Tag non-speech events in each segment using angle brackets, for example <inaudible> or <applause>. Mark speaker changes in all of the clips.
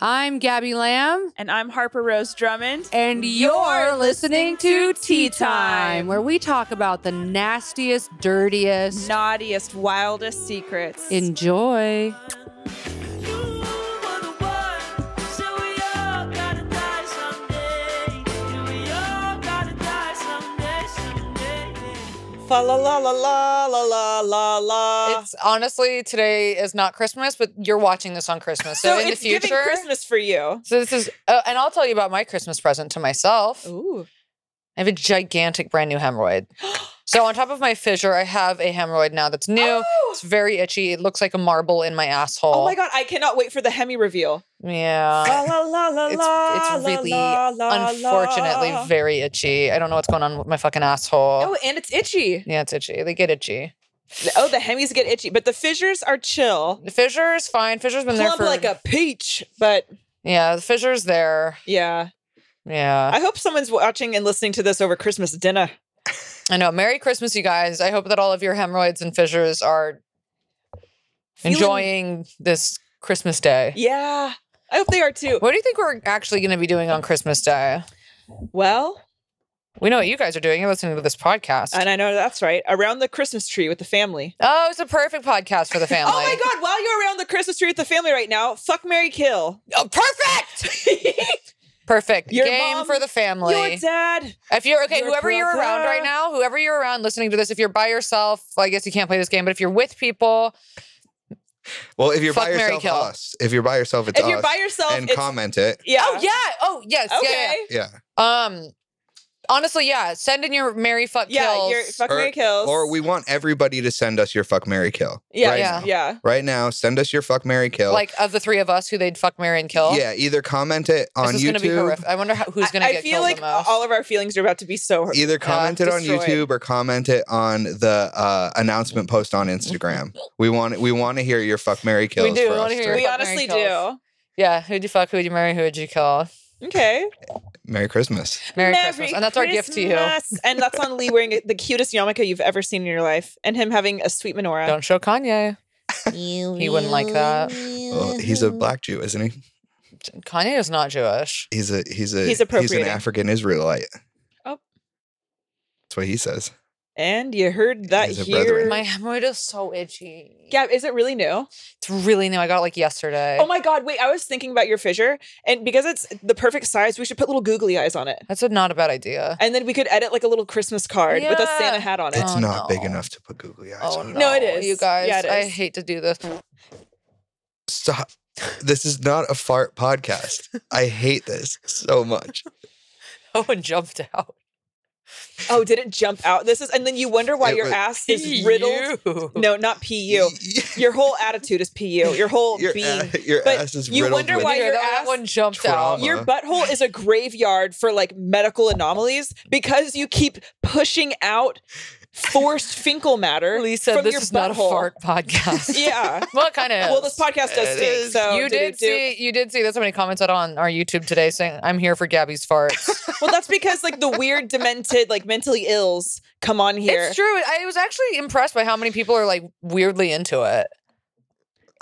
Speaker 1: I'm Gabby Lamb,
Speaker 2: And I'm Harper Rose Drummond.
Speaker 1: and you're listening to Tea Time, where we talk about the nastiest, dirtiest.
Speaker 2: Naughtiest, wildest secrets.
Speaker 1: Enjoy.
Speaker 2: Fa la la la la la la la la.
Speaker 3: It's honestly today is not Christmas, but you're watching this on Christmas. So, in the
Speaker 2: it's giving
Speaker 3: future,
Speaker 2: Christmas for you.
Speaker 3: so this is, oh, and I'll tell you about my Christmas present to myself.
Speaker 2: Ooh.
Speaker 3: I have a gigantic brand new hemorrhoid. So on top of my fissure, I have a hemorrhoid now that's new.
Speaker 2: Oh!
Speaker 3: It's very itchy. It looks like a marble in my asshole.
Speaker 2: Oh my god, I cannot wait for the Hemi reveal.
Speaker 3: Yeah.
Speaker 2: La la la la
Speaker 3: it's-
Speaker 2: la.
Speaker 3: it's
Speaker 2: la,
Speaker 3: really
Speaker 2: la, la,
Speaker 3: Unfortunately,
Speaker 2: la.
Speaker 3: very itchy. I don't know what's going on with my fucking asshole.
Speaker 2: Oh, and it's itchy.
Speaker 3: Yeah, it's itchy. They get itchy.
Speaker 2: Oh, the Hemis get itchy, but the fissures are chill.
Speaker 3: The fissure's fine. Fissure's been there
Speaker 2: Plump
Speaker 3: for
Speaker 2: like a peach, but
Speaker 3: yeah. The fissure's there.
Speaker 2: yeah.
Speaker 3: Yeah.
Speaker 2: I hope someone's watching and listening to this over Christmas dinner.
Speaker 3: I know. Merry Christmas, you guys. I hope that all of your hemorrhoids and fissures are
Speaker 2: Feeling-
Speaker 3: enjoying this Christmas day.
Speaker 2: Yeah. I hope they are too.
Speaker 3: What do you think we're actually going to be doing on Christmas Day?
Speaker 2: Well,
Speaker 3: We know what you guys are doing. You're listening to this podcast.
Speaker 2: and I know that's right. Around the Christmas tree with the family.
Speaker 3: Oh, it's a perfect podcast for the family.
Speaker 2: Oh my god, while you're around the Christmas tree with the family right now, fuck Mary Kill. <laughs>
Speaker 3: Oh, perfect. Perfect.
Speaker 2: Your
Speaker 3: Game
Speaker 2: mom,
Speaker 3: for the family.
Speaker 2: Your dad.
Speaker 3: if you're okay,
Speaker 2: your
Speaker 3: whoever you're around
Speaker 2: brother.
Speaker 3: right now, whoever you're around listening to this, if you're by yourself, well, I guess you can't play this game, but if you're with people,
Speaker 4: Well, if you're by
Speaker 3: Fuck, marry,
Speaker 4: yourself,
Speaker 3: kill.
Speaker 4: us. If you're by yourself, it's
Speaker 2: if you're
Speaker 4: us.
Speaker 2: by yourself,
Speaker 4: and
Speaker 2: it's,
Speaker 4: comment it.
Speaker 2: yeah.
Speaker 3: oh yeah, oh yes,
Speaker 2: Okay.
Speaker 3: yeah, yeah,
Speaker 4: Yeah.
Speaker 3: Um, honestly, yeah. Send in your Mary fuck
Speaker 2: Yeah,
Speaker 3: kills.
Speaker 2: your fuck
Speaker 4: Or-
Speaker 2: Mary kills.
Speaker 4: Or we want everybody to send us your fuck Mary Kill.
Speaker 2: Yeah,
Speaker 4: Right
Speaker 2: yeah.
Speaker 4: Now.
Speaker 2: yeah.
Speaker 4: Right now, send us your fuck Mary Kill.
Speaker 3: like of the three of us, who they'd fuck, Mary, and kill.
Speaker 4: Yeah, either comment it on
Speaker 3: this is gonna be
Speaker 4: YouTube.
Speaker 3: horrific. I wonder how, who's gonna
Speaker 2: I,
Speaker 3: get
Speaker 2: I feel
Speaker 3: killed
Speaker 2: like
Speaker 3: the most.
Speaker 2: all of our feelings are about to be so hurt.
Speaker 4: Either comment it on
Speaker 2: destroyed.
Speaker 4: YouTube or comment it on the uh, announcement post on Instagram. we want we want to hear your fuck Mary kills.
Speaker 3: do,
Speaker 4: for
Speaker 3: we
Speaker 4: us
Speaker 3: wanna hear
Speaker 4: to-
Speaker 3: your
Speaker 2: We
Speaker 3: Fuck, Mary,
Speaker 2: honestly
Speaker 3: kills.
Speaker 2: do.
Speaker 3: yeah, who'd you fuck? Who'd you marry? Who'd you kill?
Speaker 2: Okay.
Speaker 4: Merry Christmas.
Speaker 3: Merry, Christmas, and that's our gift to you.
Speaker 2: Christmas. and that's on Lee wearing the cutest yarmulke you've ever seen in your life, and him having a sweet menorah.
Speaker 3: Don't show Kanye. he wouldn't like that.
Speaker 4: Well, Oh, he's a black Jew, isn't he?
Speaker 3: Kanye is not Jewish.
Speaker 4: He's a he's a
Speaker 2: He's
Speaker 4: he's an
Speaker 2: appropriating.
Speaker 4: African Israelite.
Speaker 2: Oh.
Speaker 4: That's what he says.
Speaker 2: And you heard that
Speaker 4: He's a
Speaker 2: here.
Speaker 4: brethren.
Speaker 3: My hemorrhoid is so itchy.
Speaker 2: Gab, is it really new?
Speaker 3: it's really new. I got it like yesterday.
Speaker 2: Oh my god, wait, I was thinking about your fissure, and because it's the perfect size, we should put little googly eyes on it.
Speaker 3: That's a, not a bad idea.
Speaker 2: And then we could edit like a little Christmas card with a Santa
Speaker 3: Yeah.
Speaker 2: hat on it.
Speaker 4: It's
Speaker 3: Oh,
Speaker 4: not big
Speaker 3: no.
Speaker 4: enough to put googly eyes
Speaker 3: Oh
Speaker 4: on.
Speaker 3: no,
Speaker 2: No, it is.
Speaker 3: You guys,
Speaker 2: Yeah, it
Speaker 3: I
Speaker 2: is.
Speaker 3: hate to do this. <laughs>
Speaker 4: Stop. This is not a fart podcast. I hate this
Speaker 2: <laughs>
Speaker 4: so much.
Speaker 3: Owen jumped out.
Speaker 2: Oh, did it jump out? This is and then you wonder why
Speaker 4: It
Speaker 2: your
Speaker 4: was-
Speaker 2: ass is riddled.
Speaker 3: You.
Speaker 2: No, not PU. <laughs> Your whole attitude is PU. Your whole
Speaker 4: your,
Speaker 2: being.
Speaker 4: a- your
Speaker 2: but
Speaker 4: ass is
Speaker 2: you
Speaker 4: riddled
Speaker 2: wonder
Speaker 4: with
Speaker 2: why
Speaker 3: Yeah,
Speaker 2: your
Speaker 3: that, that
Speaker 2: ass-
Speaker 3: one jumped out.
Speaker 4: Trauma.
Speaker 2: Your butthole is a graveyard for like medical anomalies because you keep pushing out forced
Speaker 4: <laughs>
Speaker 2: finkel matter.
Speaker 3: <laughs> Lisa,
Speaker 2: from
Speaker 3: this
Speaker 2: your
Speaker 3: is not a
Speaker 2: butthole.
Speaker 3: fart podcast. <laughs>
Speaker 2: <laughs> Yeah.
Speaker 3: Well, kind of.
Speaker 2: Well, this oh, podcast does
Speaker 4: It
Speaker 2: stink.
Speaker 4: is.
Speaker 2: So
Speaker 3: you did
Speaker 2: do-do-do.
Speaker 3: see. You did see that somebody commented on our YouTube today saying, "I'm here for Gabby's farts."
Speaker 2: Well, that's because like the
Speaker 3: <laughs>
Speaker 2: weird, demented, like mentally ills come on <laughs> here.
Speaker 3: it's true. I was actually impressed by how many people are like weirdly into it.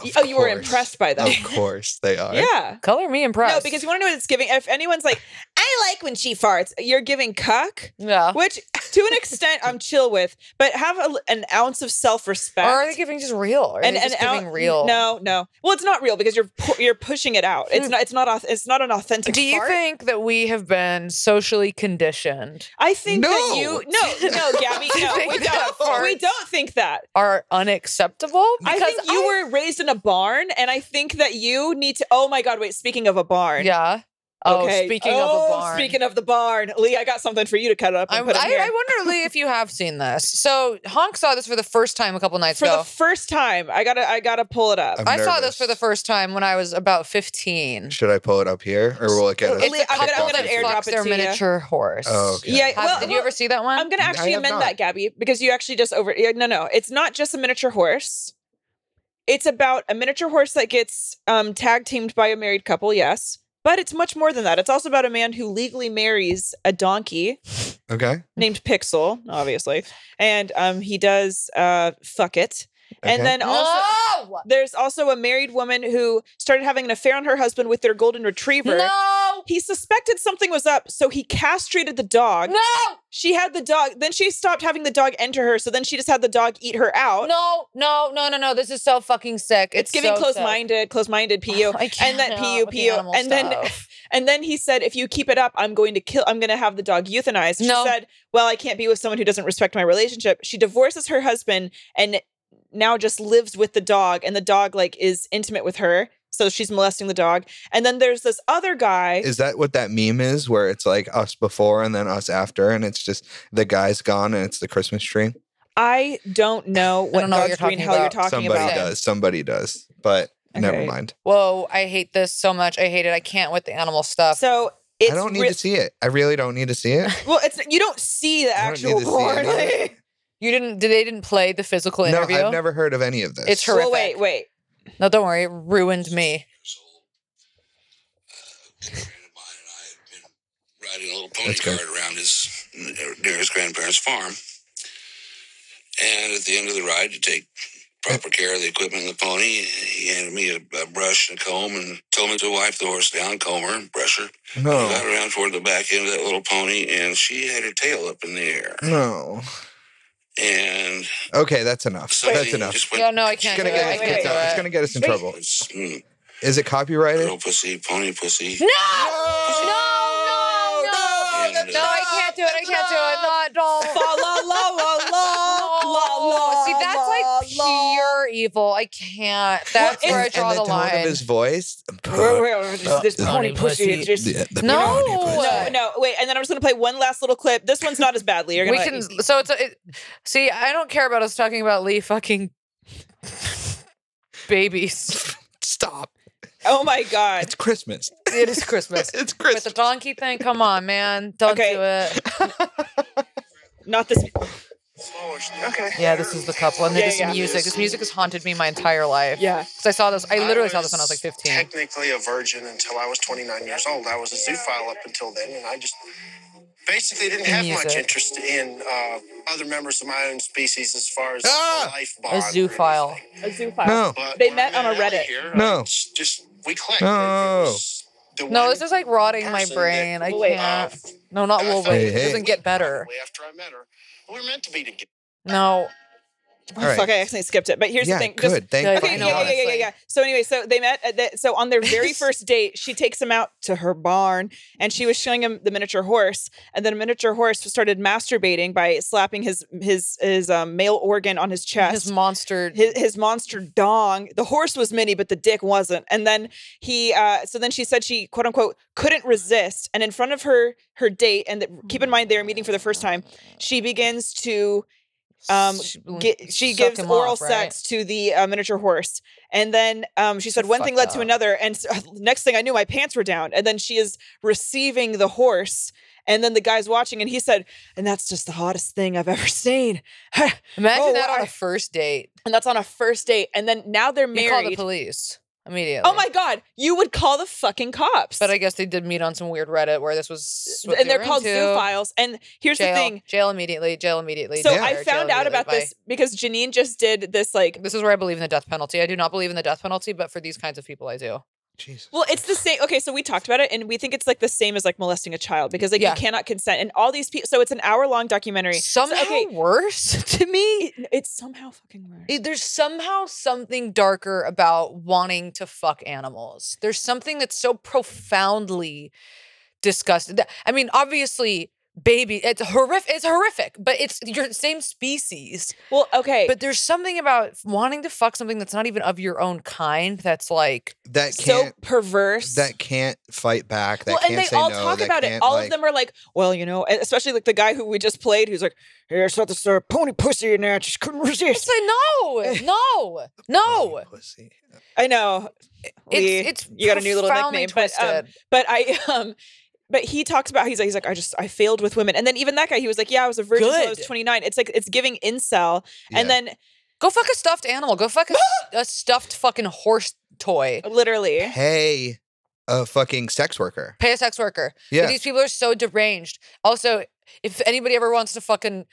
Speaker 4: Of
Speaker 2: Oh, you were
Speaker 4: course.
Speaker 2: impressed by that.
Speaker 4: Of course they are.
Speaker 2: Yeah.
Speaker 3: Color me impressed.
Speaker 2: No, because you want to know what it's giving. If anyone's like, I like when she farts, you're giving cuck,
Speaker 3: yeah.
Speaker 2: which to an extent I'm chill with, but have a, an ounce of self respect.
Speaker 3: Or are they giving just real? Or are they just giving real?
Speaker 2: No, no. Well, it's not real because you're pu- you're pushing it out. It's not. It's not. auth- It's not an authentic.
Speaker 3: Hmm. Do you
Speaker 2: fart.
Speaker 3: think that we have been socially conditioned?
Speaker 2: I think that
Speaker 4: No.
Speaker 2: you. No, no, Gabby.
Speaker 3: <laughs> Do you
Speaker 2: No,
Speaker 3: think
Speaker 2: we
Speaker 3: that
Speaker 2: don't. We
Speaker 3: farts-
Speaker 2: don't think that.
Speaker 3: Are unacceptable?
Speaker 2: I think you were raised in a barn, and I think that you need to. Oh my God! Wait, speaking of a barn.
Speaker 3: Yeah. Oh, speaking of a
Speaker 2: Oh,
Speaker 3: barn.
Speaker 2: Speaking of the barn, Lee, I got something for you to cut up
Speaker 3: I,
Speaker 2: and put in
Speaker 3: I,
Speaker 2: here.
Speaker 3: I wonder, Lee, if you have seen this. So Honk saw this for the first time a couple nights
Speaker 2: for
Speaker 3: ago.
Speaker 2: the first time, I gotta, I gotta pull it up.
Speaker 4: I'm
Speaker 3: I saw
Speaker 4: nervous.
Speaker 3: this for the first time when I was about 15.
Speaker 4: Should I pull it up here or will it get us?
Speaker 2: It's- I'm gonna-
Speaker 4: I'm
Speaker 3: couple
Speaker 4: gonna
Speaker 3: that
Speaker 4: airdrop
Speaker 3: fucks
Speaker 2: it
Speaker 3: their
Speaker 2: to ya.
Speaker 3: miniature horse.
Speaker 4: Oh, okay.
Speaker 2: Yeah,
Speaker 3: Have-
Speaker 2: well,
Speaker 3: did you
Speaker 2: well,
Speaker 3: ever see that one?
Speaker 2: I'm gonna
Speaker 4: I
Speaker 2: actually
Speaker 4: have
Speaker 2: amend
Speaker 4: not.
Speaker 2: that, Gabby, because you actually just over. yeah, No, no, it's not just a miniature horse. It's about a miniature horse that gets um, tag teamed by a married couple. Yes, but it's much more than that. It's also about a man who legally marries a donkey.
Speaker 4: Okay.
Speaker 2: named Pixel, obviously, and um, he does uh, fuck it,
Speaker 4: Okay.
Speaker 2: And then also
Speaker 3: no!
Speaker 2: there's also a married woman who started having an affair on her husband with their golden retriever.
Speaker 3: No!
Speaker 2: He suspected something was up, so he castrated the dog.
Speaker 3: No!
Speaker 2: She had the dog, then she stopped having the dog enter her, so then she just had the dog eat her out.
Speaker 3: No, no, no, no, no. This is so fucking sick. It's,
Speaker 2: It's, giving
Speaker 3: so
Speaker 2: close
Speaker 3: sick.
Speaker 2: minded, close minded PU.
Speaker 3: I
Speaker 2: and that
Speaker 3: cannot
Speaker 2: PU
Speaker 3: with the
Speaker 2: PU.
Speaker 3: animal
Speaker 2: And then-
Speaker 3: stuff.
Speaker 2: And then he said, if you keep it up, I'm going to kill, I'm going to have the dog euthanized. She
Speaker 3: No.
Speaker 2: said, well, I can't be with someone who doesn't respect my relationship. She divorces her husband and now just lives with the dog. And the dog like is intimate with her. So she's molesting the dog. And then there's this other guy.
Speaker 4: Is that what that meme is where it's like us before and then us after and it's just the guy's gone and it's the Christmas tree?
Speaker 2: I
Speaker 4: <sighs>
Speaker 2: don't know what
Speaker 3: don't know what
Speaker 2: God's
Speaker 3: you're talking
Speaker 2: green hell you're
Speaker 3: about.
Speaker 2: talking
Speaker 4: Somebody
Speaker 2: about.
Speaker 4: does. Somebody does. But never
Speaker 2: Okay.
Speaker 4: mind.
Speaker 3: Whoa, I hate this so much. I hate it. I can't with the animal stuff.
Speaker 2: So it's
Speaker 4: I don't need
Speaker 2: re-
Speaker 4: to see it. I really don't need to see it.
Speaker 2: well, it's you don't see the
Speaker 4: I don't need
Speaker 2: actual
Speaker 4: to see
Speaker 2: porn.
Speaker 4: any of
Speaker 2: <laughs>
Speaker 4: it.
Speaker 2: Like-
Speaker 3: you didn't they didn't play the physical
Speaker 4: no,
Speaker 3: interview?
Speaker 4: I've never heard of any of this.
Speaker 3: It's her-
Speaker 2: Well,
Speaker 3: Terrific.
Speaker 2: wait, wait.
Speaker 3: no, don't worry. It ruined me.
Speaker 5: years old. Uh, a friend of mine and I had been riding a little pony
Speaker 4: That's good.
Speaker 5: cart around his near his grandparents' farm. And at the end of the ride, to take proper care of the equipment and the pony, he handed me a, a brush and a comb and told me to wipe the horse down, comb her, and brush her. I got
Speaker 4: no.
Speaker 5: around toward the back end of that little pony, and she had her tail up in the air.
Speaker 4: Mm. No.
Speaker 5: And
Speaker 4: Okay, that's enough. That's
Speaker 5: something
Speaker 4: enough.
Speaker 5: Just went,
Speaker 3: Yeah, no, I
Speaker 5: She's
Speaker 3: can't.
Speaker 4: Gonna
Speaker 3: do it.
Speaker 2: wait,
Speaker 4: get us
Speaker 3: I can't
Speaker 2: wait, wait,
Speaker 4: kicked
Speaker 3: do
Speaker 4: out. It's
Speaker 3: it.
Speaker 4: gonna get us in trouble.
Speaker 5: It's, mm,
Speaker 4: Is it copyrighted?
Speaker 5: girl pussy, pony pussy.
Speaker 3: No, no,
Speaker 5: no,
Speaker 3: no, no, I can't do it. I can't do it. Not don't.
Speaker 2: Fa la la la <laughs> la la la.
Speaker 3: See, that's like
Speaker 2: la, la.
Speaker 3: pure evil. I can't. That's
Speaker 2: it's-
Speaker 3: where I
Speaker 4: And-
Speaker 3: draw
Speaker 4: and
Speaker 3: the,
Speaker 4: the, tone
Speaker 3: line.
Speaker 4: of his voice.
Speaker 2: Wait, wait, wait,
Speaker 4: Uh,
Speaker 2: This
Speaker 4: uh,
Speaker 2: pony pussy. is just-
Speaker 4: Yeah, the
Speaker 3: No.
Speaker 4: pony pussy.
Speaker 2: No, no, wait. And then I'm just gonna play one last little clip. This one's not as badly. You're
Speaker 3: we
Speaker 2: gonna.
Speaker 3: can. So it's. A, it, see, I don't care about us talking about Lee fucking babies.
Speaker 4: Stop.
Speaker 2: oh my god.
Speaker 4: It's Christmas. <laughs>
Speaker 3: it is Christmas.
Speaker 4: It's
Speaker 3: With the
Speaker 4: Christmas.
Speaker 3: donkey thing, come on, man. Don't
Speaker 2: Okay.
Speaker 3: do it.
Speaker 2: Not this.
Speaker 5: Okay.
Speaker 3: Yeah, this is the couple. And they
Speaker 2: Yeah,
Speaker 3: did some
Speaker 5: yeah.
Speaker 3: music. This music has haunted me my entire life.
Speaker 2: Yeah.
Speaker 3: Because I saw this. I literally saw this when I was like 15.
Speaker 6: Technically a virgin until I was 29 years old. I was a zoophile up until then, and I just basically didn't have much
Speaker 3: Music.
Speaker 6: interest in uh, other members of my own species as far as
Speaker 4: Ah!
Speaker 6: life
Speaker 3: A
Speaker 6: bond. or
Speaker 3: zoophile.
Speaker 6: anything.
Speaker 2: A zoophile.
Speaker 4: No.
Speaker 6: But
Speaker 2: They
Speaker 6: when
Speaker 2: met
Speaker 6: I
Speaker 2: on a
Speaker 6: Allie
Speaker 2: Reddit.
Speaker 6: Here,
Speaker 4: No.
Speaker 6: I just, just we clicked.
Speaker 4: No.
Speaker 3: No, this is like rotting my brain. I
Speaker 2: Well, wait.
Speaker 3: can't. No, not
Speaker 6: I
Speaker 3: Woolwich.
Speaker 6: fell
Speaker 4: Hey,
Speaker 3: It
Speaker 4: hey.
Speaker 3: doesn't get better.
Speaker 6: After I met her, we were meant to be together.
Speaker 3: No.
Speaker 4: All right.
Speaker 2: Oh, Fuck, I accidentally skipped it. But here's
Speaker 4: yeah,
Speaker 2: the thing.
Speaker 4: good.
Speaker 2: Just,
Speaker 4: Thank
Speaker 3: Okay,
Speaker 4: you.
Speaker 2: okay,
Speaker 3: know,
Speaker 2: yeah, yeah, yeah, yeah,
Speaker 3: honestly.
Speaker 2: yeah. So anyway, so they met. At the, so on their
Speaker 4: <laughs>
Speaker 2: very first date, she takes him out to her barn, and she was showing him the miniature horse, and then a miniature horse started masturbating by slapping his his his um, male organ on his chest.
Speaker 3: His monster.
Speaker 2: his, his monster dong. The horse was mini, but the dick wasn't. And then he, uh, so then she said she quote unquote couldn't resist. And in front of her, her date, and th- keep in mind they're meeting for the first time, she begins to um,
Speaker 3: She-
Speaker 2: get, she
Speaker 3: suck
Speaker 2: gives
Speaker 3: him
Speaker 2: oral
Speaker 3: off, right?
Speaker 2: sex to the uh, miniature horse. And then um, she said
Speaker 3: So
Speaker 2: one thing
Speaker 3: fucked
Speaker 2: led to
Speaker 3: up.
Speaker 2: another. And s <laughs> next thing I knew, my pants were down. And then she is receiving the horse. And then the guy's watching, and he said, "And that's just the hottest thing I've ever seen."
Speaker 3: Imagine
Speaker 2: Oh,
Speaker 3: that on
Speaker 2: I-
Speaker 3: a first date.
Speaker 2: And that's on a first date. And then now they're
Speaker 3: You call the
Speaker 2: married.
Speaker 3: police immediately.
Speaker 2: Oh my god, you would call the fucking cops.
Speaker 3: But I guess they did meet on some weird Reddit where this was. what
Speaker 2: and
Speaker 3: they
Speaker 2: they're
Speaker 3: were
Speaker 2: called
Speaker 3: into.
Speaker 2: zoophiles. And here's
Speaker 3: Jail,
Speaker 2: the thing.
Speaker 3: Jail immediately. Jail immediately.
Speaker 2: So
Speaker 3: jail,
Speaker 2: I
Speaker 3: jail
Speaker 2: found
Speaker 3: immediately,
Speaker 2: out about
Speaker 3: bye.
Speaker 2: this because Janine just did this like
Speaker 3: This is where I believe in the death penalty. I do not believe in the death penalty, but for these kinds of people, I do.
Speaker 4: Jesus.
Speaker 2: well, it's the same. Okay, so we talked about it, and we think it's like the same as like molesting a child because like
Speaker 3: Yeah.
Speaker 2: you cannot consent, and all these people. So it's an hour long documentary. So,
Speaker 3: Somehow worse <laughs> to me.
Speaker 2: it- it's somehow fucking weird.
Speaker 3: It- There's somehow something darker about wanting to fuck animals. There's something that's so profoundly disgusting. That- I mean, obviously, baby, it's horrific. It's horrific, but it's your same species.
Speaker 2: well, okay,
Speaker 3: But there's something about wanting to fuck something that's not even of your own kind. That's like
Speaker 4: That
Speaker 2: so
Speaker 4: can't.
Speaker 2: perverse.
Speaker 4: that can't fight back. That
Speaker 2: well,
Speaker 4: can't
Speaker 2: and they
Speaker 4: say
Speaker 2: all
Speaker 4: no,
Speaker 2: talk
Speaker 4: that
Speaker 2: about it.
Speaker 4: can't,
Speaker 2: All
Speaker 4: like-
Speaker 2: of them are like, well, you know, and especially like the guy who we just played, who's like, here's the sir, uh, pony pussy, and I just couldn't <laughs>
Speaker 3: it's
Speaker 2: resist.
Speaker 3: like no, no,
Speaker 2: <laughs>
Speaker 3: no.
Speaker 4: Pony oh, pussy.
Speaker 2: I know. We-
Speaker 3: It's it's
Speaker 2: you got a new little
Speaker 3: profoundly
Speaker 2: nickname, but, um,
Speaker 3: twisted.
Speaker 2: But I <laughs> um but he talks about he's like he's like I just I failed with women. And then even that guy he was like, "Yeah, I was a virgin until I was
Speaker 3: Good.
Speaker 2: 29." It's like it's giving incel. And
Speaker 4: Yeah.
Speaker 2: then
Speaker 3: Go fuck a stuffed animal. Go fuck a, s-
Speaker 2: <laughs>
Speaker 3: a stuffed fucking horse toy.
Speaker 2: Oh. literally
Speaker 4: pay a fucking sex worker.
Speaker 3: Pay a sex worker. But
Speaker 4: Yeah.
Speaker 3: These people are so deranged. Also, if anybody ever wants to fucking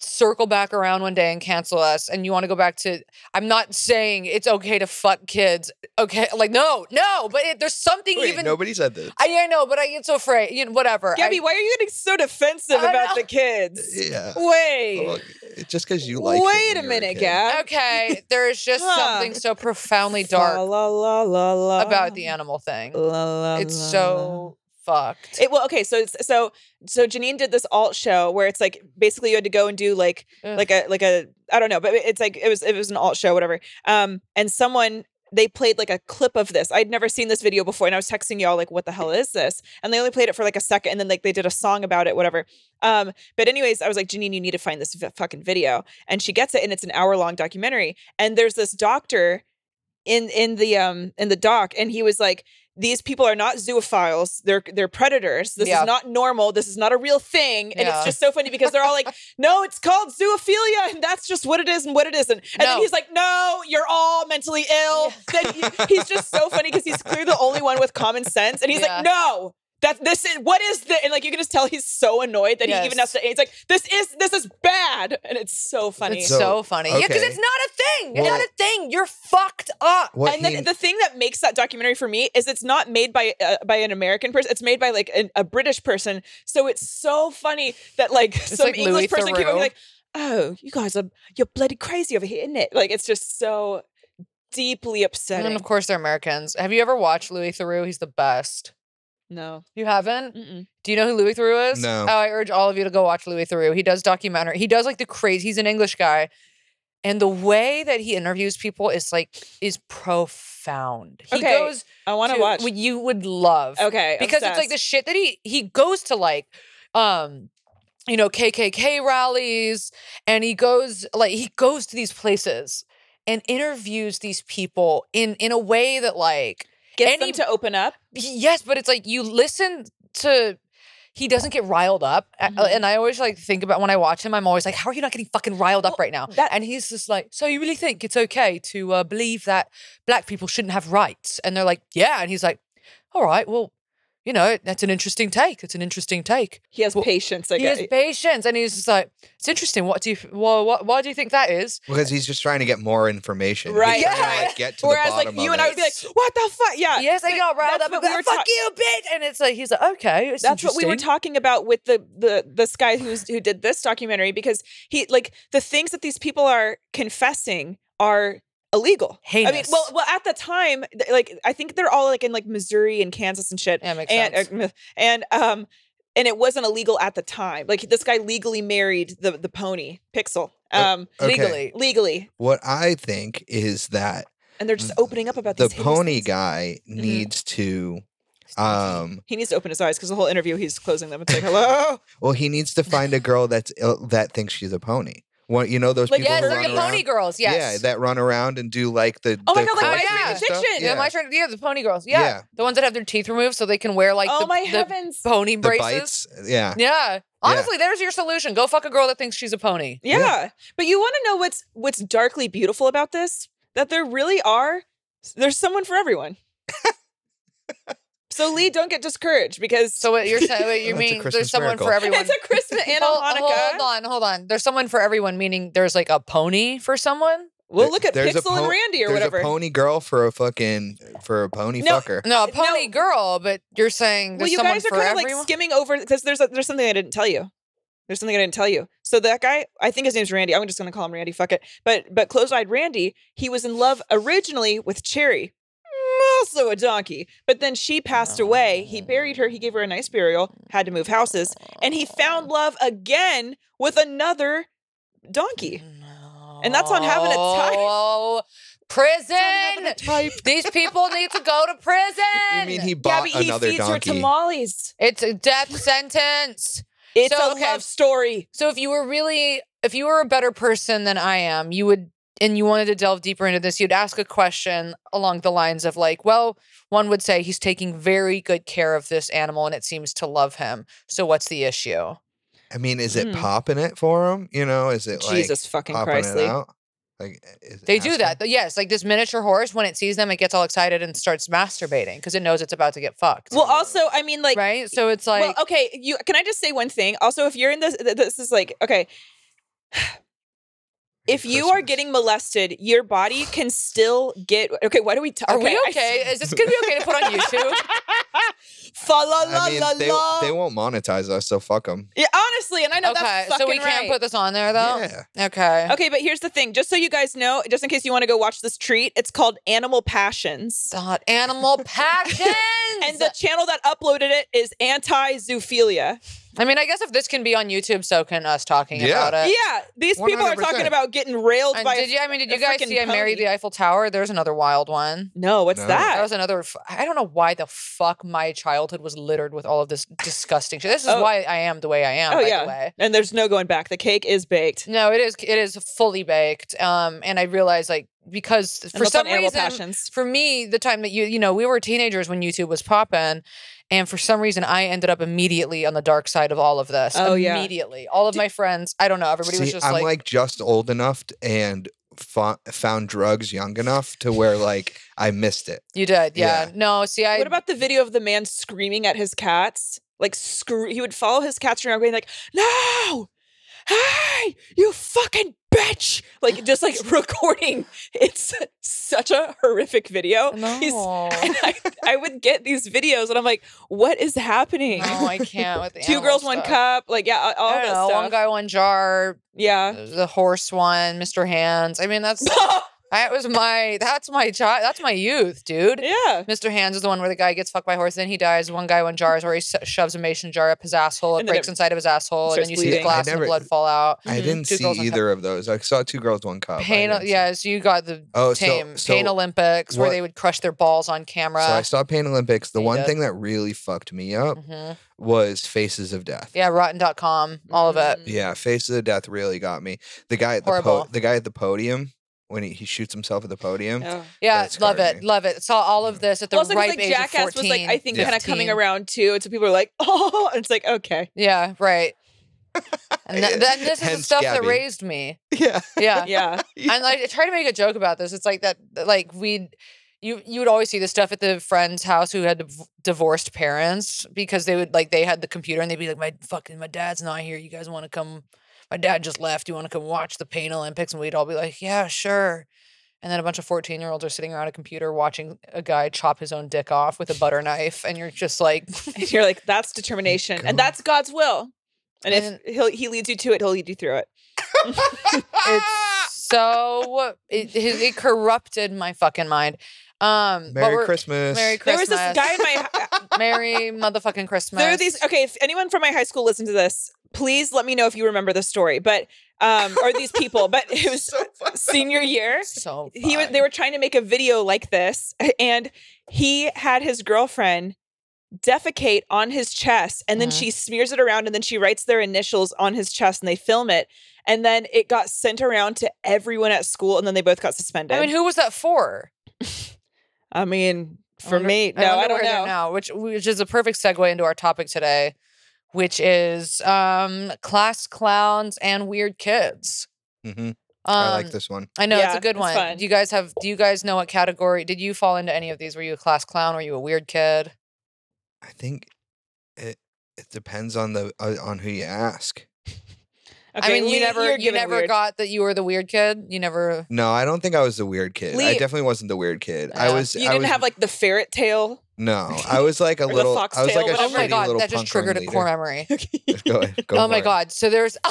Speaker 3: circle back around one day and cancel us and you want to go back to I'm not saying it's okay to fuck kids. Okay, <laughs> like no, no, but it, there's something
Speaker 4: Wait,
Speaker 3: even
Speaker 4: nobody said this.
Speaker 3: I, I know, but I get so afraid. You know, whatever. I-
Speaker 2: Gabby, why are you getting so defensive
Speaker 3: I don't
Speaker 2: about
Speaker 3: know.
Speaker 2: the <laughs> kids?
Speaker 4: Uh, yeah.
Speaker 2: Wait.
Speaker 4: Look, it's just because you like.
Speaker 2: Wait a minute, Gab.
Speaker 4: Gab.
Speaker 3: okay, there is
Speaker 2: <laughs>
Speaker 3: just
Speaker 2: Huh.
Speaker 3: something so profoundly dark
Speaker 2: La, la, la, la,
Speaker 3: about the animal thing.
Speaker 2: la, la,
Speaker 3: It's
Speaker 2: la, la.
Speaker 3: so fucked.
Speaker 2: It well, okay. So it's so so Janine did this alt show where it's like basically you had to go and do like
Speaker 3: Ugh.
Speaker 2: like a like a I don't know, but it's like it was it was an alt show, whatever. Um, and someone they played like a clip of this. I'd never seen this video before, and I was texting y'all like, "What the hell is this?" And they only played it for like a second, and then like they did a song about it, whatever. Um, but anyways, I was like, "Janine, you need to find this v- fucking video," and she gets it, and it's an hour long documentary. And there's this doctor in in the um in the doc, and he was like. These people are not zoophiles. They're they're predators. This
Speaker 3: Yeah.
Speaker 2: is not normal. This is not a real thing. And
Speaker 3: Yeah.
Speaker 2: it's just so funny because they're
Speaker 3: <laughs>
Speaker 2: all like, no, it's called zoophilia, and that's just what it is and what it isn't. And then
Speaker 3: No.
Speaker 2: he's like, no, you're all mentally ill. Then he- he's just so funny because he's clearly the only one with common sense, and he's
Speaker 3: Yeah.
Speaker 2: like, no. That this is what is this? And like you can just tell he's so annoyed that he even
Speaker 3: Yes.
Speaker 2: has to. He's like, "This is this is bad," and it's so funny.
Speaker 3: It's
Speaker 4: So,
Speaker 3: so, funny. Yeah, because
Speaker 4: okay.
Speaker 3: it's not a thing. It's
Speaker 4: Well-
Speaker 3: not a thing. You're fucked up.
Speaker 4: What
Speaker 2: and then
Speaker 4: he-
Speaker 2: the thing that makes that documentary for me is it's not made by uh, by an American person. It's made by like an, a British person. So it's so funny that like some
Speaker 3: like
Speaker 2: English
Speaker 3: Louis
Speaker 2: person came over
Speaker 3: Theroux.
Speaker 2: and be like, "Oh, you guys are you're bloody crazy over here, isn't it?" Like it's just so
Speaker 3: And
Speaker 2: deeply
Speaker 3: then,
Speaker 2: upsetting.
Speaker 3: of course, they're Americans. Have you ever watched Louis Theroux? He's the best.
Speaker 2: No,
Speaker 3: You haven't?
Speaker 2: Mm-mm.
Speaker 3: Do you know who Louis Theroux is?
Speaker 4: No.
Speaker 3: Oh, I urge all of you to go watch Louis Theroux. He does documentary. He does like the crazy. He's an English guy, and the way that he interviews people is like is profound. He
Speaker 2: Okay,
Speaker 3: goes
Speaker 2: I want to
Speaker 3: to
Speaker 2: watch.
Speaker 3: what you would love.
Speaker 2: okay,
Speaker 3: because it's like the
Speaker 2: obsessed.
Speaker 3: shit that he he goes to like um you know KKK rallies and he goes like he goes to these places and interviews these people in in a way that like
Speaker 2: Get
Speaker 3: any-
Speaker 2: them to open up.
Speaker 3: yes but it's like you listen to he doesn't get riled up A- uh,
Speaker 2: Mhm.
Speaker 3: and I always like think about when I watch him I'm always like how are you not getting fucking riled up right now
Speaker 2: that-
Speaker 3: and he's just like so you really think it's okay to uh, believe that black people shouldn't have rights and they're like yeah and he's like all right well you know, that's an interesting take. It's an interesting take.
Speaker 2: He has
Speaker 3: Well,
Speaker 2: patience. I
Speaker 3: he
Speaker 2: guess.
Speaker 3: has patience, and he's just like, "It's interesting. What do you? Well, what? Why do you think that is?"
Speaker 4: because he's just trying to get more information. He's
Speaker 2: Right,
Speaker 4: trying to,
Speaker 2: right.
Speaker 4: like, get to
Speaker 2: Whereas
Speaker 4: the
Speaker 2: like
Speaker 4: bottom
Speaker 2: you
Speaker 4: of
Speaker 2: and I
Speaker 4: it.
Speaker 2: would be like, "What the fuck?" Yeah.
Speaker 3: yes, I got riled
Speaker 2: Uh, that's
Speaker 3: up.
Speaker 2: what
Speaker 3: And
Speaker 2: we
Speaker 3: we
Speaker 2: were
Speaker 3: "Fuck
Speaker 2: ta-
Speaker 3: you, bitch!" And it's like he's like, "Okay, it's
Speaker 2: that's what we were
Speaker 3: interesting."
Speaker 2: talking about with the the the guy who's who did this documentary because he like the things that these people are confessing are illegal. I mean,
Speaker 3: Heinous.
Speaker 2: well, well, at the time, th- like I think they're all like in like Missouri and Kansas and shit,
Speaker 3: Yeah, makes sense.
Speaker 2: and uh, and um, and it wasn't illegal at the time. Like this guy legally married the the pony Pixel, um,
Speaker 4: Uh, Okay.
Speaker 3: Legally,
Speaker 2: legally,
Speaker 4: What I think is that
Speaker 2: and they're just opening up about
Speaker 4: Mm. the
Speaker 2: these Mm-hmm. heinous
Speaker 4: pony
Speaker 2: things.
Speaker 4: guy needs to, um,
Speaker 2: He needs to open his eyes because the whole interview he's closing them. It's like hello,
Speaker 4: <laughs> well, he needs to find a girl that's ill, that thinks she's a pony. What you know those
Speaker 2: Like,
Speaker 4: people
Speaker 3: yes,
Speaker 4: who
Speaker 3: they're
Speaker 4: run
Speaker 3: the
Speaker 4: around,
Speaker 3: pony girls. Yes,
Speaker 4: yeah, that run around and do like the
Speaker 2: Oh my
Speaker 4: the
Speaker 2: God, like
Speaker 4: cool
Speaker 2: My
Speaker 3: Oh,
Speaker 2: Favorite
Speaker 4: things
Speaker 3: yeah.
Speaker 4: and stuff.
Speaker 2: Fiction.
Speaker 4: Yeah.
Speaker 3: yeah, my turn. Yeah, the pony girls. Yeah.
Speaker 4: Yeah.
Speaker 3: the ones that have their teeth removed so they can wear like
Speaker 2: oh
Speaker 3: the,
Speaker 2: my
Speaker 3: the
Speaker 2: heavens,
Speaker 3: pony
Speaker 4: the
Speaker 3: braces.
Speaker 4: bites. Yeah,
Speaker 3: Yeah, honestly, there's your solution. Go fuck a girl that thinks she's a pony.
Speaker 2: Yeah.
Speaker 4: Yeah.
Speaker 2: But you want to know what's what's darkly beautiful about this? That there really are there's someone for everyone. so Lee, don't get discouraged because <laughs>
Speaker 3: So what you're saying?
Speaker 4: <laughs>
Speaker 3: What you
Speaker 4: That's a
Speaker 3: mean? There's
Speaker 4: Christmas
Speaker 3: someone
Speaker 4: miracle.
Speaker 3: for everyone.
Speaker 2: it's a Christmas and a
Speaker 3: Hol- <laughs>
Speaker 2: Hanukkah.
Speaker 3: Hold on, hold on. There's someone for everyone, meaning there's like a pony for someone.
Speaker 2: We'll look at
Speaker 4: There's a
Speaker 2: Pixel and
Speaker 4: po-
Speaker 2: Randy or
Speaker 4: there's
Speaker 2: whatever.
Speaker 4: a pony girl for a fucking for a pony
Speaker 2: No,
Speaker 4: fucker.
Speaker 3: No, a
Speaker 2: Uh, No.
Speaker 3: pony girl, but you're saying
Speaker 2: well,
Speaker 3: there's
Speaker 2: you
Speaker 3: someone
Speaker 2: guys are
Speaker 3: for
Speaker 2: kind of
Speaker 3: everyone.
Speaker 2: like skimming over because there's a, there's something I didn't tell you. There's something I didn't tell you. So that guy, I think his name's Randy. I'm just gonna call him Randy. Fuck it. But but closed-eyed Randy, he was in love originally with Cherry, also a donkey. But then she passed away. He buried her. He gave her a nice burial. Had to move houses, and he found love again with another donkey. And that's on having a type.
Speaker 3: No. Prison. These people need to go to prison.
Speaker 4: You mean he
Speaker 2: Yeah,
Speaker 4: bought
Speaker 2: but he
Speaker 4: another
Speaker 2: feeds her
Speaker 4: donkey?
Speaker 2: tamales.
Speaker 3: It's a death sentence.
Speaker 2: It's
Speaker 3: So,
Speaker 2: a
Speaker 3: okay.
Speaker 2: love story.
Speaker 3: So if you were really, if you were a better person than I am, you would, and you wanted to delve deeper into this, you'd ask a question along the lines of like, well, one would say he's taking very good care of this animal and it seems to love him. So what's the issue?
Speaker 4: I mean, is it
Speaker 2: Mm.
Speaker 4: popping it for him? You know, is it like
Speaker 2: Jesus fucking
Speaker 4: popping
Speaker 2: Christ,
Speaker 4: it
Speaker 2: Lee.
Speaker 4: out? Like is it
Speaker 3: They do that.
Speaker 4: asking?
Speaker 3: Yes, like this miniature horse, when it sees them, it gets all excited and starts masturbating because it knows it's about to get fucked.
Speaker 2: Well, also, I mean, like.
Speaker 3: right? So it's like,
Speaker 2: well, okay. You can I just say one thing? Also, if you're in this, th- this is like okay. if you are
Speaker 4: Christmas.
Speaker 2: getting molested, your body can still get. Okay, why do we? T-
Speaker 3: Are we
Speaker 2: I-
Speaker 3: okay? Is this gonna be okay to put
Speaker 2: <laughs>
Speaker 3: on YouTube?
Speaker 2: Fa la la
Speaker 4: I mean,
Speaker 2: la
Speaker 4: they,
Speaker 2: la.
Speaker 4: they won't monetize us, so fuck them.
Speaker 2: yeah, honestly, and I know
Speaker 3: okay,
Speaker 2: that's fucking
Speaker 3: so we can't
Speaker 2: right.
Speaker 3: put this on there though.
Speaker 4: Yeah.
Speaker 3: Okay.
Speaker 2: Okay, but here's the thing. Just so you guys know, just in case you want to go watch this treat, it's called Animal Passions.
Speaker 3: Dot
Speaker 2: <laughs>
Speaker 3: animal passions.
Speaker 2: And the channel that uploaded it is Anti Zoophilia.
Speaker 3: I mean, I guess if this can be on YouTube, so can us talking
Speaker 4: Yeah.
Speaker 3: about it.
Speaker 2: Yeah, these people are talking
Speaker 4: 100%.
Speaker 2: about getting railed
Speaker 3: Uh, And
Speaker 2: by. a-
Speaker 3: did you? I mean, did
Speaker 2: a
Speaker 3: you guys
Speaker 2: freaking
Speaker 3: see I married
Speaker 2: pony.
Speaker 3: the Eiffel Tower? There's another wild one.
Speaker 2: no, what's
Speaker 4: No.
Speaker 3: That
Speaker 2: that?
Speaker 3: was another. f- I don't know why the fuck my childhood was littered with all of this disgusting shit. This is
Speaker 2: Oh.
Speaker 3: why I am the way I am.
Speaker 2: Oh,
Speaker 3: by
Speaker 2: yeah.
Speaker 3: the way.
Speaker 2: and there's no going back. The cake is baked.
Speaker 3: No, it is. It is fully baked. Um, and I realized like because
Speaker 2: And
Speaker 3: for
Speaker 2: that's on
Speaker 3: some
Speaker 2: Animal
Speaker 3: reason,
Speaker 2: Passions.
Speaker 3: for me, the time that you you know we were teenagers when YouTube was poppin', and for some reason I ended up immediately on the dark side of all of this.
Speaker 2: Oh, yeah.
Speaker 3: immediately. All of my friends, I don't know, everybody
Speaker 4: See,
Speaker 3: was just
Speaker 4: I'm
Speaker 3: like,
Speaker 4: like, just old enough t- and fo- found drugs young enough
Speaker 2: <laughs>
Speaker 4: to where like I missed it.
Speaker 3: "You did, yeah.
Speaker 4: Yeah.
Speaker 3: No, see, I
Speaker 2: what about the video of the man screaming at his cats? Like, scre- he would follow his cats around, going like, "No, hey, you fucking bitch!" Like, just like <laughs> recording. It's such a horrific video. <laughs>
Speaker 3: <laughs>
Speaker 2: He's-
Speaker 3: no, <laughs>
Speaker 2: and I, I would get these videos, and I'm like, "What is happening?"
Speaker 3: no, I can't with the
Speaker 2: <laughs> Two girls, one
Speaker 3: cup.
Speaker 2: cup. Like, yeah, all, all that
Speaker 3: one
Speaker 2: stuff. Uh-huh.
Speaker 3: guy, one jar. uh,
Speaker 2: yeah.
Speaker 3: The horse one, Mr. Hands. I mean, that's
Speaker 2: <laughs>
Speaker 3: that was my that's my child. That's my youth, dude.
Speaker 2: yeah.
Speaker 3: Mr. Hands is the one where the guy gets fucked by a horse, then he dies. One guy, one jar is where he s- shoves a mason jar up his asshole, it
Speaker 2: And then
Speaker 3: breaks
Speaker 2: it
Speaker 3: inside of his asshole, and
Speaker 2: starts
Speaker 3: then you see the
Speaker 2: bleeding.
Speaker 3: glass
Speaker 4: I
Speaker 3: and the
Speaker 4: never-
Speaker 3: blood fall out.
Speaker 4: I
Speaker 2: Mhm.
Speaker 4: didn't
Speaker 3: Two
Speaker 4: see
Speaker 3: girls, one cup.
Speaker 4: either of those. I saw two girls, one cup. I
Speaker 3: Pain,
Speaker 4: didn't see-
Speaker 3: yeah, so you got the
Speaker 4: Oh, so-
Speaker 3: tame
Speaker 4: so
Speaker 3: Pain Olympics where
Speaker 4: what-
Speaker 3: they would crush their balls on camera.
Speaker 4: So I saw Pain Olympics. The
Speaker 3: You
Speaker 4: one
Speaker 3: did.
Speaker 4: thing that really fucked me up
Speaker 3: Mhm.
Speaker 4: was Faces of Death.
Speaker 3: Yeah, rotten.com, all of
Speaker 2: Mm-hmm.
Speaker 3: it.
Speaker 4: Yeah, Faces of Death really got me. The guy at the po-
Speaker 3: Horrible.
Speaker 4: the guy at the podium when he, he shoots himself at the podium.
Speaker 2: Oh.
Speaker 3: Yeah,
Speaker 4: That's Mm-hmm.
Speaker 3: love it,
Speaker 4: scary.
Speaker 3: love it. Saw all of this at the
Speaker 2: Well, also 'cause,
Speaker 3: ripe
Speaker 2: like
Speaker 3: age
Speaker 2: Jackass
Speaker 3: of 14,
Speaker 2: was like I think kind of coming
Speaker 3: 15.
Speaker 2: around too, and so people are like, <laughs> "Oh," and it's like, okay,
Speaker 3: Yeah, right.
Speaker 4: <laughs>
Speaker 3: And th- then this is the
Speaker 4: Hence
Speaker 3: stuff that
Speaker 4: Gabby.
Speaker 3: raised me.
Speaker 4: <laughs> Yeah.
Speaker 3: Yeah.
Speaker 2: yeah,
Speaker 3: <laughs> and like, I try to make a joke about this. It's like that, that, like we, you, you would always see the stuff at the friend's house who had div- divorced parents because they would like they had the computer and they'd be like, my fucking my dad's not here. You guys want to come? My dad just left. You want to come watch the Pain Olympics? And we'd all be like, yeah, sure. And then a bunch of fourteen year olds are sitting around a computer watching a guy chop his own dick off with a butter knife, and you're just like,
Speaker 2: and you're like, "That's determination,
Speaker 4: God.
Speaker 2: and that's God's will." And if
Speaker 3: And-
Speaker 2: he'll, he leads you to it, he'll lead you through it.
Speaker 3: it's
Speaker 4: <laughs>
Speaker 3: so it, it, it corrupted my fucking mind. Um, but
Speaker 4: Merry
Speaker 3: we're-
Speaker 4: Christmas.
Speaker 3: Merry Christmas.
Speaker 2: There was this guy in my.
Speaker 3: <laughs> Merry motherfucking Christmas.
Speaker 2: There are these. Okay, if anyone from my high school listened to this, please let me know if you remember the story. But um, or these people. But
Speaker 3: <laughs>
Speaker 2: it was senior year.
Speaker 3: so
Speaker 2: he was
Speaker 3: fun.
Speaker 2: they were trying to make a video like this <laughs> and he had his girlfriend defecate on his chest and then
Speaker 3: Mhm.
Speaker 2: she smears it around and then she writes their initials on his chest and they film it and then it got sent around to everyone at school and then they both got suspended
Speaker 3: I mean, who was that for?
Speaker 2: I mean,
Speaker 3: I
Speaker 2: for
Speaker 3: wonder-
Speaker 2: me no i,
Speaker 3: wonder where
Speaker 2: don't
Speaker 3: they're
Speaker 2: know
Speaker 3: Now, which which is a perfect segue into our topic today, which is um class clowns and weird kids.
Speaker 4: Mhm.
Speaker 3: Um,
Speaker 4: I like this one.
Speaker 3: I know it's
Speaker 2: Yeah,
Speaker 3: a good
Speaker 2: it's
Speaker 3: one.
Speaker 2: fun.
Speaker 3: Do you guys have? Do you guys know what category? Did you fall into any of these? Were you a class clown? Were you a weird kid?
Speaker 4: I think it it depends on the uh, on who you ask.
Speaker 2: okay,
Speaker 3: I mean, you
Speaker 2: Lee,
Speaker 3: never
Speaker 2: you're
Speaker 3: you
Speaker 2: giving
Speaker 3: never
Speaker 2: weird.
Speaker 3: got that you were the weird kid. You never.
Speaker 4: No, I don't think I was the weird kid. I
Speaker 2: Lee-
Speaker 4: definitely wasn't the weird kid. I
Speaker 3: Yeah.
Speaker 4: was.
Speaker 2: you
Speaker 4: I
Speaker 2: didn't
Speaker 4: was,
Speaker 2: have like the ferret tail
Speaker 4: No,
Speaker 3: <laughs>
Speaker 4: I was like a
Speaker 2: the
Speaker 4: little. I was
Speaker 2: foxtail,
Speaker 4: like a
Speaker 2: whatever.
Speaker 3: Oh
Speaker 4: shitty
Speaker 3: my god,
Speaker 4: little
Speaker 3: that just
Speaker 4: punk
Speaker 3: triggered a core
Speaker 4: ringleader.
Speaker 3: memory.
Speaker 4: <laughs> Go ahead. Go
Speaker 3: oh my
Speaker 4: for it.
Speaker 3: god! So there's <laughs>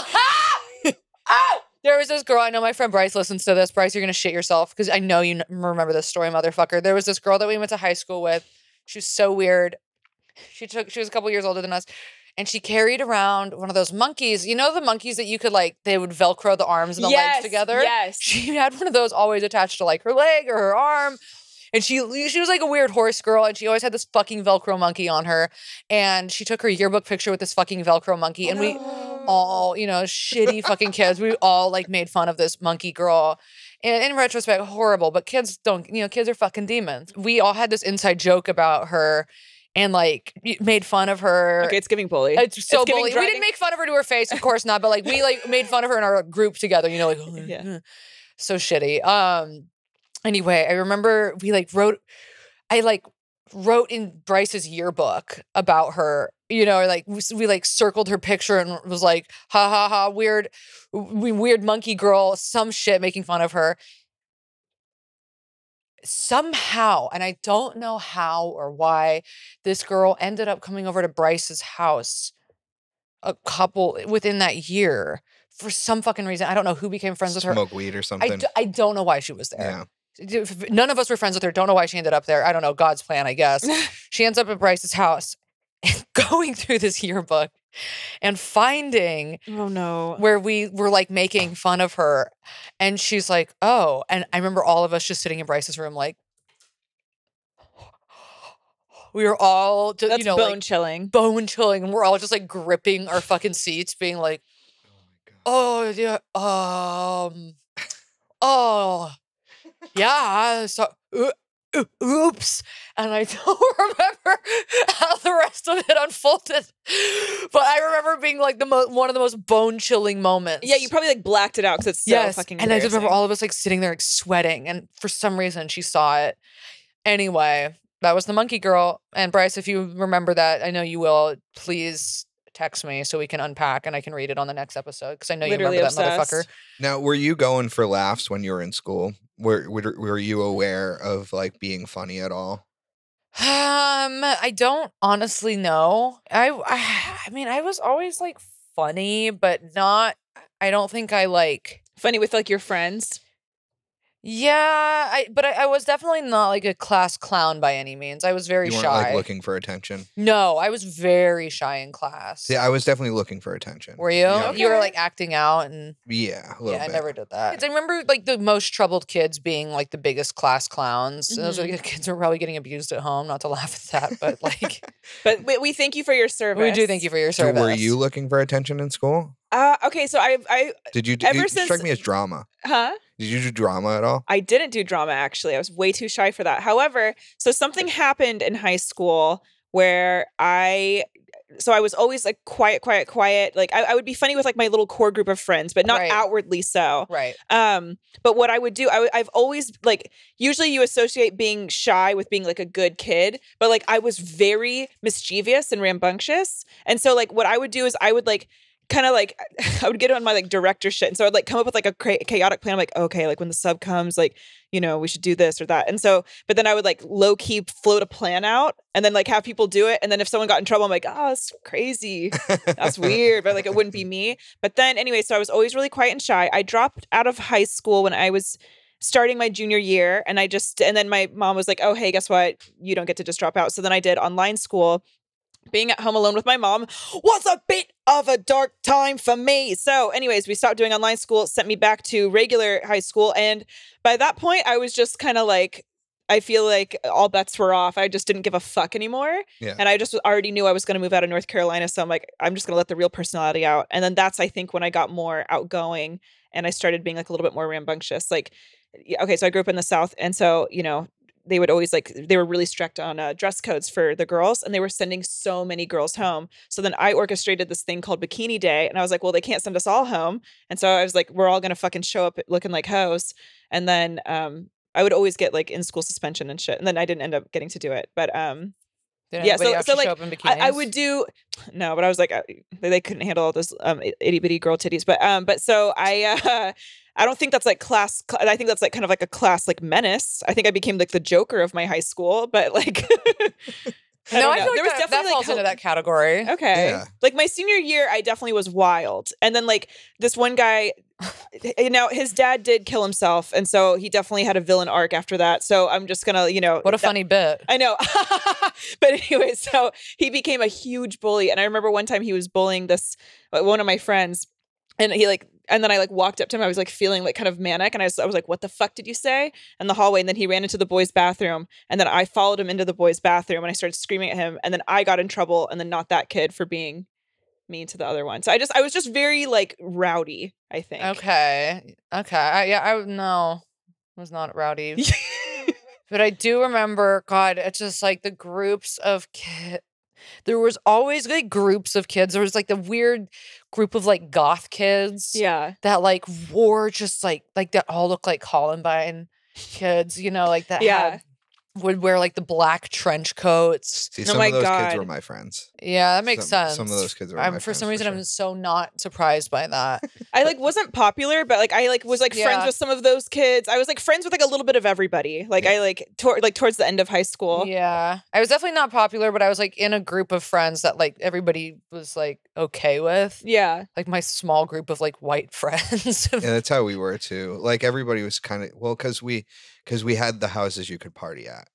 Speaker 3: Ah! there was this girl. I know my friend Bryce listens to this. Bryce, you're gonna shit yourself because I know you kn- remember this story, motherfucker. There was this girl that we went to high school with. She was so weird. She took. She was a couple years older than us, and she carried around one of those monkeys. You know the monkeys that you could like. They would Velcro the arms and the legs together.
Speaker 2: yes
Speaker 3: She had one of those always attached to like her leg or her arm. And she she was like a weird horse girl, and she always had this fucking Velcro monkey on her. And she took her yearbook picture with this fucking Velcro monkey. And
Speaker 2: <gasps>
Speaker 3: we all, you know, shitty fucking kids, we all like made fun of this monkey girl. And in retrospect, horrible. But kids don't, you know, kids are fucking demons. We all had this inside joke about her and like y- made fun of her.
Speaker 2: okay it's giving bully
Speaker 3: It's so
Speaker 2: giving
Speaker 3: bully. We
Speaker 2: driving-
Speaker 3: didn't make fun of her to her face, of course not, but like we like made fun of her in our group together, you know, like
Speaker 2: <laughs>
Speaker 3: <laughs>
Speaker 2: Yeah.
Speaker 3: so shitty. Um anyway, I remember we like wrote I like wrote in Bryce's yearbook about her. You know, like we, s- we like circled her picture and was like, ha ha ha, weird, we weird monkey girl, some shit, making fun of her. Somehow, and I don't know how or why, this girl ended up coming over to Bryce's house a couple eh, within that year for some fucking reason. I don't know who became friends with her.
Speaker 4: Smoke weed or
Speaker 3: I,
Speaker 4: something.
Speaker 3: d- I don't know why she was there
Speaker 4: yeah.
Speaker 3: d- f- none of us were friends with her. Don't know why she ended up there. I don't know. God's plan, I
Speaker 4: <laughs>
Speaker 3: guess. she ends up at Bryce's house, <laughs> going through this yearbook and finding
Speaker 2: Oh no.
Speaker 3: where we were like making fun of her. And she's like, oh. And I remember all of us just sitting in Bryce's room, like, <gasps> we were all, ju-
Speaker 2: That's
Speaker 3: you know,
Speaker 2: bone
Speaker 3: like
Speaker 2: chilling.
Speaker 3: bone chilling. And we're all just like gripping our fucking seats, being like, oh yeah um oh yeah so oo- oo- oops and i <laughs> don't remember how the rest of it unfolded but i remember being like the mo- one of the most bone chilling moments
Speaker 2: Yeah, you probably like blacked it out because it's so
Speaker 3: yes
Speaker 2: fucking.
Speaker 3: and i just remember
Speaker 2: embarrassing.
Speaker 3: all of us like sitting there like sweating and for some reason she saw it anyway that was the monkey girl and bryce if you remember that i know you will please text me so we can unpack and i can read it on the next episode because i know
Speaker 2: Literally
Speaker 3: you remember that
Speaker 2: obsessed.
Speaker 3: motherfucker
Speaker 4: Now, were you going for laughs when you were in school? Were, were were you aware of like being funny at all?
Speaker 3: Um, I don't honestly know. I, <sighs> I I mean, I was always like funny, but not I don't think I like
Speaker 2: funny with like your friends.
Speaker 3: yeah, I but I, I was definitely not like a class clown by any means. I was very
Speaker 4: you weren't
Speaker 3: shy.
Speaker 4: like looking for attention.
Speaker 3: no, I was very shy in class.
Speaker 4: See, I was definitely looking for attention.
Speaker 3: Were you? You were
Speaker 2: Okay.
Speaker 3: like acting out and
Speaker 4: Yeah, a little
Speaker 3: yeah,
Speaker 4: bit.
Speaker 3: I never did that. I remember like the most troubled kids being like the biggest class clowns. And Those are the kids who are probably getting abused at home, not to laugh at that, but <laughs> like
Speaker 2: But we, we thank you for your service.
Speaker 3: we do thank you for your
Speaker 4: So
Speaker 3: service.
Speaker 4: were you looking for attention in school?
Speaker 2: Uh, okay, so I I
Speaker 3: E,
Speaker 4: Did you?
Speaker 2: Ever
Speaker 4: it struck
Speaker 2: since-
Speaker 4: me as drama.
Speaker 2: huh.
Speaker 4: Did you do drama at all?
Speaker 2: I didn't do drama actually. I was way too shy for that. However, so something happened in high school where I so I was always like quiet, quiet, quiet. Like I, I would be funny with like my little core group of friends, but not
Speaker 3: Right.
Speaker 2: outwardly so.
Speaker 3: Right.
Speaker 2: Um, but what I would do, I w- I've always like usually you associate being shy with being like a good kid, but like I was very mischievous and rambunctious, and so like what I would do is I would like kind of like <laughs> I would get on my like director shit, and so I'd like come up with like a cra- chaotic plan. I'm like, okay, like when the sub comes, like you know we should do this or that, and so but then I would like low key float a plan out, and then like have people do it, and then if someone got in trouble, I'm like, oh, it's crazy. That's weird, but like it wouldn't be me. But then anyway, so I was always really quiet and shy. I dropped out of high school when I was starting my junior year and I just and then my mom was like, "Oh, hey, guess what? You don't get to just drop out." So then I did online school. Being at home alone with my mom was a bit of a dark time for me. So, anyways, we stopped doing online school, sent me back to regular high school. And by that point, I was just kind of like, I feel like all bets were off. I just didn't give a fuck anymore.
Speaker 4: Yeah.
Speaker 2: And I just already knew I was going to move out of North Carolina. So I'm like, I'm just going to let the real personality out. And then that's, I think, when I got more outgoing and I started being like a little bit more rambunctious. Like, yeah, okay, so I grew up in the South. And so, you know, they would always like, they were really strict on uh, dress codes for the girls and they were sending so many girls home. So then I orchestrated this thing called Bikini Day. And I was like, well, they can't send us all home. And so I was like, we're all going to fucking show up looking like hoes. And then, um, I would always get like in school suspension and shit. And then I didn't end up getting to do it. But um
Speaker 3: Did
Speaker 2: Yeah,
Speaker 3: anybody
Speaker 2: so-
Speaker 3: have
Speaker 2: so,
Speaker 3: to
Speaker 2: like,
Speaker 3: show up in bikinis?
Speaker 2: I, I would do <sighs> no, but I was like uh, they they couldn't handle all those um, i- itty bitty girl titties. But um, but so I uh, <laughs> I don't think that's like class. cl- I think that's like kind of like a class like menace. I think I became like the Joker of my high school. But like, <laughs> I
Speaker 3: no,
Speaker 2: don't
Speaker 3: I
Speaker 2: know.
Speaker 3: feel like
Speaker 2: there was
Speaker 3: that, that
Speaker 2: definitely like,
Speaker 3: falls into
Speaker 2: ho-
Speaker 3: that category.
Speaker 2: <laughs> Okay.
Speaker 4: Yeah.
Speaker 2: Like my senior year, I definitely was wild. And then like this one guy, <sighs> you know, his dad did kill himself, and so he definitely had a villain arc after that. So I'm just gonna, you know,
Speaker 3: What a
Speaker 2: that-
Speaker 3: funny bit.
Speaker 2: I know. <laughs> but anyway, so he became a huge bully. And I remember one time he was bullying this uh, one of my friends. And he like, and then I like walked up to him. I was like feeling like kind of manic. And I was, I was like, what the fuck did you say? In the hallway. And then he ran into the boys' bathroom. And then I followed him into the boys' bathroom and I started screaming at him. And then I got in trouble. And then not that kid for being mean to the other one. So I just, I was just very like rowdy, I think. <laughs>
Speaker 3: Okay. Okay. I, yeah, I would- no, was not rowdy. but I do remember, God, it's just like the groups of kids. There was always like groups of kids. There was like the weird group of like goth kids
Speaker 2: yeah.
Speaker 3: that like wore just like like that all look like Columbine kids, you know, like that
Speaker 2: Yeah.
Speaker 3: had would wear like the black trench coats.
Speaker 4: See,
Speaker 2: Oh
Speaker 4: some
Speaker 2: my
Speaker 4: of those
Speaker 2: God.
Speaker 4: kids were my friends.
Speaker 3: Yeah, that makes
Speaker 4: Some-
Speaker 3: sense.
Speaker 4: Some of those kids were.
Speaker 3: I'm,
Speaker 4: my
Speaker 3: for some
Speaker 4: friends,
Speaker 3: reason, I'm
Speaker 4: sure.
Speaker 3: so not surprised by that.
Speaker 2: I like wasn't popular, but like I like was like
Speaker 3: Yeah.
Speaker 2: friends with some of those kids. I was like friends with like a little bit of everybody. Like I like toward like towards the end of high school.
Speaker 3: Yeah, I was definitely not popular, but I was like in a group of friends that like everybody was like okay with,
Speaker 2: Yeah.
Speaker 3: like my small group of like white <laughs> friends.
Speaker 4: Yeah, that's how we were too. Like everybody was kind of well, because we because we had the houses you could party at,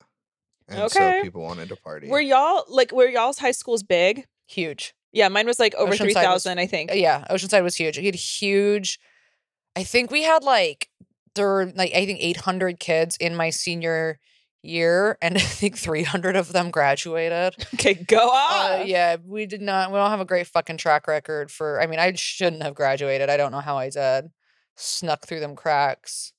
Speaker 4: and
Speaker 2: Okay.
Speaker 4: so people wanted to party.
Speaker 2: Were y'all like were y'all's high schools big?
Speaker 3: huge.
Speaker 2: Yeah, mine was like over
Speaker 3: Oceanside was-
Speaker 2: three thousand, I think.
Speaker 3: Uh, Yeah, Oceanside was huge. He had huge. I think we had like there were like I think 800 kids in my senior year, and <laughs> I think 300 of them graduated.
Speaker 2: <laughs> Okay, go on.
Speaker 3: Uh,
Speaker 4: Ah.
Speaker 3: yeah, we did not. We don't have a great fucking track record for. I mean, I shouldn't have graduated. I don't know how I did. Snuck through them cracks.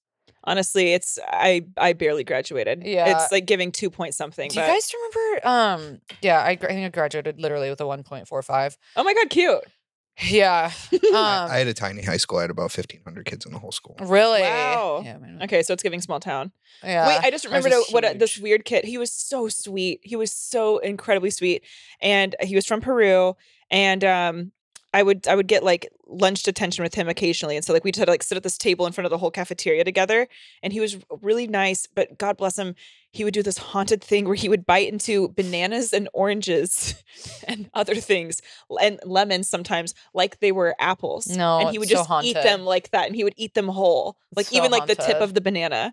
Speaker 2: Honestly, it's I I barely graduated.
Speaker 3: Yeah.
Speaker 2: It's like giving two point something.
Speaker 3: Do
Speaker 2: But,
Speaker 3: you guys remember? Um, yeah, I, gr- I think I graduated literally with a 1.45.
Speaker 2: oh my god, cute.
Speaker 3: <laughs> Yeah. Um,
Speaker 4: <laughs> I, I had a tiny high school. I had about fifteen hundred kids in the whole school.
Speaker 3: really?
Speaker 2: Wow.
Speaker 3: Yeah. mine was-
Speaker 2: Okay, so it's giving small town.
Speaker 3: yeah.
Speaker 2: Wait, I just
Speaker 3: ours
Speaker 2: remembered
Speaker 3: was
Speaker 2: a- what a, this
Speaker 3: huge.
Speaker 2: weird kid. He was so sweet. He was so incredibly sweet, and he was from Peru. And um, I would I would get like lunch detention with him occasionally, and so like we just had to like sit at this table in front of the whole cafeteria together. And he was really nice, but God bless him, he would do this haunted thing where he would bite into bananas and oranges <laughs> and other things l- and lemons sometimes like they were apples.
Speaker 3: No,
Speaker 2: and he would
Speaker 3: it's so
Speaker 2: just eat
Speaker 3: haunted.
Speaker 2: them like that, and he would eat them whole,
Speaker 3: It's
Speaker 2: like
Speaker 3: so
Speaker 2: even like the tip
Speaker 3: haunted.
Speaker 2: of the banana.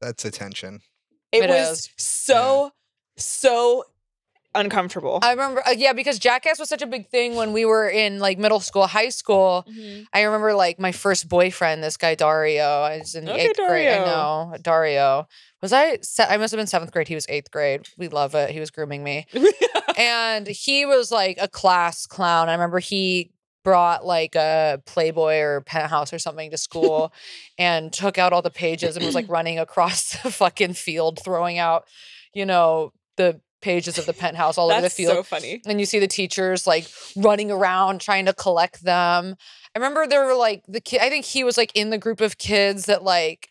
Speaker 4: That's attention.
Speaker 2: It,
Speaker 3: It
Speaker 2: was
Speaker 3: is.
Speaker 2: so so uncomfortable.
Speaker 3: I remember, uh, yeah, because Jackass was such a big thing when we were in like middle school, high school.
Speaker 2: Mm-hmm. <laughs>
Speaker 3: I remember like my first boyfriend, this guy Dario. I was in the
Speaker 2: Okay,
Speaker 3: eighth grade. I
Speaker 2: Dario.
Speaker 3: know Dario. Was I? Se- I must have been seventh grade. He was eighth grade. We love it. He was grooming me, and he was like a class clown. I remember he brought like a Playboy or Penthouse or something to school, and took out all the pages and was like running across <laughs> the fucking field, throwing out, you know, the pages of the Penthouse all over the
Speaker 2: That's
Speaker 3: field
Speaker 2: so funny.
Speaker 3: and you see the teachers like running around trying to collect them. I remember there were like the kid. I think he was like in the group of kids that like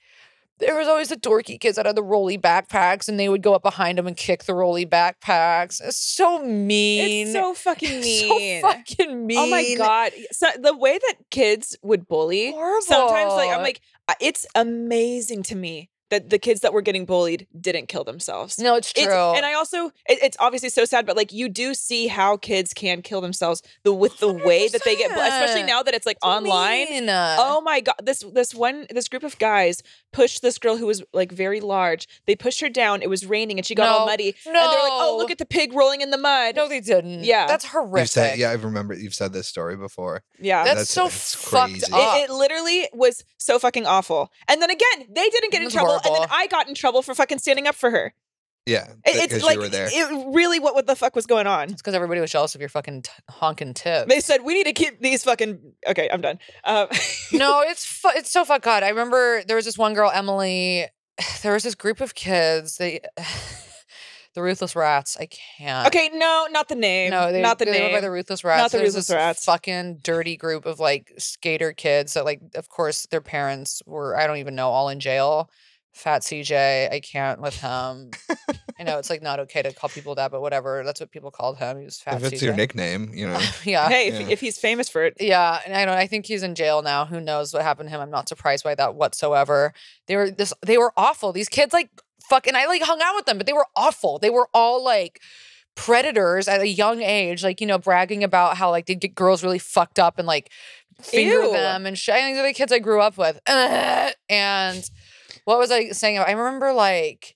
Speaker 3: there was always the dorky kids that had the rolly backpacks, and they would go up behind them and kick the rolly backpacks. It's so mean. <laughs>
Speaker 2: It's so fucking
Speaker 3: So
Speaker 2: mean.
Speaker 3: fucking mean.
Speaker 2: Oh my god! So the way that kids would bully
Speaker 3: Horrible.
Speaker 2: sometimes, like I'm like, I- it's amazing to me that the kids that were getting bullied didn't kill themselves.
Speaker 3: no, it's true.
Speaker 2: It's, and I also, it, it's obviously so sad, but like you do see how kids can kill themselves the with the way that they get, bu- especially
Speaker 3: 100%.
Speaker 2: now that it's like
Speaker 3: So
Speaker 2: online.
Speaker 3: mean.
Speaker 2: Oh my god! This this one this group of guys pushed this girl who was like very large. They pushed her down. It was raining and she got
Speaker 3: No.
Speaker 2: all muddy. And they're like, "Oh,
Speaker 3: No.
Speaker 2: look at the pig rolling in the mud."
Speaker 3: no, they didn't.
Speaker 2: Yeah.
Speaker 3: that's
Speaker 4: You've
Speaker 3: horrific.
Speaker 4: said, yeah, I remember you've said this story before.
Speaker 2: yeah,
Speaker 3: that's,
Speaker 4: that's-
Speaker 3: so
Speaker 4: it's
Speaker 3: fucked
Speaker 4: crazy. It-
Speaker 3: up.
Speaker 2: it, it literally was so fucking awful. And then again, they didn't get in
Speaker 3: That's
Speaker 2: trouble, and then
Speaker 3: horrible.
Speaker 2: I got in trouble for fucking standing up for her.
Speaker 4: Yeah,
Speaker 2: It-
Speaker 4: because
Speaker 2: it's like
Speaker 4: you were there.
Speaker 2: it really what what the fuck was going on?
Speaker 3: it's because everybody was jealous of your fucking t- honking tip.
Speaker 2: They said we need to keep these fucking. Okay, I'm done. Um,
Speaker 3: no, it's fu- it's so fuck God. I remember there was this one girl, Emily. <sighs> There was this group of kids. They, <sighs> the Ruthless Rats. I can't.
Speaker 2: okay, no, not the name.
Speaker 3: Uh, No, they,
Speaker 2: not the
Speaker 3: they
Speaker 2: name.
Speaker 3: were by the Ruthless Rats.
Speaker 2: the
Speaker 3: There was
Speaker 2: Ruthless
Speaker 3: this
Speaker 2: Rats.
Speaker 3: Fucking dirty group of like skater kids that, like, of course, their parents were. I don't even know. All in jail. Fat CJ. I can't with him. I know it's like not okay to call people that, but whatever. That's what people called him. He was Fat
Speaker 4: If it's
Speaker 3: CJ.
Speaker 4: your nickname,
Speaker 2: <laughs>
Speaker 4: you know.
Speaker 3: <laughs> yeah.
Speaker 2: hey, if,
Speaker 4: Yeah.
Speaker 2: if he's famous for it,
Speaker 3: Yeah, and I don't. I think he's in jail now. Who knows what happened to him? I'm not surprised by that whatsoever. They were this. They were awful. These kids like fuck, and I like hung out with them, but they were awful. They were all like predators at a young age, like you know, bragging about how like they get girls really fucked up and like finger
Speaker 2: Ew.
Speaker 3: them and shit. I think these are the kids I grew up with. And what was I saying? I remember like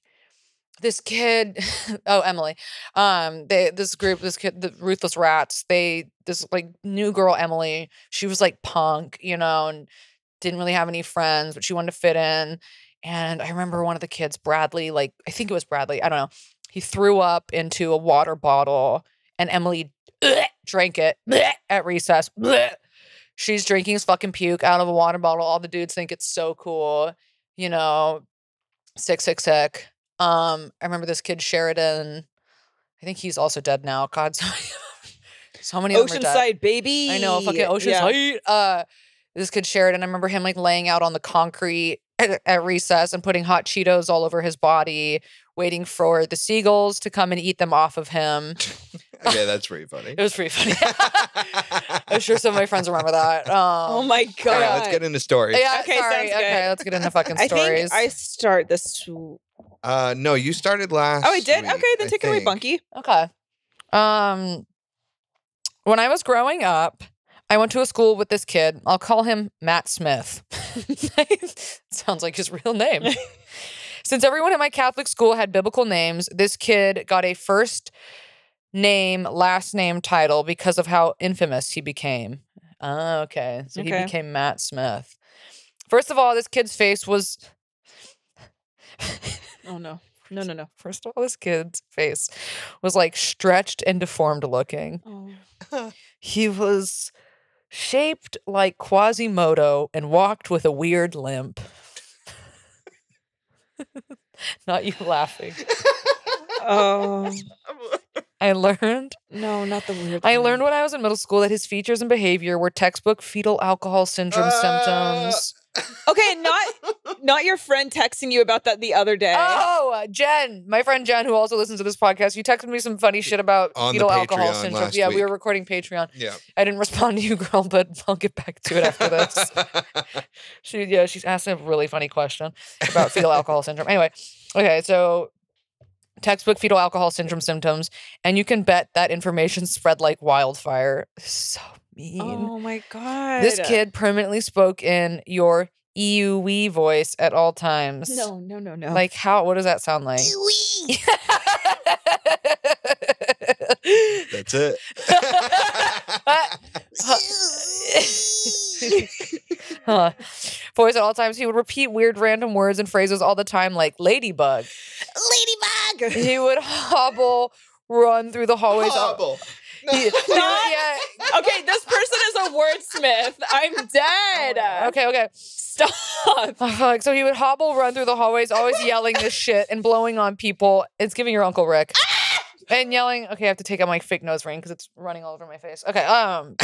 Speaker 3: this kid <laughs> oh emily um they this group this kid the ruthless rats they this like new girl emily she was like punk you know and didn't really have any friends but she wanted to fit in and i remember one of the kids bradley like i think it was bradley i don't know he threw up into a water bottle and emily drank it at recess she's drinking his fucking puke out of a water bottle all the dudes think it's so cool you know sick sick sick um, I remember this kid Sheridan. I think he's also dead now. God, <laughs> so, so many of them are dead.
Speaker 2: Oceanside baby.
Speaker 3: I know, fucking
Speaker 2: Yeah.
Speaker 3: Oceanside. Uh, this kid Sheridan. I remember him like laying out on the concrete at, at recess and putting hot Cheetos all over his body waiting for the seagulls to come and eat them off of him.
Speaker 4: Okay, that's
Speaker 2: <laughs>
Speaker 4: pretty funny.
Speaker 3: It was pretty funny. <laughs> I'm sure some of my friends remember that. Um,
Speaker 2: <laughs> oh my
Speaker 4: <laughs> All
Speaker 2: god.
Speaker 4: right, let's get into stories.
Speaker 3: Yeah,
Speaker 2: Okay,
Speaker 3: sorry.
Speaker 2: sounds good.
Speaker 3: Okay, let's get into fucking
Speaker 2: <laughs> I
Speaker 3: stories.
Speaker 2: think I start this. Oh,
Speaker 4: Uh, no, you started last.
Speaker 2: I did.
Speaker 4: week,
Speaker 2: okay, then
Speaker 4: I
Speaker 2: take it away,
Speaker 4: think.
Speaker 2: Bunky.
Speaker 3: Okay. Um when I was growing up, I went to a school with this kid. I'll call him Matt Smith. <laughs> Sounds like his real name. Since everyone at my Catholic school had biblical names, this kid got a first name, last name title because of how infamous he became. Oh, okay. So he
Speaker 2: Okay.
Speaker 3: became Matt Smith. First of all, this kid's face was
Speaker 2: Oh no, no, no, no.
Speaker 3: first of all, this kid's face was like stretched and deformed looking.
Speaker 2: Oh.
Speaker 3: He was shaped like Quasimodo and walked with a weird limp. <laughs> Not you laughing.
Speaker 2: Oh,
Speaker 3: <laughs> I learned
Speaker 2: no, not the weird.
Speaker 3: I
Speaker 2: thing.
Speaker 4: <laughs>
Speaker 3: learned when I was in middle school that his features and behavior were textbook fetal alcohol syndrome
Speaker 4: Oh,
Speaker 3: symptoms.
Speaker 2: Okay, not not your friend texting you about that the other
Speaker 4: eh.
Speaker 2: day.
Speaker 3: Oh, uh, Jen, my friend Jen, who also listens to this podcast, you texted me some funny shit about
Speaker 4: On the
Speaker 3: fetal alcohol
Speaker 4: Patreon
Speaker 3: syndrome.
Speaker 4: last
Speaker 3: Yeah, we
Speaker 4: week.
Speaker 3: were recording Patreon.
Speaker 4: Yeah.
Speaker 3: I didn't <laughs> respond to you, girl, but I'll get back to it after this. She yeah, she's asked a really funny question about fetal alcohol syndrome. Anyway, okay, so textbook fetal alcohol syndrome symptoms, and you can bet that information spread like wildfire. So mean.
Speaker 2: Oh my god.
Speaker 3: this kid permanently spoke in your EUE voice at all times.
Speaker 2: No, no, no, no.
Speaker 3: Like how? What does that sound
Speaker 2: <laughs>
Speaker 3: like?
Speaker 4: <laughs> That's
Speaker 2: <laughs>
Speaker 4: it.
Speaker 3: Huh. Voice at all times. He would repeat weird random words and phrases all the time, like ladybug.
Speaker 2: ladybug.
Speaker 3: He would hobble, run through the
Speaker 4: <laughs>
Speaker 3: hallways. all-
Speaker 4: Hobble.
Speaker 3: He-
Speaker 2: <laughs> Not-
Speaker 3: yeah.
Speaker 2: Okay, this person is a wordsmith. I'm dead.
Speaker 3: Oh, Okay, okay.
Speaker 2: Stop.
Speaker 3: Oh, fuck. So he would hobble, run through the hallways, always yelling this shit and blowing on people. It's giving your Uncle Rick.
Speaker 2: Ah!
Speaker 3: and yelling. Okay, I have to take out my fake nose ring because it's running all over my face. Okay, um.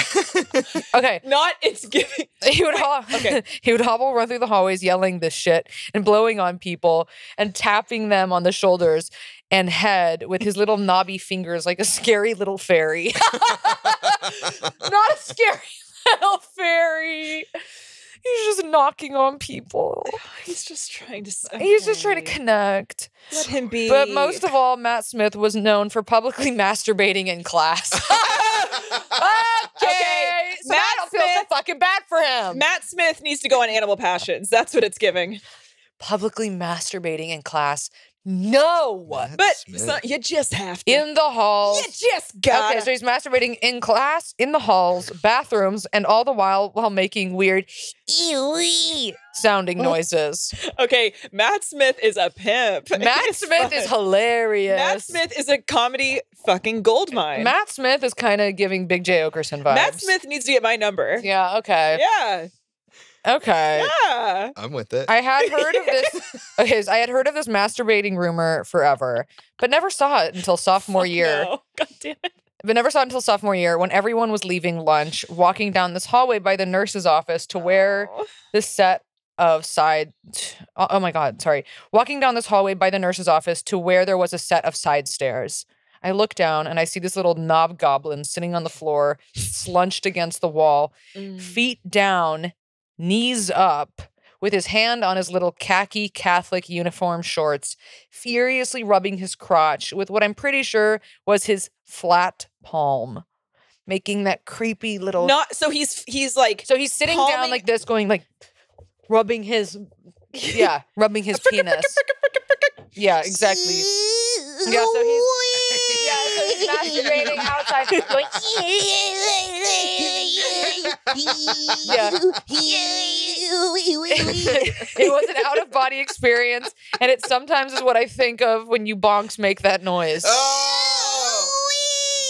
Speaker 3: okay.
Speaker 2: Not it's giving.
Speaker 3: <laughs> He would hob-
Speaker 2: okay.
Speaker 3: he would hobble run through the hallways yelling this shit and blowing on people and tapping them on the shoulders and head with his little knobby fingers like a scary little fairy. <laughs> Not a scary <laughs> little fairy. He's just knocking on people.
Speaker 2: He's just trying to.
Speaker 3: He's just trying to
Speaker 2: okay.
Speaker 3: connect.
Speaker 2: Let him be.
Speaker 3: But most of all, Matt Smith was known for publicly <laughs> masturbating in
Speaker 2: <laughs>
Speaker 3: class. <laughs> okay. So I
Speaker 2: Matt
Speaker 3: don't feel so
Speaker 2: Smith-
Speaker 3: fucking bad for him.
Speaker 2: Matt Smith needs to go on Animal Passions. That's what it's giving.
Speaker 3: publicly masturbating in class. No.
Speaker 4: Matt
Speaker 2: But
Speaker 4: Smith.
Speaker 2: son, you just have to.
Speaker 3: In the halls.
Speaker 2: you just got.
Speaker 3: Okay, so he's masturbating in class, in the halls, bathrooms, and all the while while making weird ew sounding
Speaker 2: <laughs>
Speaker 3: noises.
Speaker 2: <laughs> Okay, Matt Smith is a pimp. <laughs>
Speaker 3: Matt
Speaker 2: It's
Speaker 3: Smith
Speaker 2: fine.
Speaker 3: is hilarious.
Speaker 2: Matt Smith is a comedy fucking goldmine. Matt,
Speaker 3: Matt Smith is kind of giving Big J Okerson vibes.
Speaker 2: Smith needs to get my number.
Speaker 3: Yeah. Okay.
Speaker 2: Yeah.
Speaker 3: Okay.
Speaker 2: yeah.
Speaker 4: I'm with it.
Speaker 3: I
Speaker 2: <laughs>
Speaker 3: had heard of this. <laughs> Okay, so I had heard of this masturbating rumor forever, but never saw it until sophomore year.
Speaker 2: No. <laughs> God damn it.
Speaker 3: but never saw until sophomore year when everyone was leaving lunch, walking down this hallway by the nurse's office to where
Speaker 2: Oh.
Speaker 3: the set of side. Oh, oh my God, sorry. Walking down this hallway by the nurse's office to where there was a set of side stairs. I look down and I see this little knob goblin sitting on the floor, slunched against the wall,
Speaker 2: Mm.
Speaker 3: feet down, knees up, with his hand on his little khaki Catholic uniform shorts, furiously rubbing his crotch with what I'm pretty sure was his flat palm, making that creepy little.
Speaker 2: Not so he's he's like
Speaker 3: so he's sitting down
Speaker 2: palming-
Speaker 3: like this, going like, rubbing his, yeah, rubbing his penis. Yeah, exactly. Yeah, so he's. <laughs> Yeah, so he's masturbating
Speaker 4: <laughs>
Speaker 3: outside, going,
Speaker 2: <laughs>
Speaker 3: yeah. <laughs> it was an out of body experience, and it sometimes is what I think of when you bonks make that noise.
Speaker 4: Oh,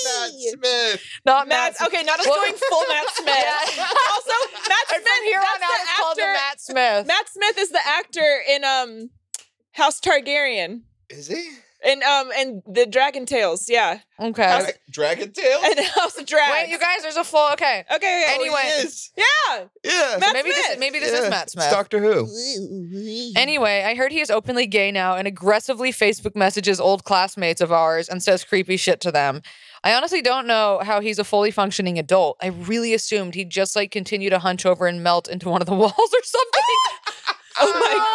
Speaker 4: Matt Smith.
Speaker 3: Not
Speaker 2: Matt.
Speaker 3: Matt.
Speaker 2: Okay, not us
Speaker 3: Well-
Speaker 2: going full Matt Smith.
Speaker 3: <laughs> Yeah.
Speaker 2: Also, Matt
Speaker 3: And
Speaker 2: Smith.
Speaker 3: from here on out,
Speaker 2: that's the
Speaker 3: it's called the
Speaker 2: actor-
Speaker 3: Matt Smith.
Speaker 2: Matt Smith is the actor in um House Targaryen.
Speaker 4: Is he?
Speaker 2: and um and the dragon tails, yeah, <laughs>
Speaker 3: Okay.
Speaker 2: How's-
Speaker 4: Dragon Tail?
Speaker 2: and House of Dragons.
Speaker 3: Wait, you guys, there's a flaw. Okay.
Speaker 2: Okay, okay.
Speaker 3: Anyway.
Speaker 2: yeah.
Speaker 4: Yeah.
Speaker 2: Matt
Speaker 3: maybe
Speaker 2: Smith.
Speaker 3: this maybe this is
Speaker 4: yeah.
Speaker 3: Matt Smith.
Speaker 4: It's Doctor Who.
Speaker 3: Anyway, I heard he is openly gay now and aggressively Facebook messages old classmates of ours and says creepy shit to them. I honestly don't know how he's a fully functioning adult. I really assumed he'd just like continue to hunch over and melt into one of the <laughs> walls or something.
Speaker 2: <laughs> Oh my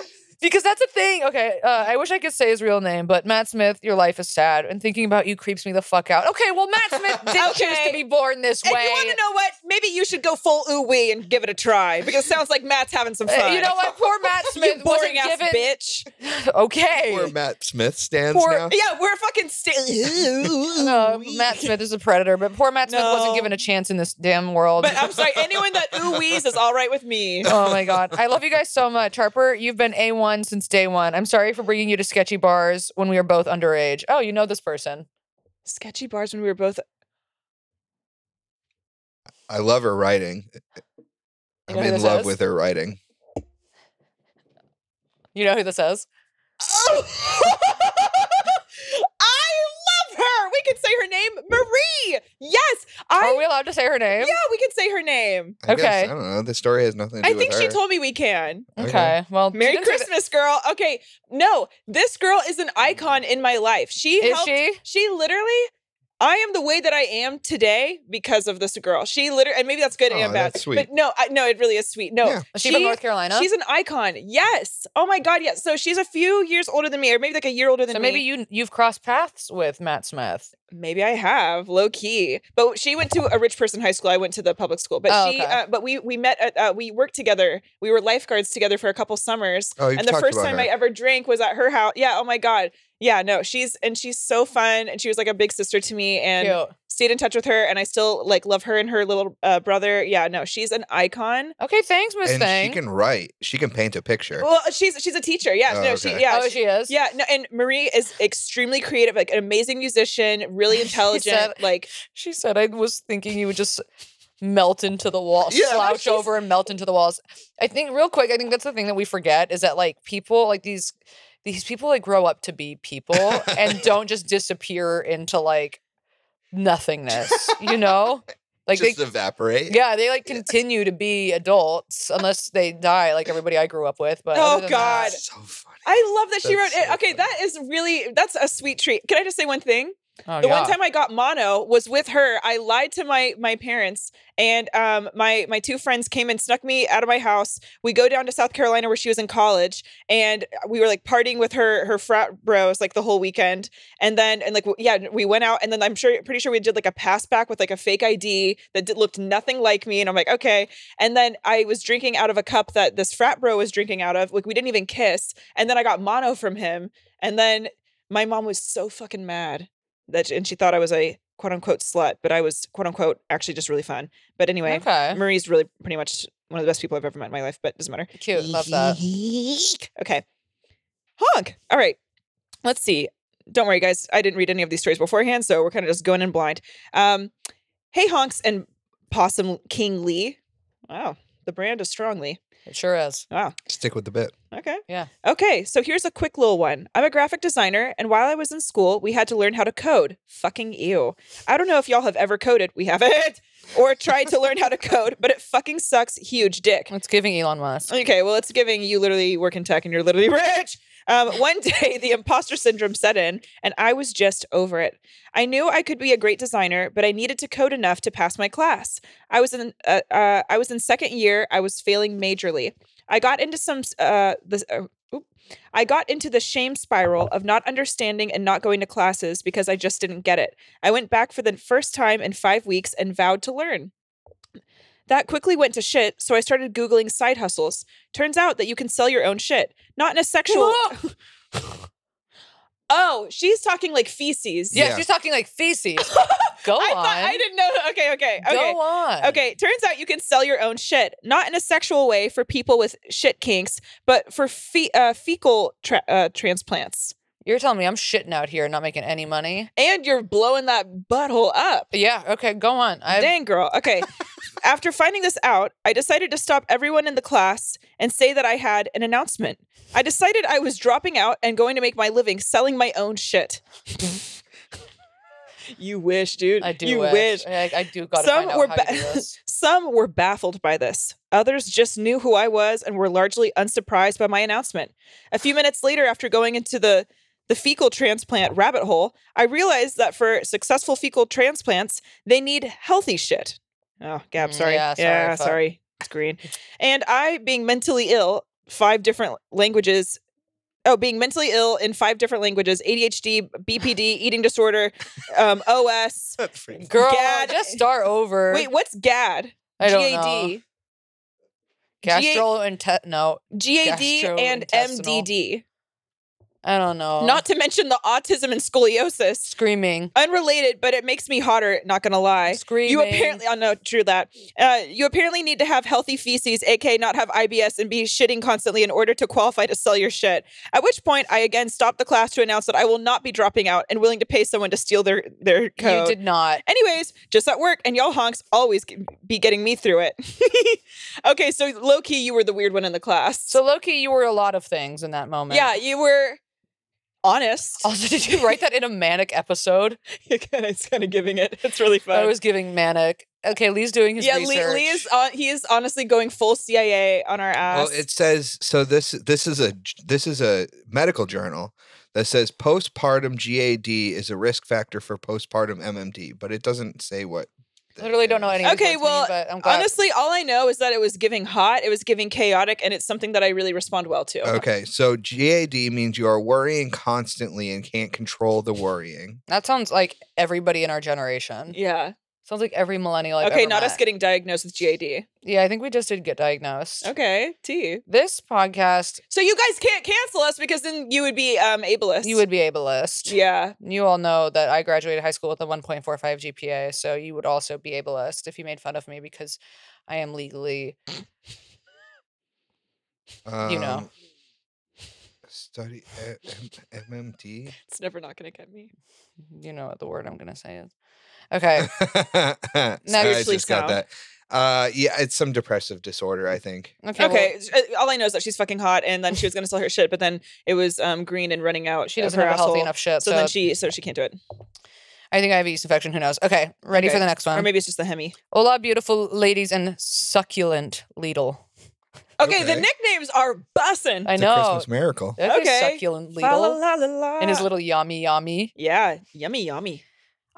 Speaker 3: No! Because that's a thing. Okay, uh, I wish I could say his real name, but Matt Smith, your life is sad, and thinking about you creeps me the fuck out. Okay, well, Matt
Speaker 2: <laughs>
Speaker 3: Smith didn't choose
Speaker 2: Okay.
Speaker 3: to be born this
Speaker 2: god.
Speaker 3: way.
Speaker 2: If you want to know what, maybe you should go full ooh wee and give it a try because it sounds like Matt's having some
Speaker 3: Uh,
Speaker 2: fun.
Speaker 3: you know what? Poor Matt
Speaker 2: <laughs> You
Speaker 3: Smith wasn't
Speaker 2: boring ass
Speaker 3: given.
Speaker 2: bitch.
Speaker 3: <laughs> Okay.
Speaker 4: Where Matt Smith stands
Speaker 3: Poor-
Speaker 2: <laughs>
Speaker 4: now.
Speaker 2: Yeah, we're fucking
Speaker 3: <laughs>
Speaker 2: still.
Speaker 3: No, Oh, Matt Smith is a predator, but poor Matt Smith
Speaker 2: No.
Speaker 3: wasn't given a chance in this damn world.
Speaker 2: But I'm sorry, anyone that ooh wees is all right with me.
Speaker 3: <laughs> oh my god, I love you guys so much, Harper. You've been a one since day one. I'm sorry for bringing you to sketchy bars when we are both underage. Oh, you know this person.
Speaker 2: Sketchy bars when we were both.
Speaker 4: I love her writing.
Speaker 3: You
Speaker 4: I'm
Speaker 3: know who
Speaker 4: in
Speaker 3: this
Speaker 4: love
Speaker 3: is?
Speaker 4: with her writing.
Speaker 3: You know who this is.
Speaker 2: Oh! I love her. We can say her name, Marie. Yes, I.
Speaker 3: Are we allowed to say her
Speaker 4: Oh,
Speaker 3: name?
Speaker 2: yeah, we can say her name.
Speaker 4: I
Speaker 3: Okay.
Speaker 4: Guess, I don't know. The story has nothing to do
Speaker 2: I
Speaker 4: with
Speaker 2: think
Speaker 4: her.
Speaker 2: she told me we can.
Speaker 3: Okay.
Speaker 4: Okay.
Speaker 3: Well, she
Speaker 2: Merry
Speaker 3: didn't say that-
Speaker 2: Christmas, girl. Okay, no, this girl is an icon in my life. She
Speaker 3: Is
Speaker 2: helped-
Speaker 3: she?
Speaker 2: She literally. I am the way that I am today because of this girl. She literally, and maybe that's good
Speaker 4: Aw,
Speaker 2: and bad.
Speaker 4: that's sweet.
Speaker 2: But no, I, no, it really is sweet. No,
Speaker 4: Yeah.
Speaker 3: Is she, from North Carolina?
Speaker 2: She's an icon. Yes. Oh my God. Yes. So she's a few years older than me, or maybe like a year older than
Speaker 3: so
Speaker 2: me.
Speaker 3: maybe you you've crossed paths with Matt Smith.
Speaker 2: maybe I have low key, but she went to a rich person high school. I went to the public school, but
Speaker 3: Oh,
Speaker 2: she,
Speaker 3: okay.
Speaker 2: uh, but we we met at uh, we worked together. We were lifeguards together for a couple summers,
Speaker 4: Oh, you've
Speaker 2: and the
Speaker 4: talked
Speaker 2: first
Speaker 4: about
Speaker 2: time
Speaker 4: her.
Speaker 2: I ever drank was at her house. Yeah. Oh my God. Yeah. No. She's and she's so fun, and she was like a big sister to me, and
Speaker 3: Cute.
Speaker 2: stayed in touch with her, and I still like love her and her little uh, brother. Yeah. No. She's an icon.
Speaker 3: Okay, thanks, Miss
Speaker 4: and
Speaker 3: Thing.
Speaker 4: she can write. She can paint a picture.
Speaker 2: Well, she's she's a teacher. Yeah.
Speaker 4: Oh,
Speaker 2: no. She
Speaker 4: okay.
Speaker 2: yeah.
Speaker 3: oh, she is.
Speaker 2: Yeah, no, and Marie is extremely creative, like an amazing musician,
Speaker 3: <laughs>
Speaker 2: really
Speaker 3: She
Speaker 2: intelligent.
Speaker 3: said-
Speaker 2: like
Speaker 3: She said, I was thinking you would just melt into the wall,
Speaker 4: Yeah. No,
Speaker 3: slouch
Speaker 2: she's-
Speaker 3: over and melt into the walls. I think, real quick, I think that's the thing that we forget is that, like, people, like, these. These people like grow up to be people and don't just disappear into like nothingness, you know? Like
Speaker 4: Just
Speaker 3: they
Speaker 4: <laughs> evaporate.
Speaker 3: Yeah, they like continue to be adults unless they die like everybody I grew up with, but
Speaker 2: Oh,
Speaker 3: other than
Speaker 2: God.
Speaker 3: that-
Speaker 4: So funny.
Speaker 2: I love that she
Speaker 4: That's
Speaker 2: wrote it.
Speaker 4: so
Speaker 2: Okay,
Speaker 4: funny.
Speaker 2: that is really that's a sweet treat. Can I just say one thing?
Speaker 3: oh,
Speaker 2: the
Speaker 3: yeah.
Speaker 2: one time I got mono was with her. I lied to my my parents, and um my my two friends came and snuck me out of my house. We go down to South Carolina where she was in college, and we were like partying with her her frat bros like the whole weekend. And then and like w- yeah, we went out, and then I'm sure pretty sure we did like a pass back with like a fake ID that did, looked nothing like me. And I'm like okay. And then I was drinking out of a cup that this frat bro was drinking out of. Like we didn't even kiss. And then I got mono from him. And then my mom was so fucking mad that and she thought I was a quote unquote slut, but I was quote unquote actually just really fun. But anyway,
Speaker 3: Okay.
Speaker 2: Marie's really pretty much one of the best people I've ever met in my life, but doesn't matter.
Speaker 3: Cute. Love that.
Speaker 2: Okay. Honk. All right. Let's see. Don't worry, guys. I didn't read any of these stories beforehand, so we're kind of just going in blind. Um, hey, honks and possum King Lee. Wow, the brand is strongly.
Speaker 3: It sure is.
Speaker 4: Stick with the bit.
Speaker 2: Okay.
Speaker 3: Yeah.
Speaker 2: Okay. So here's a quick little one. I'm a graphic designer, and while I was in school, we had to learn how to code. Fucking ew. I don't know if y'all have ever coded. We haven't. Or tried to learn how to code, but it fucking sucks. Huge dick.
Speaker 3: It's giving Elon Musk.
Speaker 2: Okay, well, it's giving you literally work in tech and you're literally <laughs> rich. Um, one day, the imposter syndrome set in, and I was just over it. I knew I could be a great designer, but I needed to code enough to pass my class. I was in uh, uh, I was in second year. I was failing majorly. I got into some s- uh, this. Uh, oop. I got into the shame spiral of not understanding and not going to classes because I just didn't get it. I went back for the first time in five weeks and vowed to learn. That quickly went to shit, so I started Googling side hustles. Turns out that you can sell your own shit. Not in a sexual. <laughs> oh, she's talking like feces.
Speaker 3: Yeah,
Speaker 4: Yeah.
Speaker 3: she's talking like
Speaker 2: <laughs>
Speaker 3: feces. Go
Speaker 2: I
Speaker 3: on.
Speaker 2: thought I didn't know. Okay, okay, okay.
Speaker 3: Go on.
Speaker 2: Okay, turns out you can sell your own shit, not in a sexual way for people with shit kinks, but for fe- uh, fecal tra- uh, transplants.
Speaker 3: You're telling me I'm shitting out here, not making any money.
Speaker 2: And you're blowing that butthole up.
Speaker 3: Yeah. Okay. Go on. I
Speaker 2: Dang, girl.
Speaker 3: <laughs>
Speaker 2: Okay. After finding this out, I decided to stop everyone in the class and say that I had an announcement. I decided I was dropping out and going to make my living selling my
Speaker 3: <laughs>
Speaker 2: own shit. you wish, dude.
Speaker 3: I do.
Speaker 2: You
Speaker 3: wish.
Speaker 2: wish.
Speaker 3: I, I do. Got to
Speaker 2: Some
Speaker 3: find out
Speaker 2: were
Speaker 3: how
Speaker 2: ba-
Speaker 3: you do
Speaker 2: <laughs>
Speaker 3: this. <laughs>
Speaker 2: Some were baffled by this. Others just knew who I was and were largely unsurprised by my announcement. A few minutes later, after going into the the fecal transplant rabbit hole, I realized that for successful fecal transplants, they need healthy shit. Oh, Gab,
Speaker 3: Mm,
Speaker 2: sorry.
Speaker 3: yeah, sorry, fuck.
Speaker 2: sorry. It's green.
Speaker 3: <laughs>
Speaker 2: And I, being mentally ill, five different languages. Oh, being mentally ill in five different languages, ADHD, BPD, eating disorder, um, OS.
Speaker 3: <laughs> Girl,
Speaker 2: Gad-
Speaker 3: just start over.
Speaker 2: Wait, what's GAD?
Speaker 3: I don't
Speaker 2: GAD.
Speaker 3: know. Gastrointestinal. No,
Speaker 2: GAD and
Speaker 3: Gastrointestinal.
Speaker 2: MDD,
Speaker 3: I don't know.
Speaker 2: not to mention the autism and scoliosis.
Speaker 3: screaming.
Speaker 2: Unrelated, but it makes me hotter, not gonna lie.
Speaker 3: Screaming.
Speaker 2: You apparently, oh no, true that. Uh, you apparently need to have healthy feces, aka not have IBS and be shitting constantly in order to qualify to sell your shit. At which point, I again stopped the class to announce that I will not be dropping out and willing to pay someone to steal their their
Speaker 3: You
Speaker 2: code.
Speaker 3: did not.
Speaker 2: Anyways, just at work, and y'all honks always g- be getting me through it. <laughs> okay, so low key, you were the weird one in the class.
Speaker 3: So Loki, you were a lot of things in that moment.
Speaker 2: Yeah, you were honest.
Speaker 3: <laughs> Also, did you write that in a manic episode?
Speaker 2: <laughs> Again, it's kind of giving it. It's really fun.
Speaker 3: I was giving manic. Okay, Lee's doing his
Speaker 2: yeah, Lee,
Speaker 3: research.
Speaker 2: Lee is on, he is honestly going full CIA on our ass.
Speaker 4: Well, it says so. This this is a j- this is a medical journal that says postpartum GAD is a risk factor for postpartum MMD, but it doesn't say what. the-
Speaker 3: literally
Speaker 4: it
Speaker 3: don't know
Speaker 4: is.
Speaker 3: any. of these
Speaker 2: Okay,
Speaker 3: words mean,
Speaker 2: well,
Speaker 3: but I'm glad.
Speaker 2: honestly, all I know is that it was giving hot, it was giving chaotic, and it's something that I really respond well to.
Speaker 4: Okay, so GAD means you are worrying constantly and can't control the worrying.
Speaker 3: that sounds like everybody in our generation.
Speaker 2: Yeah.
Speaker 3: Sounds like every millennial. I've
Speaker 2: okay,
Speaker 3: ever
Speaker 2: not us
Speaker 3: met.
Speaker 2: getting diagnosed with GAD.
Speaker 3: Yeah, I think we just did get diagnosed.
Speaker 2: Okay, T.
Speaker 3: This podcast,
Speaker 2: So you guys can't cancel us because then you would be um ableist.
Speaker 3: you would be ableist.
Speaker 2: Yeah.
Speaker 3: You all know that I graduated high school with a 1.45 GPA, so you would also be ableist if you made fun of me because I am legally.
Speaker 4: Um,
Speaker 3: know.
Speaker 4: Study uh, M- MMD.
Speaker 2: It's never not gonna get me.
Speaker 3: You know what the word I'm gonna say is.
Speaker 4: <laughs>
Speaker 3: Okay.
Speaker 2: <laughs>
Speaker 4: I
Speaker 2: Spiritually
Speaker 4: just got
Speaker 2: sound.
Speaker 4: that. Uh, yeah, it's some depressive disorder, I think.
Speaker 3: Okay. well,
Speaker 2: Okay. s- uh, all I know is that she's fucking hot and then she was gonna sell her shit, but then it was um green and running out.
Speaker 3: she
Speaker 2: of
Speaker 3: doesn't
Speaker 2: her
Speaker 3: have a healthy
Speaker 2: asshole.
Speaker 3: enough shit.
Speaker 2: So,
Speaker 3: So,
Speaker 2: then she so she can't do it.
Speaker 3: I think I have a yeast infection. Who knows? Okay. Ready
Speaker 2: Okay.
Speaker 3: for the next
Speaker 2: Or
Speaker 3: one.
Speaker 2: maybe it's just the Hemi.
Speaker 3: Hola, beautiful ladies and succulent Lidl.
Speaker 2: Okay, the
Speaker 4: Okay.
Speaker 2: nicknames are bussin.
Speaker 3: I
Speaker 4: It's a
Speaker 3: know.
Speaker 4: Christmas miracle.
Speaker 3: Okay.
Speaker 2: Okay.
Speaker 3: Succulent
Speaker 2: Fa la
Speaker 3: Lidl.
Speaker 2: la la la.
Speaker 3: And his little yummy yummy.
Speaker 2: Yeah, yummy yummy.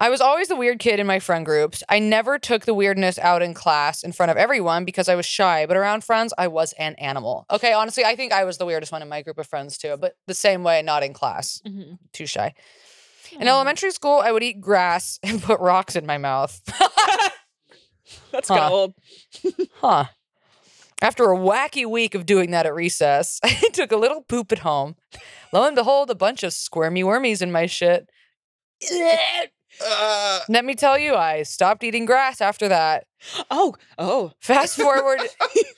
Speaker 3: I was always the weird kid in my friend groups. I never took the weirdness out in class in front of everyone because I was shy, but around friends, I was an animal. Okay, honestly, I think I was the weirdest one in my group of friends too, but the same way, not in class. Too shy. In elementary school, I would eat grass <laughs> and put rocks in my mouth.
Speaker 2: <laughs>
Speaker 3: <laughs>
Speaker 2: That's
Speaker 3: Huh.
Speaker 2: kind of old.
Speaker 3: Huh. After a wacky week of doing that at recess, <laughs> I took a little poop at home. Lo and behold, a bunch of squirmy wormies in my shit.
Speaker 4: Uh,
Speaker 3: Let me tell you, I stopped eating grass after that.
Speaker 2: Oh, oh.
Speaker 3: Fast
Speaker 2: <laughs>
Speaker 3: forward,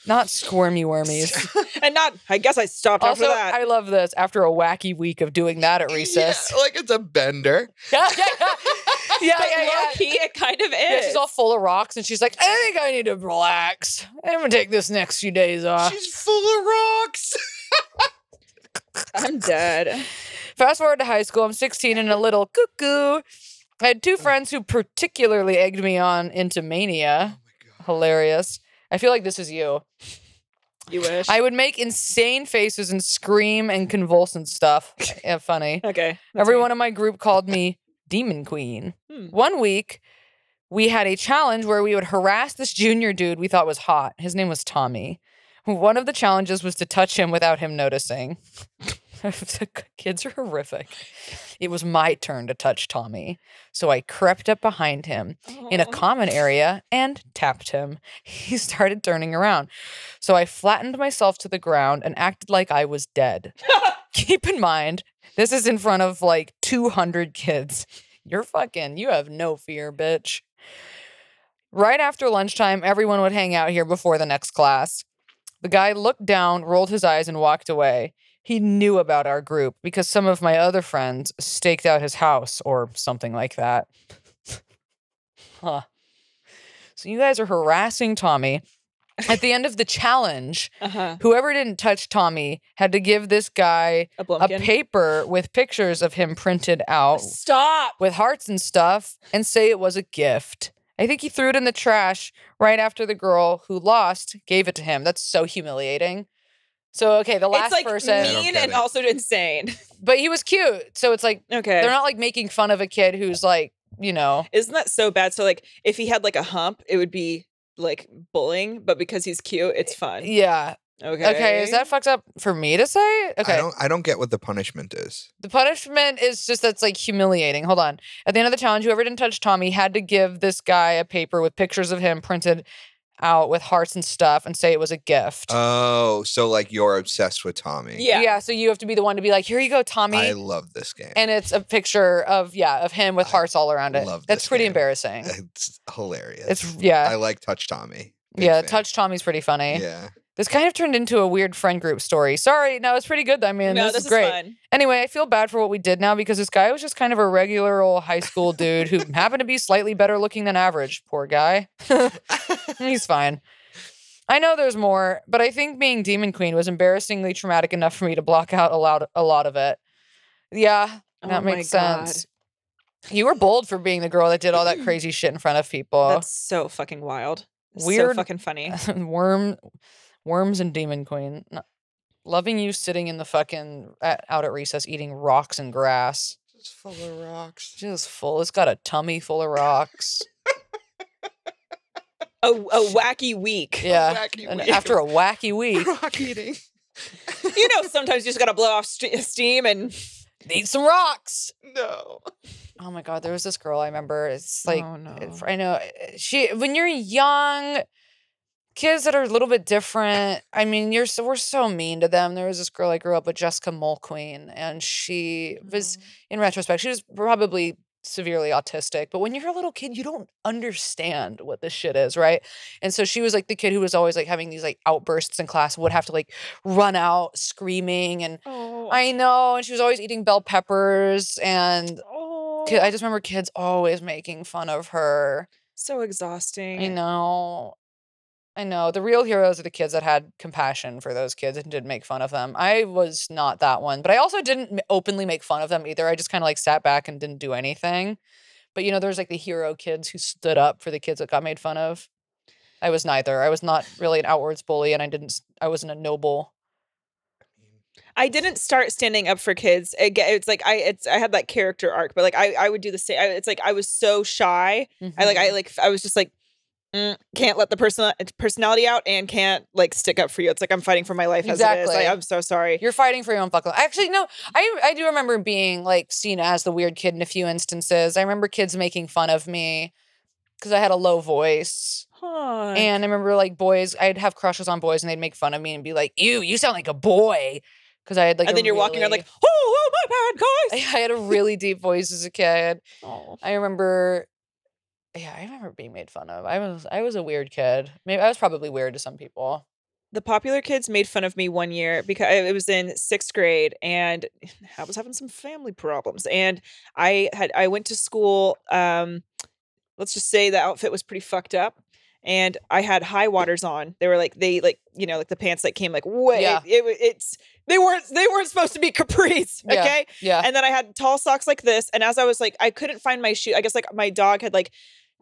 Speaker 3: not squirmy wormies.
Speaker 2: And not I guess I stopped
Speaker 3: Also,
Speaker 2: after that.
Speaker 3: I love this. After a wacky week of doing that at recess, <laughs>
Speaker 2: <laughs>
Speaker 4: Yeah, like it's a bender.
Speaker 3: yeah, yeah, yeah,
Speaker 2: But
Speaker 3: yeah, yeah.
Speaker 2: low-key, it kind of is.
Speaker 3: Yeah, she's all full of rocks, and she's like, "I think I need to relax. I'm gonna take this next few days off."
Speaker 4: She's full of <laughs> rocks.
Speaker 3: <laughs>
Speaker 2: I'm dead.
Speaker 3: Fast forward to high school, I'm 16 and a little cuckoo. I had two friends who particularly egged me on into
Speaker 4: Oh
Speaker 3: mania. Hilarious. I feel like this is you.
Speaker 2: You wish.
Speaker 3: I would make insane faces and scream and convulse and stuff. <laughs> Yeah, funny.
Speaker 2: okay. that's me.
Speaker 3: Everyone in my group called me Demon Queen.
Speaker 2: Hmm.
Speaker 3: One week, we had a challenge where we would harass this junior dude we thought was hot. His name was Tommy. One of the challenges was to touch him without him noticing. <laughs> the kids are horrific. It was my turn to touch Tommy. So I crept up behind him in a
Speaker 2: Aw.
Speaker 3: common area and tapped him. He <laughs> started turning around. So I flattened myself to the ground and acted like I was dead. Keep in mind, this is in front of like 200 kids. You're fucking, you have no fear, bitch. Right after lunchtime, everyone would hang out here before the next class. The guy looked down, rolled his eyes, and walked away. he knew about our group because some of my other friends staked out his house or something like that. huh. So you guys are harassing Tommy. At the end of the challenge,
Speaker 2: Uh huh.
Speaker 3: whoever didn't touch Tommy had to give this guy
Speaker 2: A
Speaker 3: a
Speaker 2: blumpkin.
Speaker 3: paper with pictures of him printed out
Speaker 2: Stop.
Speaker 3: with hearts and stuff and say it was a gift. I think he threw it in the trash right after the girl who lost gave it to him. That's so humiliating. So okay, the last
Speaker 2: it's like
Speaker 3: person,
Speaker 4: I don't
Speaker 2: mean
Speaker 4: get
Speaker 2: and
Speaker 4: it.
Speaker 2: also insane. <laughs>
Speaker 3: but he was cute. So it's like
Speaker 2: Okay.
Speaker 3: they're not like making fun of a kid who's like, you know,
Speaker 2: Isn't that so bad? So like, if he had like a hump, it would be like bullying, but because he's cute, it's fun.
Speaker 3: yeah.
Speaker 2: Okay.
Speaker 3: Okay, is that fucked up for me to say?
Speaker 4: I
Speaker 3: Okay.
Speaker 4: don't I don't get what the punishment is.
Speaker 3: The punishment is just that's like humiliating. Hold on. At the end of the challenge, whoever didn't touch Tommy had to give this guy a paper with pictures of him printed out with hearts and stuff and say it was a gift.
Speaker 4: Oh, so like you're obsessed with Tommy.
Speaker 2: Yeah.
Speaker 3: yeah. So you have to be the one to be like, here you go, Tommy.
Speaker 4: I love this game.
Speaker 3: and it's a picture of yeah of him with
Speaker 4: I
Speaker 3: hearts all around it.
Speaker 4: love
Speaker 3: That's
Speaker 4: this
Speaker 3: pretty
Speaker 4: game.
Speaker 3: embarrassing.
Speaker 4: it's hilarious.
Speaker 3: It's yeah
Speaker 4: I like Touch Tommy. Big
Speaker 3: yeah.
Speaker 4: fan.
Speaker 3: Touch Tommy's pretty funny.
Speaker 4: Yeah.
Speaker 3: This kind of turned into a weird friend group story. Sorry, no, it's pretty good. I mean,
Speaker 2: no,
Speaker 3: this,
Speaker 2: this
Speaker 3: is great.
Speaker 2: fun.
Speaker 3: Anyway, I feel bad for what we did now because this guy was just kind of a regular old high school dude
Speaker 2: <laughs>
Speaker 3: who happened to be slightly better looking than average. Poor guy. He's fine. I know there's more, but I think being Demon Queen was embarrassingly traumatic enough for me to block out a lot, a lot of it. Yeah,
Speaker 2: Oh
Speaker 3: that
Speaker 2: my
Speaker 3: makes sense. You were bold for being the girl that did all
Speaker 2: <clears throat>
Speaker 3: that crazy shit in front of people.
Speaker 2: That's so fucking wild.
Speaker 3: Weird.
Speaker 2: So
Speaker 3: <laughs>
Speaker 2: fucking funny.
Speaker 3: Worm, worms and demon queen. N- Loving you sitting in the fucking at, out at recess eating rocks and grass.
Speaker 4: Just full of rocks.
Speaker 3: Just full. It's got a tummy full of rocks.
Speaker 4: <laughs>
Speaker 2: A, Oh, a wacky week.
Speaker 3: yeah.
Speaker 4: wacky
Speaker 3: And
Speaker 4: week.
Speaker 3: after a wacky
Speaker 4: <laughs>
Speaker 3: week,
Speaker 4: rock eating.
Speaker 2: <laughs> You know, sometimes you just gotta blow off st- steam and
Speaker 3: eat some rocks.
Speaker 4: No.
Speaker 3: Oh my god, there was this girl I remember. It's like
Speaker 2: Oh, no.
Speaker 3: if- I know uh, she when you're young, kids that are a little bit different. I mean, you're so we're so mean to them. There was this girl I grew up with, Jessica Mulqueen, and she was in retrospect, she was probably severely autistic. But when you're a little kid, you don't understand what this shit is, right? And so she was like the kid who was always like having these like outbursts in class, would have to like run out screaming and
Speaker 2: Oh,
Speaker 3: I know, and she was always eating bell peppers and
Speaker 2: oh,
Speaker 3: Ki- I just remember kids always making fun of her.
Speaker 2: so exhausting.
Speaker 3: I know. I know. The real heroes are the kids that had compassion for those kids and did make fun of them. I was not that one, but I also didn't m- openly make fun of them either. I just kind of like sat back and didn't do anything. But you know, there's like the hero kids who stood up for the kids that got made fun of. I was neither. I was not really an outwards bully and I didn't, s- I wasn't a noble.
Speaker 2: I didn't start standing up for kids. Again, it's like I it's I had that character arc, but like I I would do the same. I, it's like I was so shy. I like I like f- I was just like mm, can't let the person uh, personality out and can't like stick up for you. It's like I'm fighting for my life as it
Speaker 3: Exactly.
Speaker 2: is. I, I'm so sorry.
Speaker 3: You're fighting for your own buckle. Actually, no, I I do remember being like seen as the weird kid in a few instances. I remember kids making fun of me because I had a low voice.
Speaker 2: Huh.
Speaker 3: And I remember like boys, I'd have crushes on boys and they'd make fun of me and be like, ew, you sound like a boy. Cause I had like
Speaker 2: and
Speaker 3: a
Speaker 2: then you're walking around like,
Speaker 3: really-
Speaker 2: oh, oh
Speaker 3: <laughs>
Speaker 2: my
Speaker 3: I
Speaker 2: bad guys.
Speaker 3: had a
Speaker 2: <laughs>
Speaker 3: really deep voice as a kid.
Speaker 2: Oh.
Speaker 3: I remember yeah, I remember being made fun of. I was I was a weird kid. Maybe I was probably weird to some people.
Speaker 2: the popular kids made fun of me one year because it was in sixth grade and <sighs> I was having some family problems. And I had I went to school. Um, let's just say the outfit was pretty fucked up. And I had high waters on. They were like they like you know like the pants that came like way
Speaker 3: Yeah.
Speaker 2: it, it- it's they weren't they weren't supposed to be <laughs> capris
Speaker 3: Yeah.
Speaker 2: okay
Speaker 3: Yeah.
Speaker 2: and then I had tall socks like this. And as I was like, I couldn't find my shoe. I guess like my dog had like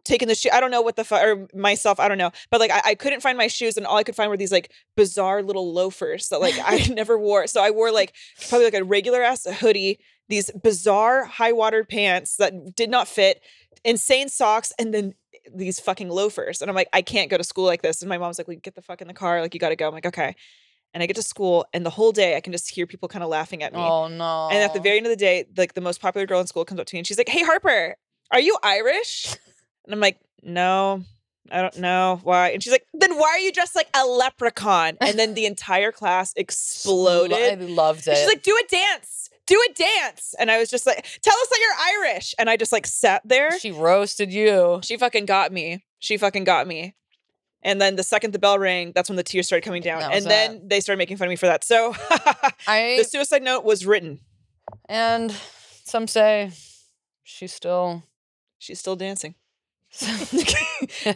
Speaker 2: taken the shoe. I don't know what the fuck, or myself, I don't know. But like, I, I couldn't find my shoes. And all I could find were these like bizarre little loafers that like I <laughs> never wore. So I wore like probably like a regular ass hoodie, these bizarre high watered pants that did not fit, insane socks, and then these fucking loafers. And I'm like, I can't go to school like this. And my mom's like, we get the fuck in the car. Like, you got to go. I'm like, okay. And I get to school, and the whole day I can just hear people kind of laughing at me.
Speaker 3: oh no.
Speaker 2: And at the very end of the day, like the most popular girl in school comes up to me and she's like, "Hey Harper, are you Irish?" And I'm like, "No, I don't know why." And she's like, "Then why are you dressed like a leprechaun?" And then the entire class exploded.
Speaker 3: I loved it.
Speaker 2: And she's like, "Do a dance, do a dance," and I was just like, "Tell us that you're Irish." And I just like sat there.
Speaker 3: she
Speaker 2: She,
Speaker 3: roasted you.
Speaker 2: fucking got me. She fucking got me. And then the second the bell rang, that's when the tears started coming down.
Speaker 3: That
Speaker 2: And
Speaker 3: was
Speaker 2: then
Speaker 3: it.
Speaker 2: they started making fun of me for that. So <laughs>
Speaker 3: I
Speaker 2: the suicide note was written.
Speaker 3: and some say she's still. <laughs>
Speaker 2: She's still dancing. but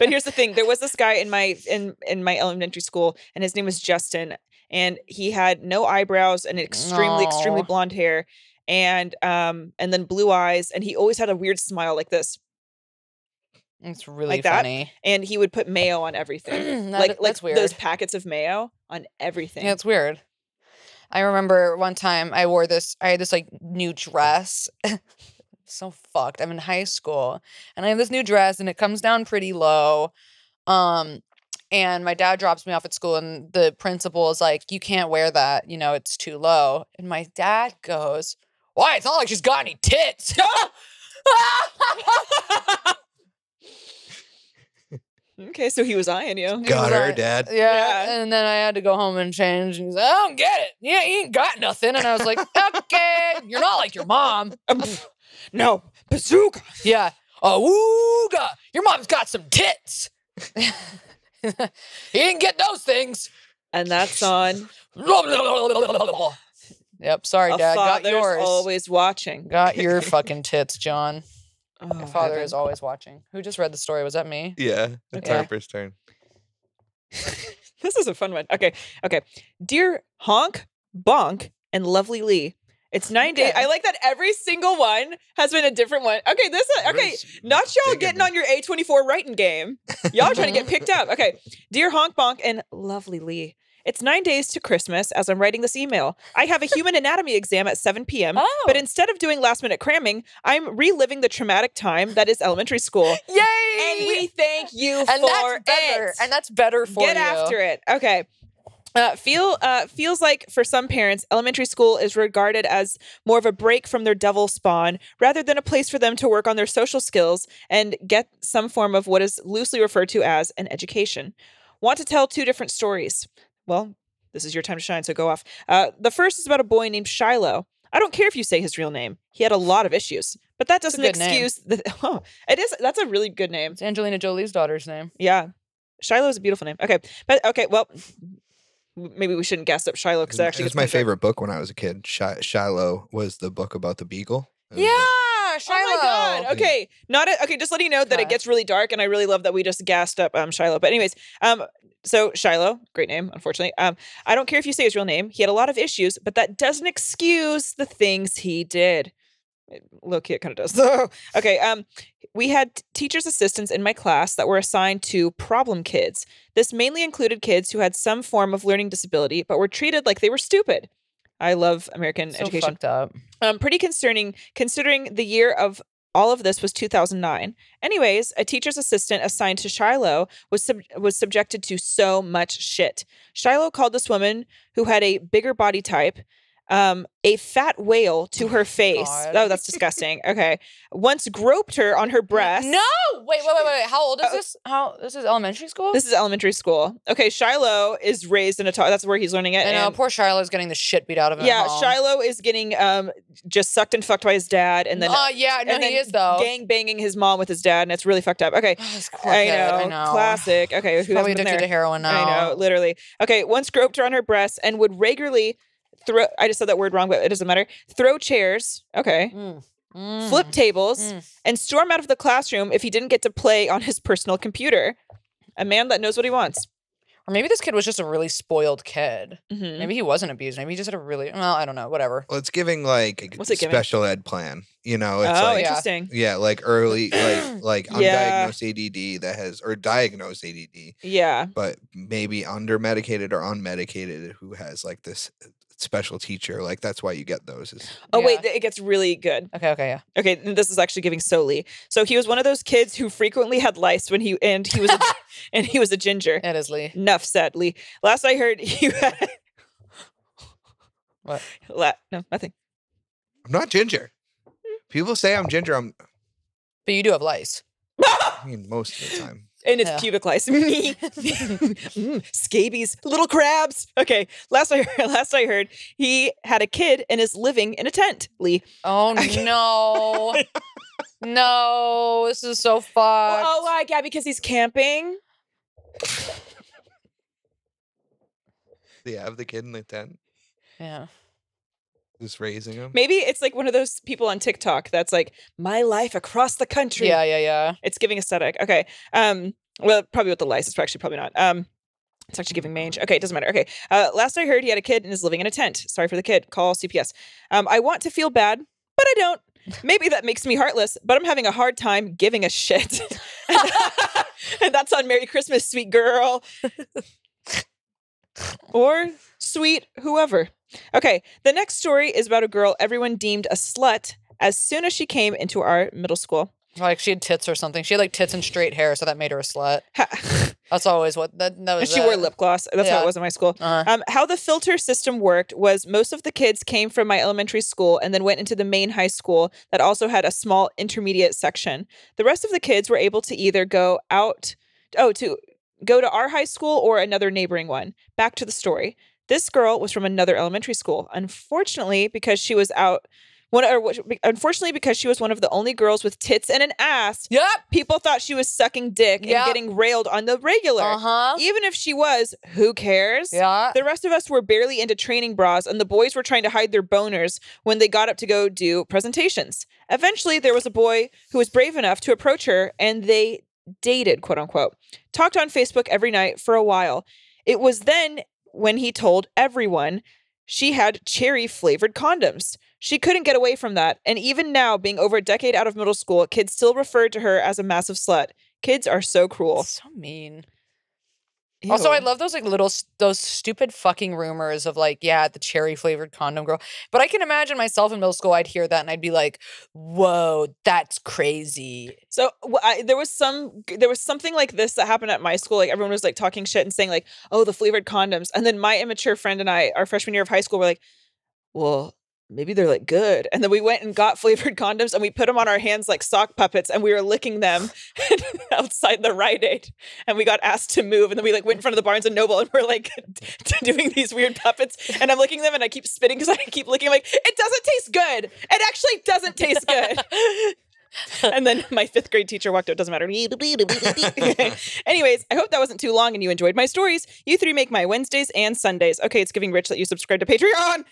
Speaker 2: here's the thing there was this guy in my in in my elementary school and his name was justin and he had no eyebrows and extremely extremely
Speaker 3: Aw.
Speaker 2: blonde hair and um and then blue eyes and he always had a weird smile like this
Speaker 3: it's really
Speaker 2: Like that?
Speaker 3: funny.
Speaker 2: and he would put mayo on
Speaker 3: <clears throat>
Speaker 2: everything
Speaker 3: That-
Speaker 2: like like
Speaker 3: that's weird.
Speaker 2: those packets of mayo on everything
Speaker 3: Yeah, it's weird. I remember one time I wore this, I had this like new dress. <laughs> so fucked. I'm in high school and I have this new dress and it comes down pretty low. Um, and my dad drops me off at school and the principal is like, You can't wear that, you know, it's too low. And my dad goes, Why? It's not like she's got any tits. <laughs>
Speaker 2: okay so he was eyeing you
Speaker 3: He was
Speaker 4: Got her,
Speaker 3: like-
Speaker 2: <laughs>
Speaker 3: uh,
Speaker 4: Dad.
Speaker 3: Yeah.
Speaker 2: Yeah.
Speaker 3: And then I had to go home and change. And he's like, I don't get it. Yeah, you ain't got nothing. And I
Speaker 2: <laughs>
Speaker 3: was like, okay, you're not like your mom.
Speaker 2: Um, pff, no bazooka
Speaker 3: Yeah. Oh, ooga. Your mom's got some tits. <laughs> he didn't get those things. <laughs>
Speaker 2: and that's on
Speaker 3: yep. Sorry,
Speaker 2: a
Speaker 3: Dad. Got
Speaker 2: father's
Speaker 3: yours.
Speaker 2: always watching
Speaker 3: Got
Speaker 2: <laughs>
Speaker 3: your fucking tits, John.
Speaker 2: oh,
Speaker 3: Your father
Speaker 2: heaven.
Speaker 3: is always watching. Who just read the story? Was that me?
Speaker 4: Yeah, it's
Speaker 3: Yeah.
Speaker 4: Harper's turn.
Speaker 2: this is a fun one. Okay, okay. Dear Honk, Bonk, and Lovely Lee. It's nine days.
Speaker 3: Okay.
Speaker 2: I like that every single one has been a different one. Okay, this okay.
Speaker 4: Really
Speaker 2: Not y'all
Speaker 4: digging
Speaker 2: getting
Speaker 4: this.
Speaker 2: on your A24 writing game. Y'all trying to get picked
Speaker 3: Mm-hmm.
Speaker 2: up. Okay. Dear Honk Bonk and Lovely Lee. It's nine days to Christmas as I'm writing this email.
Speaker 3: <laughs>
Speaker 2: I have a human anatomy exam at 7 p.m.,
Speaker 3: Oh.
Speaker 2: but instead of doing last minute cramming, I'm reliving the traumatic time that is elementary school.
Speaker 3: Yay!
Speaker 2: And we thank you
Speaker 3: and
Speaker 2: for
Speaker 3: that's better.
Speaker 2: it
Speaker 3: And that's better for
Speaker 2: get
Speaker 3: you.
Speaker 2: after it okay uh, feel uh, feels like for some parents, elementary school is regarded as more of a break from their devil spawn rather than a place for them to work on their social skills and get some form of what is loosely referred to as an education. Want to tell two different stories? Well, this is your time to shine, so go off. Uh, the first is about a boy named Shiloh. I don't care if you say his real name; he had a lot of issues, but that
Speaker 3: a
Speaker 2: doesn't
Speaker 3: good name.
Speaker 2: excuse. The, <laughs> oh, it is. That's a really good name.
Speaker 3: It's Angelina Jolie's daughter's name.
Speaker 2: Yeah. Shiloh is a beautiful name. Okay. But okay, well, maybe we shouldn't guess up Shiloh because
Speaker 4: It-
Speaker 2: I
Speaker 4: it
Speaker 2: actually
Speaker 4: was
Speaker 2: gets
Speaker 4: my
Speaker 2: picked up.
Speaker 4: favorite book when I was a kid. Shi- Shiloh was the book about the beagle. It was
Speaker 3: Yeah,
Speaker 4: like-
Speaker 3: Shiloh.
Speaker 2: Oh my god. Okay. Not a, okay, just letting you know that
Speaker 3: Okay.
Speaker 2: it gets really dark and I really love that we just gassed up um Shiloh. But anyways, um so Shiloh, great name, unfortunately. Um I don't care if you say his real name. He had a lot of issues, but that doesn't excuse the things he did. Low key, it kind of does. <laughs> okay. Um, we had t- teachers' assistants in my class that were assigned to problem kids. This mainly included kids who had some form of learning disability, but were treated like they were stupid. I love American
Speaker 3: So
Speaker 2: education
Speaker 3: fucked up.
Speaker 2: um, pretty concerning considering the year of all of this was 2009. Anyways, a teacher's assistant assigned to Shiloh was sub- was subjected to so much shit. Shiloh called this woman who had a bigger body type um, a fat whale
Speaker 3: <laughs>
Speaker 2: to her face.
Speaker 3: God.
Speaker 2: Oh, that's disgusting. Okay, once groped her on her breast.
Speaker 3: No, wait, wait, wait, wait. How old is
Speaker 2: Oh.
Speaker 3: this? How this is elementary school?
Speaker 2: This is elementary school. Okay, Shiloh is raised in a. Ta- that's where he's learning it.
Speaker 3: I know.
Speaker 2: and-
Speaker 3: uh, Poor Shiloh's getting the shit beat out of him. at
Speaker 2: yeah,
Speaker 3: home.
Speaker 2: Shiloh is getting um just sucked and fucked by his dad, and then
Speaker 3: Uh, yeah, no,
Speaker 2: and
Speaker 3: he
Speaker 2: then
Speaker 3: is though.
Speaker 2: gang banging his mom with his dad, and it's really fucked up. Okay,
Speaker 3: Oh, <sighs> this poor
Speaker 2: I
Speaker 3: kid,
Speaker 2: know,
Speaker 3: I know.
Speaker 2: classic. Okay,
Speaker 3: Probably
Speaker 2: who hasn't been
Speaker 3: addicted
Speaker 2: there?
Speaker 3: to heroin now.
Speaker 2: I know, literally. Okay, once groped her on her breasts and would regularly throw. I just said that word wrong, but it doesn't matter. Throw chairs. Okay,
Speaker 3: Mm, mm,
Speaker 2: flip tables
Speaker 3: mm.
Speaker 2: and storm out of the classroom if he didn't get to play on his personal computer. A man that knows what he wants.
Speaker 3: Or maybe this kid was just a really spoiled kid.
Speaker 2: Mhm.
Speaker 3: Maybe he wasn't abused. Maybe he just had a really well. I don't know. Whatever.
Speaker 4: Well, it's giving like
Speaker 2: What's it giving?
Speaker 4: special ed plan. You
Speaker 2: Oh,
Speaker 4: know, it's like
Speaker 3: yeah.
Speaker 2: interesting.
Speaker 4: yeah, like
Speaker 3: <clears throat>
Speaker 4: early like like
Speaker 2: Yeah.
Speaker 4: undiagnosed ADD that has or diagnosed ADD,
Speaker 2: Yeah.
Speaker 4: but maybe under medicated or unmedicated who has like this uh, special teacher. Like that's why you get those. Is
Speaker 2: Oh
Speaker 3: Yeah.
Speaker 2: wait, th- it gets really good.
Speaker 3: Okay. Okay. Yeah.
Speaker 2: Okay, and this is actually giving solely. So he was one of those kids who frequently had lice when he and he
Speaker 3: <laughs>
Speaker 2: was a, and he was a ginger.
Speaker 3: It is Lee.
Speaker 2: Enough said, Lee. Last I heard, <laughs> you had
Speaker 3: What?
Speaker 2: La- no nothing.
Speaker 4: I'm not ginger. People say I'm ginger. I'm
Speaker 3: But you do have lice.
Speaker 4: I mean most
Speaker 3: <laughs>
Speaker 4: of the time.
Speaker 2: And it's
Speaker 3: Yeah.
Speaker 2: pubic <laughs> lice. Mm, scabies, little crabs. Okay, last I heard, <laughs> last I heard, he had a kid and is living in a tent. Lee.
Speaker 3: Oh
Speaker 2: <laughs>
Speaker 3: no. no. This is so fucked.
Speaker 2: oh, why, Gabby? Because he's camping.
Speaker 4: They have the kid in the
Speaker 2: oh,
Speaker 4: tent,
Speaker 3: Yeah.
Speaker 4: just raising him.
Speaker 2: Maybe it's like one of those people on TikTok that's like, my life across the country.
Speaker 3: Yeah, yeah, yeah.
Speaker 2: It's giving aesthetic. Okay. Um, well, probably with the lice, it's actually probably not. Um, it's actually giving mange. Okay, it doesn't matter. Okay. Uh, last I heard, he had a kid and is living in a tent. Sorry for the kid. Call CPS. Um, I want to feel bad, but I don't. Maybe that makes me heartless, but I'm having a hard time giving a shit. <laughs> and that's on Merry Christmas, sweet girl. or sweet whoever. Okay, the next story is about a girl everyone deemed a slut as soon as she came into our middle school.
Speaker 3: Like she had tits or something. She had like tits and straight hair, so that made her a slut.
Speaker 2: Ha-
Speaker 3: That's always what that, that was.
Speaker 2: she
Speaker 3: it.
Speaker 2: wore lip gloss. That's how
Speaker 3: Yeah.
Speaker 2: it was in my school.
Speaker 3: Uh-huh.
Speaker 2: Um, how the filter system worked was most of the kids came from my elementary school and then went into the main high school that also had a small intermediate section. The rest of the kids were able to either go out, oh, to go to our high school or another neighboring one. Back to the story. This girl was from another elementary school. Unfortunately, because she was out, one or which- unfortunately because she was one of the only girls with tits and an ass,
Speaker 3: Yep.
Speaker 2: people thought she was sucking dick
Speaker 3: Yep.
Speaker 2: and getting railed on the regular.
Speaker 3: Uh huh.
Speaker 2: Even if she was, who cares?
Speaker 3: Yeah.
Speaker 2: The rest of us were barely into training bras, and the boys were trying to hide their boners when they got up to go do presentations. Eventually, there was a boy who was brave enough to approach her, and they dated, quote unquote. Talked on Facebook every night for a while. It was then when he told everyone she had cherry flavored condoms. She couldn't get away from that. And even now, being over a decade out of middle school, kids still refer to her as a massive slut. Kids are so cruel.
Speaker 3: So mean. Also,
Speaker 2: Ew.
Speaker 3: I love those like little s- those stupid fucking rumors of like, yeah, the cherry flavored condom girl. But I can imagine myself in middle school, I'd hear that and I'd be like, whoa, that's crazy.
Speaker 2: So wh- I, there was some, there was something like this that happened at my school. Like everyone was like talking shit and saying like, "Oh, the flavored condoms." And then my immature friend and I, our freshman year of high school, were like, "Well, maybe they're like good." And then we went and got <laughs> flavored condoms and we put them on our hands like sock puppets, and we were licking them <laughs> outside the Rite Aid. And we got asked to move, and then we like went in front of the Barnes and Noble, and we're like <laughs> doing these weird puppets. And I'm licking them, and I keep spitting because I keep looking like it doesn't taste good. It actually doesn't taste good <laughs> and then my fifth grade teacher walked out. Doesn't matter. <laughs> Anyways, I hope that wasn't too long and you enjoyed my stories. You three make my Wednesdays and Sundays. Okay, it's giving rich that you subscribe
Speaker 3: <laughs>
Speaker 2: to Patreon.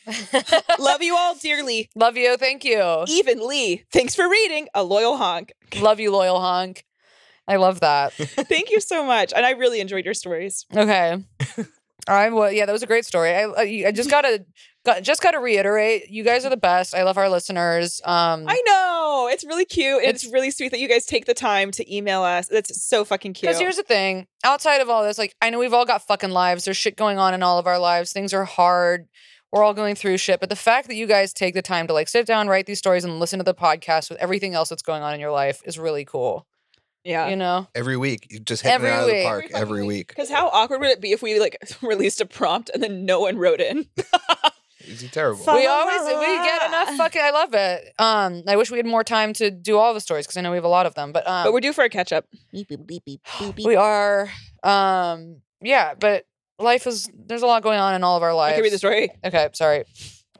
Speaker 2: Love you all dearly.
Speaker 3: Love you. Thank you.
Speaker 2: Even Lee. Thanks for reading. A loyal honk.
Speaker 3: Love you, loyal honk. I love that.
Speaker 2: Thank you so much. And I really enjoyed your stories.
Speaker 3: Okay. <laughs> All right. Well, yeah, that was a great story. I, I I just gotta got, just gotta reiterate, you guys are the best. I love our listeners. Um,
Speaker 2: I know. It's really cute. and It's,
Speaker 3: It's-
Speaker 2: really sweet that you guys take the time to email us. That's so fucking cute.
Speaker 3: Because here's the thing outside of all this, like, I know we've all got fucking lives. There's shit going on in all of our lives. Things are hard. We're all going through shit. But the fact that you guys take the time to like sit down, write these stories, and listen to the podcast with everything else that's going on in your life is really cool.
Speaker 2: yeah.
Speaker 3: You know?
Speaker 4: Every week, you just hitting
Speaker 3: Every
Speaker 4: it out of
Speaker 3: week.
Speaker 4: the park
Speaker 2: fucking
Speaker 4: every week.
Speaker 2: Because how awkward would it be if we like <laughs> released a prompt and then no one wrote in?
Speaker 4: Is terrible?
Speaker 2: Fuck.
Speaker 3: We always we get enough fucking I love it. Um, I wish we had more time to do all the stories because I know we have a lot of them. But um
Speaker 2: But we're due for a catch up.
Speaker 3: we are um yeah, but life is there's a lot going on in all of our lives.
Speaker 2: I can read the story.
Speaker 3: Okay, sorry.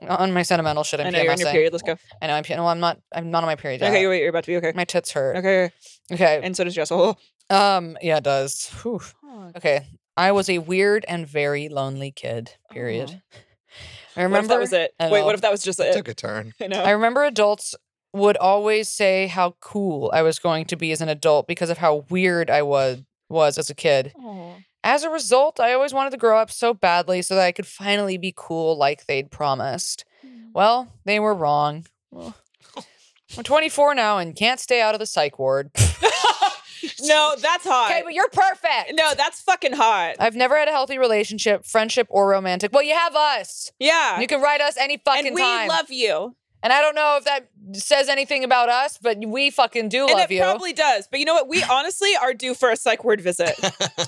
Speaker 3: On my sentimental shit, I'm
Speaker 2: I know you're on your
Speaker 3: PMSing.
Speaker 2: period. Let's go.
Speaker 3: I know I'm pe- well, I'm not I'm not on my period yet.
Speaker 2: Okay, you're, you're about to be okay.
Speaker 3: my tits hurt.
Speaker 2: Okay,
Speaker 3: Okay.
Speaker 2: and so does Jessel.
Speaker 3: Um yeah, it does. Whew. Okay. I was a weird and very lonely kid. Period. <laughs> I
Speaker 2: What if
Speaker 3: remember
Speaker 2: that was it?
Speaker 3: I
Speaker 2: Wait,
Speaker 3: know.
Speaker 2: what if that was just
Speaker 4: It
Speaker 2: it?
Speaker 4: took a turn.
Speaker 2: <laughs> I know.
Speaker 3: I remember adults would always say how cool I was going to be as an adult because of how weird I was was as a kid. <laughs> As a result, I always wanted to grow up so badly so that I could finally be cool like they'd promised.
Speaker 2: Mm.
Speaker 3: Well, they were wrong. I'm 24 now and can't stay out of the psych
Speaker 2: <laughs>
Speaker 3: ward.
Speaker 2: no, that's hot.
Speaker 3: Okay, Uh, but you're perfect.
Speaker 2: no, that's fucking hot.
Speaker 3: I've never had a healthy relationship, friendship, or romantic. Well, you have us.
Speaker 2: Yeah,
Speaker 3: You can write us any fucking
Speaker 2: and we
Speaker 3: time.
Speaker 2: love you,
Speaker 3: and I don't know if that says anything about us, but we fucking do
Speaker 2: and
Speaker 3: love
Speaker 2: it
Speaker 3: you.
Speaker 2: probably <laughs> does. But you know what? We honestly are due for a psych ward visit.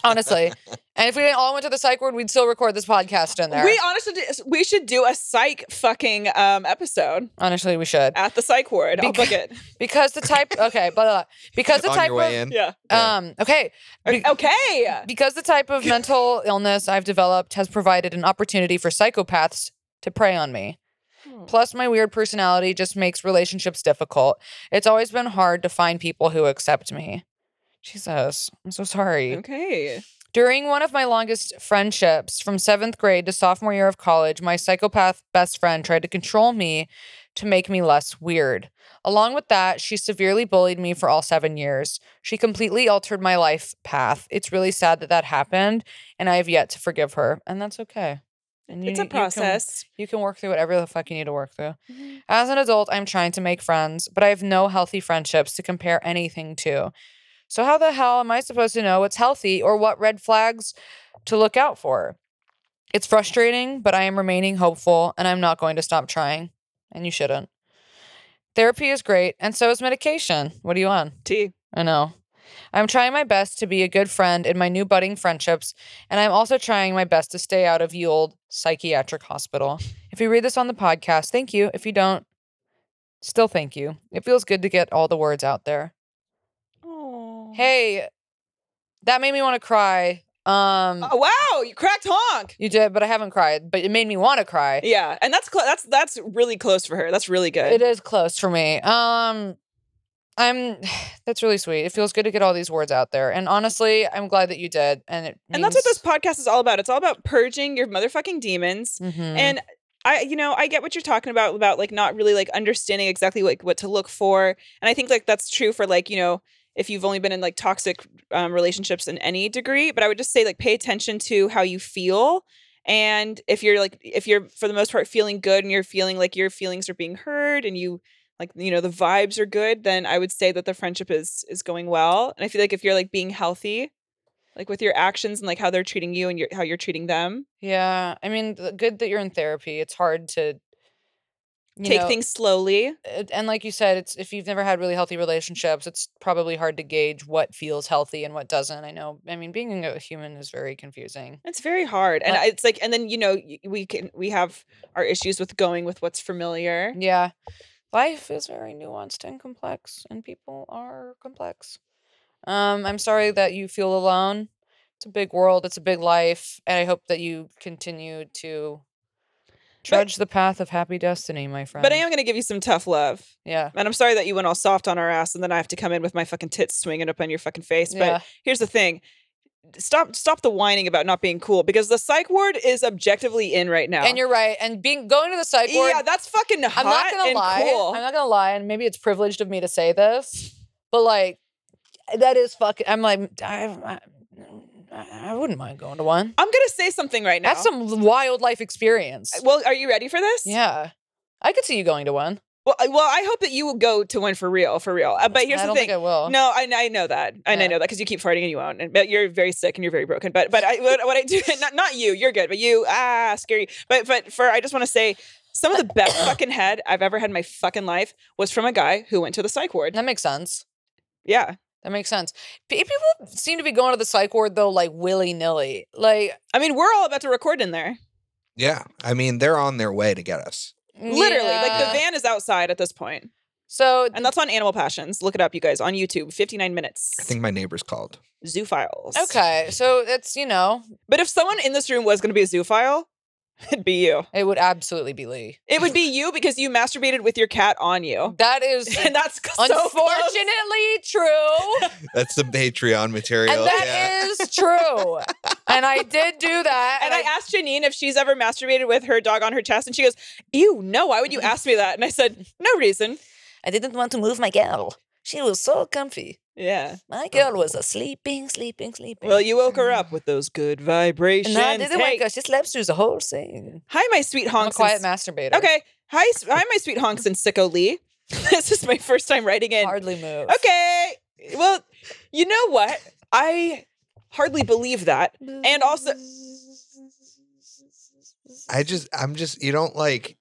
Speaker 3: honestly. And if we all went to the psych ward, we'd still record this podcast in <laughs> there.
Speaker 2: we honestly, d- we should do a psych fucking um episode
Speaker 3: honestly, we should.
Speaker 2: at the psych ward. I'll book it.
Speaker 3: Because the type okay, blah, blah, blah. Because the
Speaker 4: on
Speaker 3: type
Speaker 4: your way
Speaker 3: of
Speaker 4: in.
Speaker 2: Yeah. oh,
Speaker 4: Yeah.
Speaker 3: um okay. Be- <laughs>
Speaker 2: Okay.
Speaker 3: Because the type of mental illness I've developed has provided an opportunity for psychopaths to prey on me. Plus, my weird personality just makes relationships difficult. It's always been hard to find people who accept me. Jesus, I'm so sorry.
Speaker 2: Okay.
Speaker 3: During one of my longest friendships, from seventh grade to sophomore year of college, my psychopath best friend tried to control me to make me less weird. Along with that, she severely bullied me for all seven years. She completely altered my life path. It's really sad that that happened, and I have yet to forgive her, and that's okay. And
Speaker 2: It's
Speaker 3: you-
Speaker 2: a
Speaker 3: you can-
Speaker 2: process.
Speaker 3: you can work through whatever the fuck you need to work through. As an adult, I'm trying to make friends, but I have no healthy friendships to compare anything to. So, how the hell am I supposed to know what's healthy or what red flags to look out for? It's frustrating, but I am remaining hopeful and I'm not going to stop trying. And you shouldn't. Therapy is great, and so is medication. What are you on?
Speaker 2: T.
Speaker 3: I know. I'm trying my best to be a good friend in my new budding friendships, and I'm also trying my best to stay out of ye old psychiatric hospital. If you read this on the podcast, thank you. If you don't, still thank you. It feels good to get all the words out there.
Speaker 2: Oh.
Speaker 3: Hey, that made me want to cry. Um,
Speaker 2: Oh, wow, you cracked honk.
Speaker 3: you did, but I haven't cried. But it made me want to cry.
Speaker 2: Yeah, and that's cl- that's that's really close for her. That's really good.
Speaker 3: It is close for me. Um I'm <sighs> that's really sweet. It feels good to get all these words out there. And honestly, I'm glad that you did. And it
Speaker 2: and that's what this podcast is all about. It's all about purging your motherfucking demons.
Speaker 3: means- Mhm.
Speaker 2: And I, you know, I get what you're talking about about like not really like understanding exactly like what to look for. And I think like that's true for like you know if you've only been in like toxic um, relationships in any degree. But I would just say like pay attention to how you feel. And if you're like if you're for the most part feeling good and you're feeling like your feelings are being heard and you like you know the vibes are good, then I would say that the friendship is is going well. And I feel like if you're like being healthy, like with your actions and like how they're treating you and your, how you're treating them,
Speaker 3: yeah. I mean, th- good that you're in therapy. It's hard to you
Speaker 2: take
Speaker 3: know,
Speaker 2: things slowly.
Speaker 3: it- and like you said, it's if you've never had really healthy relationships, it's probably hard to gauge what feels healthy and what doesn't. I know. I mean, being a human is very confusing.
Speaker 2: It's very hard, and
Speaker 3: Uh,
Speaker 2: I- it's like, and then you know, y- we can we have our issues with going with what's familiar.
Speaker 3: Yeah. Life is very nuanced and complex, and people are complex. Um, I'm sorry that you feel alone. It's a big world, it's a big life, and I hope that you continue to trudge the path of happy destiny, my friend.
Speaker 2: But I am going to give you some tough love,
Speaker 3: Yeah.
Speaker 2: and I'm sorry that you went all soft on our ass, and then I have to come in with my fucking tits swinging up on your fucking face.
Speaker 3: yeah.
Speaker 2: But here's the thing: stop, stop the whining about not being cool because the psych ward is objectively in right now.
Speaker 3: And you're right. And being going to the psych ward.
Speaker 2: yeah, that's fucking hot
Speaker 3: I'm not gonna
Speaker 2: and
Speaker 3: lie.
Speaker 2: cool.
Speaker 3: I'm not gonna lie, and maybe it's privileged of me to say this, but like that is fucking. I'm like I, I, I wouldn't mind going to one.
Speaker 2: I'm gonna say something right now.
Speaker 3: That's some wild life experience.
Speaker 2: well, are you ready for this?
Speaker 3: Yeah. I could see you going to one.
Speaker 2: Well, I- well, I hope that you will go to one for real, for real. Uh, But here's
Speaker 3: I
Speaker 2: the
Speaker 3: don't
Speaker 2: thing:
Speaker 3: think I will.
Speaker 2: No, I, I know that, and I
Speaker 3: Yeah.
Speaker 2: know that because you keep farting and you won't, and but you're very sick and you're very broken. But but I, what, what I do, <laughs> not not you, you're good, but you, ah, scary. But but for I just want to say, some of the best
Speaker 3: <coughs>
Speaker 2: fucking head I've ever had in my fucking life was from a guy who went to the psych ward.
Speaker 3: That makes sense.
Speaker 2: Yeah,
Speaker 3: That makes sense. P- People seem to be going to the psych ward though, like willy nilly. Like
Speaker 2: I mean we're all about to record in there,
Speaker 4: Yeah, I mean they're on their way to get us.
Speaker 2: literally. Like
Speaker 3: yeah.
Speaker 2: the van is outside at this point,
Speaker 3: So
Speaker 2: and that's on Animal Passions. Look it up, you guys, on YouTube. Fifty nine minutes.
Speaker 4: I think my neighbor's called.
Speaker 2: zoophiles.
Speaker 3: okay, so it's you know
Speaker 2: but if someone in this room was going to be a zoophile, <laughs> it'd be you.
Speaker 3: it would absolutely be Lee.
Speaker 2: It would be you because you masturbated with your cat on you.
Speaker 3: <laughs> That is
Speaker 2: <laughs> and
Speaker 3: <laughs>
Speaker 2: that's so close.
Speaker 3: unfortunately true.
Speaker 4: That's the Patreon material.
Speaker 3: And
Speaker 4: yeah.
Speaker 3: that is true. and I did do that.
Speaker 2: And I asked Janine if she's ever masturbated with her dog on her chest, and she goes, "Ew, no. Why would
Speaker 3: <laughs>
Speaker 2: you ask me that?" And I said, "No reason."
Speaker 3: I didn't want to move my girl. She was so comfy.
Speaker 2: Yeah.
Speaker 3: My girl was a sleeping, sleeping, sleeping.
Speaker 2: Well, you woke her up with those good vibrations.
Speaker 3: No, I didn't
Speaker 2: Hey,
Speaker 3: wake her. She slept through the whole thing.
Speaker 2: Hi, my sweet
Speaker 3: I'm a
Speaker 2: honks.
Speaker 3: quiet
Speaker 2: and s-
Speaker 3: masturbator.
Speaker 2: Okay. Hi, s- hi, my sweet honks and sicko Lee. <laughs> this is my first time writing in.
Speaker 3: Hardly move.
Speaker 2: Okay. Well, you know what? I hardly believe that. And also,
Speaker 4: I just, I'm just, you don't like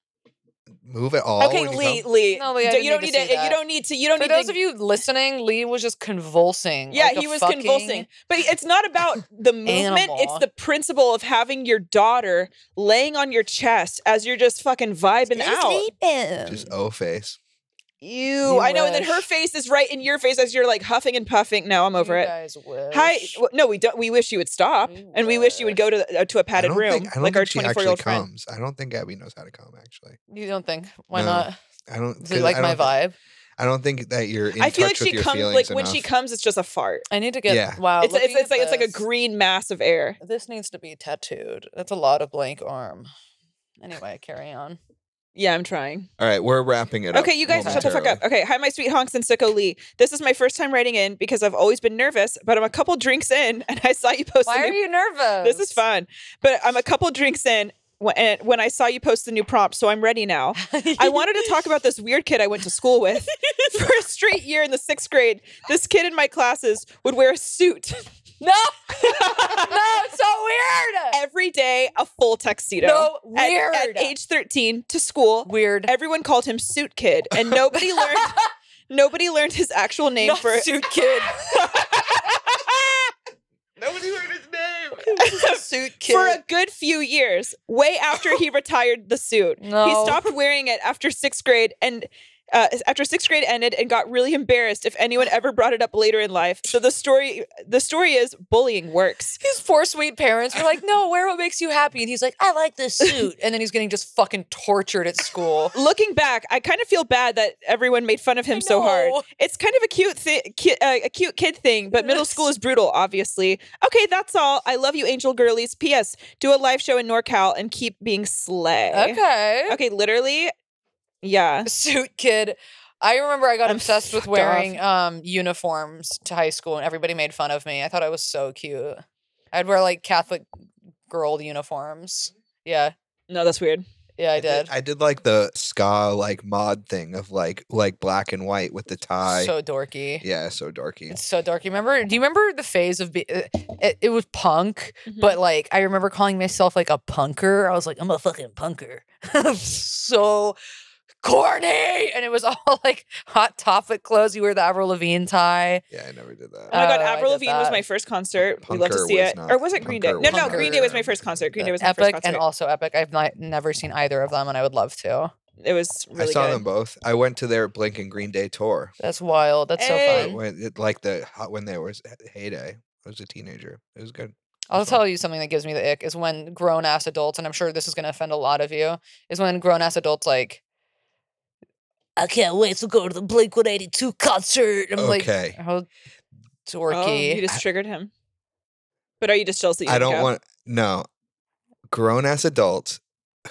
Speaker 4: move at all.
Speaker 2: okay,
Speaker 4: when you
Speaker 2: Lee,
Speaker 4: come-
Speaker 2: Lee,
Speaker 3: Oh, No, Lee, I
Speaker 2: d-
Speaker 3: didn't
Speaker 2: you don't
Speaker 3: need
Speaker 2: need
Speaker 3: to
Speaker 2: to.
Speaker 3: see that.
Speaker 2: You don't need to. You don't
Speaker 3: For
Speaker 2: need
Speaker 3: those
Speaker 2: to
Speaker 3: of you listening, Lee was just convulsing.
Speaker 2: Yeah,
Speaker 3: like a
Speaker 2: he was
Speaker 3: fucking-
Speaker 2: convulsing. But it's not about the movement, it's
Speaker 3: animal.
Speaker 2: the principle of having your daughter laying on your chest as you're just fucking vibing out.
Speaker 4: Just O face.
Speaker 2: Ew, I know. And then her
Speaker 3: wish.
Speaker 2: face is right in your face as you're like huffing and puffing. No, I'm over
Speaker 3: You
Speaker 2: it.
Speaker 3: guys wish.
Speaker 2: Hi. w- No, we don't. We wish you would stop,
Speaker 3: We
Speaker 2: and we wish you would go to the- uh, to a
Speaker 4: I
Speaker 2: padded
Speaker 4: don't
Speaker 2: room
Speaker 4: think, I don't
Speaker 2: like
Speaker 4: think
Speaker 2: our
Speaker 4: she
Speaker 2: 24
Speaker 4: actually
Speaker 2: year old friend.
Speaker 4: comes. I don't think Abby knows how to come. Actually,
Speaker 3: You don't think? Why
Speaker 4: No.
Speaker 3: not?
Speaker 4: I don't.
Speaker 3: Is
Speaker 4: 'cause
Speaker 3: it like
Speaker 4: I
Speaker 3: my
Speaker 4: don't thi-
Speaker 3: vibe?
Speaker 4: I don't think that you're in
Speaker 2: I feel like
Speaker 4: touch with
Speaker 2: she
Speaker 4: your
Speaker 2: comes
Speaker 4: feelings
Speaker 2: like when she
Speaker 4: enough. Oh,
Speaker 2: comes, it's just a fart.
Speaker 3: I need to get
Speaker 4: Yeah.
Speaker 3: wow.
Speaker 2: it's it's,
Speaker 3: looking
Speaker 2: it's
Speaker 3: at
Speaker 2: like it's like a
Speaker 3: this-
Speaker 2: green mass of air.
Speaker 3: This needs to be tattooed. That's a lot of blank arm. Anyway, carry <laughs> on.
Speaker 2: Yeah, I'm trying.
Speaker 4: All right, we're wrapping it up.
Speaker 2: Okay, you guys shut the fuck
Speaker 4: momentarily.
Speaker 2: up. Okay, hi, my sweet honks and sicko Lee. This is my first time writing in because I've always been nervous, but I'm a couple drinks in, <laughs> and I saw you post. a
Speaker 3: Why
Speaker 2: new
Speaker 3: are you nervous?
Speaker 2: <laughs> This is fun. But I'm a couple drinks in when, and when I saw you post the new prompt, so I'm ready now.
Speaker 3: <laughs>
Speaker 2: I wanted to talk about this weird kid I went to school with. <laughs> For a straight year in the sixth grade, this kid in my classes would wear
Speaker 3: <laughs>
Speaker 2: a suit
Speaker 3: No, <laughs> no, it's so <laughs> weird.
Speaker 2: every day, a full tuxedo.
Speaker 3: No,
Speaker 2: At-
Speaker 3: weird. <laughs>
Speaker 2: At, age 13 to school,
Speaker 3: Weird.
Speaker 2: everyone called him Suit Kid, and <laughs> nobody learned. Nobody learned his actual name
Speaker 3: Not
Speaker 2: for <laughs>
Speaker 3: suit kid.
Speaker 4: Nobody heard his
Speaker 2: <laughs>
Speaker 4: name.
Speaker 3: suit kid.
Speaker 2: for a good few years, way after he retired the suit. He
Speaker 3: No.
Speaker 2: stopped wearing it after sixth grade and uh, after sixth grade ended and got really embarrassed if anyone ever brought it up later in life. So the story the story is bullying works.
Speaker 3: His four sweet parents were like, "No, wear what makes you happy," and he's like, "I like <laughs> this suit," and then he's getting just fucking tortured at <laughs> school.
Speaker 2: Looking back, I kind of feel bad that everyone made fun of him so hard.
Speaker 3: know.
Speaker 2: It's kind of a cute thi- ki- uh, a cute kid thing, but middle school is brutal, obviously. Okay, that's all. I love you, Angel Girlies. P.S. Do a live show in NorCal and keep being slay.
Speaker 3: Okay.
Speaker 2: Okay, literally, yeah.
Speaker 3: suit kid. I remember I got
Speaker 2: I'm
Speaker 3: obsessed with
Speaker 2: fucked off.
Speaker 3: wearing um, uniforms to high school, and everybody made fun of me. I thought I was so cute. I'd wear like Catholic girl uniforms. Yeah,
Speaker 2: No, that's weird.
Speaker 3: yeah, I did.
Speaker 4: <laughs> I did like the ska like mod thing of like like black and white with the tie.
Speaker 3: so dorky.
Speaker 4: yeah, so dorky.
Speaker 3: It's so dark. You remember? Do you remember the phase of be- uh, it, it was punk,
Speaker 2: Mm-hmm.
Speaker 3: but like I remember calling myself like a punker. I was like, I'm a fucking punker. <laughs> so corny, and it was <laughs> all like hot topic clothes. You wear the Avril Lavigne tie.
Speaker 4: Yeah, I never did that.
Speaker 2: Oh my god,
Speaker 3: Oh, I
Speaker 2: Avril
Speaker 3: did
Speaker 2: Lavigne was
Speaker 3: that.
Speaker 2: my first concert. we love to
Speaker 4: Punker
Speaker 2: see
Speaker 4: was
Speaker 2: it.
Speaker 4: not-
Speaker 2: or was it Green Day?
Speaker 4: Punker
Speaker 2: No,
Speaker 4: was
Speaker 2: no,
Speaker 4: not
Speaker 2: Green Day was my
Speaker 4: there.
Speaker 2: first concert. Green Day was my first
Speaker 3: epic
Speaker 2: concert.
Speaker 3: and also epic. I've not never seen either of them, and I would love to.
Speaker 2: it was really
Speaker 4: I saw
Speaker 2: good.
Speaker 4: them both. I went to their Blink and Green Day tour.
Speaker 3: That's wild. That's
Speaker 2: Hey.
Speaker 4: But
Speaker 3: so fun.
Speaker 4: when it, like the hot when they was heyday. I was a teenager. It was good.
Speaker 3: I'll
Speaker 4: as well.
Speaker 3: tell you something that gives me the ick is when grown ass adults, and I'm sure this is going to offend a lot of you, is when grown ass adults like, I can't wait to go to the Blink 182 concert. I'm
Speaker 4: Okay.
Speaker 3: like, how
Speaker 2: Oh,
Speaker 3: dorky.
Speaker 2: you just triggered him. But are you just jealous that you
Speaker 4: I
Speaker 2: didn't
Speaker 4: don't
Speaker 2: go?
Speaker 4: want no grown ass adults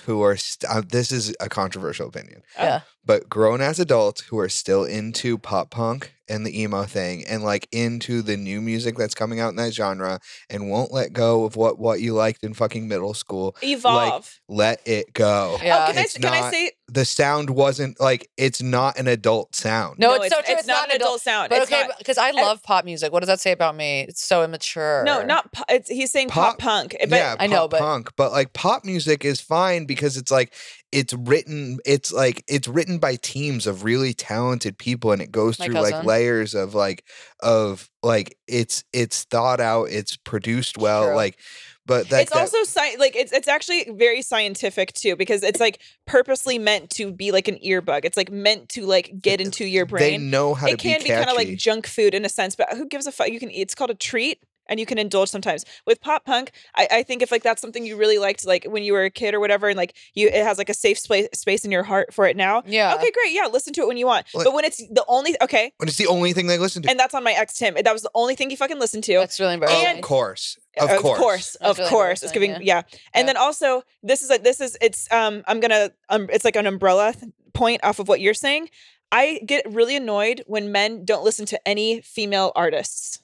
Speaker 4: who are st- uh, this is a controversial opinion.
Speaker 2: Oh.
Speaker 3: Yeah.
Speaker 4: But grown ass adults who are still into pop punk and the emo thing and like into the new music that's coming out in that genre and won't let go of what what you liked in fucking middle school.
Speaker 2: evolve.
Speaker 4: Let it go.
Speaker 3: <laughs> yeah.
Speaker 2: oh, can I
Speaker 4: It's
Speaker 2: can I
Speaker 4: not-
Speaker 2: say
Speaker 4: the sound wasn't like it's not an adult sound.
Speaker 3: no, it's, so true.
Speaker 2: It's, not an adult, sound.
Speaker 3: But
Speaker 2: it's
Speaker 3: okay,
Speaker 2: not,
Speaker 3: because I love pop music. What does that say about me? It's so immature.
Speaker 2: no, not. pu- It's, he's saying pop,
Speaker 4: Pop-
Speaker 2: punk. Eh, But
Speaker 4: yeah,
Speaker 3: I know,
Speaker 4: pop
Speaker 3: but-
Speaker 4: punk, but like pop music is fine because it's like it's written, it's like it's written by teams of really talented people, and it goes
Speaker 3: My
Speaker 4: through like
Speaker 3: cousin.
Speaker 4: layers of like of like it's it's thought out, it's produced well,
Speaker 3: True.
Speaker 4: like. But like
Speaker 2: it's
Speaker 4: that,
Speaker 2: also sci- like it's it's actually very scientific too because it's like purposely meant to be like an earbug. It's like meant to like get into your
Speaker 4: they
Speaker 2: brain.
Speaker 4: know how
Speaker 2: it
Speaker 4: to
Speaker 2: can
Speaker 4: be
Speaker 2: be,
Speaker 4: catchy.
Speaker 2: kind of like junk food in a sense, but who gives a fuck? You can eat. It's called a treat, and you can indulge sometimes. With pop punk, I, I think if like that's something you really liked, like when you were a kid or whatever, and like you, it has like a safe space space in your heart for it now.
Speaker 3: Yeah.
Speaker 2: Okay, great. Yeah, listen to it when you want.
Speaker 4: Like-
Speaker 2: but when it's the only okay,
Speaker 4: when it's the only thing they listen to.
Speaker 2: and that's on my ex Tim. That was the only thing he fucking listened to.
Speaker 3: That's really embarrassing.
Speaker 4: of
Speaker 2: and- eh,
Speaker 4: course, of,
Speaker 2: of course,
Speaker 3: That's
Speaker 2: of
Speaker 3: really
Speaker 2: course. It's giving,
Speaker 3: embarrassing,
Speaker 2: yeah.
Speaker 3: Yeah.
Speaker 2: And then also, this is a, this is it's um, I'm gonna um, it's like an umbrella th- point off of what you're saying. I get really annoyed when men don't listen to any female artists.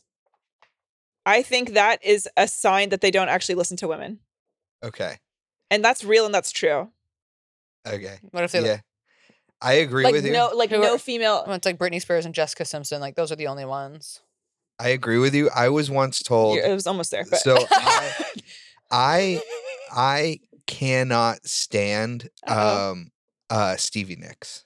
Speaker 2: I think that is a sign that they don't actually listen to women,
Speaker 4: Okay,
Speaker 2: and that's real and that's true.
Speaker 4: okay,
Speaker 3: what if they
Speaker 4: yeah, I agree
Speaker 2: Like
Speaker 4: with you.
Speaker 2: no, like
Speaker 3: Who
Speaker 2: no
Speaker 3: are-
Speaker 2: female.
Speaker 3: when it's like Britney Spears and Jessica Simpson? Like, those are the only ones.
Speaker 4: I agree with you. I was once told.
Speaker 2: You're- It was almost there, but <laughs>
Speaker 4: So I,
Speaker 3: <laughs>
Speaker 4: I I cannot stand
Speaker 2: Uh-oh.
Speaker 4: um uh Stevie Nicks.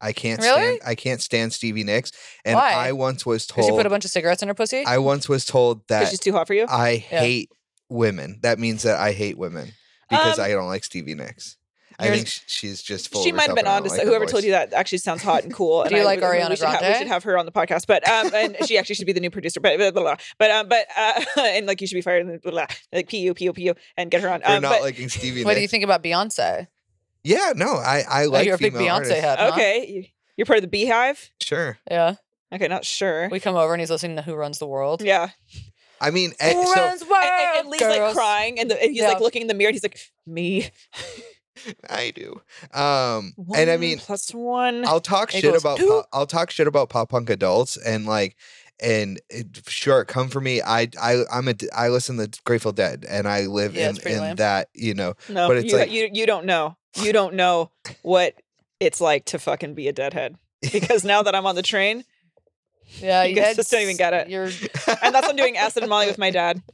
Speaker 4: I can't
Speaker 3: Really?
Speaker 4: stand I can't stand Stevie Nicks. And
Speaker 3: Why?
Speaker 4: I once was
Speaker 3: Because she
Speaker 4: told
Speaker 3: put a bunch of cigarettes in her pussy?
Speaker 4: I once was told
Speaker 2: because
Speaker 4: that
Speaker 2: she's too hot for you.
Speaker 4: I
Speaker 3: Yeah.
Speaker 4: hate women. That means that I hate women because
Speaker 2: Um,
Speaker 4: I don't like Stevie Nicks. I
Speaker 3: here's-
Speaker 4: think sh- she's just full.
Speaker 2: she
Speaker 4: of
Speaker 2: might have
Speaker 4: herself
Speaker 2: been
Speaker 4: and I
Speaker 2: on
Speaker 4: don't
Speaker 2: to
Speaker 4: like her
Speaker 2: whoever told
Speaker 4: voice.
Speaker 2: you that actually sounds hot and cool. and
Speaker 3: you
Speaker 2: I
Speaker 3: like
Speaker 2: would- I mean,
Speaker 3: Ariana
Speaker 2: we should, ha- we
Speaker 3: Grande?
Speaker 2: should have her on the podcast, but um, and she actually should be the new producer. But blah, blah, blah, but um, but uh, <laughs> and like you should be fired and blah, blah, like pu pu pu and get her on.
Speaker 4: for
Speaker 2: Um,
Speaker 4: not
Speaker 2: but,
Speaker 4: liking Stevie
Speaker 3: what do you
Speaker 4: Nicks.
Speaker 3: think about Beyonce?
Speaker 4: Yeah, no, I I
Speaker 3: Oh,
Speaker 4: like
Speaker 3: you're a big
Speaker 4: female
Speaker 3: Beyonce
Speaker 4: artists.
Speaker 3: head. huh?
Speaker 2: okay, you- You're part of the beehive?
Speaker 4: Sure.
Speaker 3: Yeah.
Speaker 2: Okay, not sure.
Speaker 3: We come over and he's listening to Who Runs the World.
Speaker 2: yeah.
Speaker 4: I mean, eh, so
Speaker 2: And, and, and Lee's like crying and, the, and he's
Speaker 3: Yeah.
Speaker 2: like looking in the mirror and he's like, me.
Speaker 4: I do. Um, and I
Speaker 2: One
Speaker 4: mean,
Speaker 2: plus one.
Speaker 4: I'll talk
Speaker 3: It
Speaker 4: shit
Speaker 3: goes,
Speaker 4: about
Speaker 3: "Dude."
Speaker 4: pop, I'll talk shit about pop punk adults and like and it, sure come for me I I I'm a I listen to Grateful Dead and I live
Speaker 3: Yeah, it's
Speaker 4: in,
Speaker 3: pretty lame.
Speaker 4: in that you know
Speaker 2: no,
Speaker 4: but it's
Speaker 2: you,
Speaker 4: like-
Speaker 2: you you don't know. You don't know what it's like to fucking be a deadhead. Because now that I'm on the train,
Speaker 3: Yeah,
Speaker 2: You guys just don't even get it.
Speaker 3: You're
Speaker 2: and that's I'm doing acid and Molly with my dad.
Speaker 4: <laughs>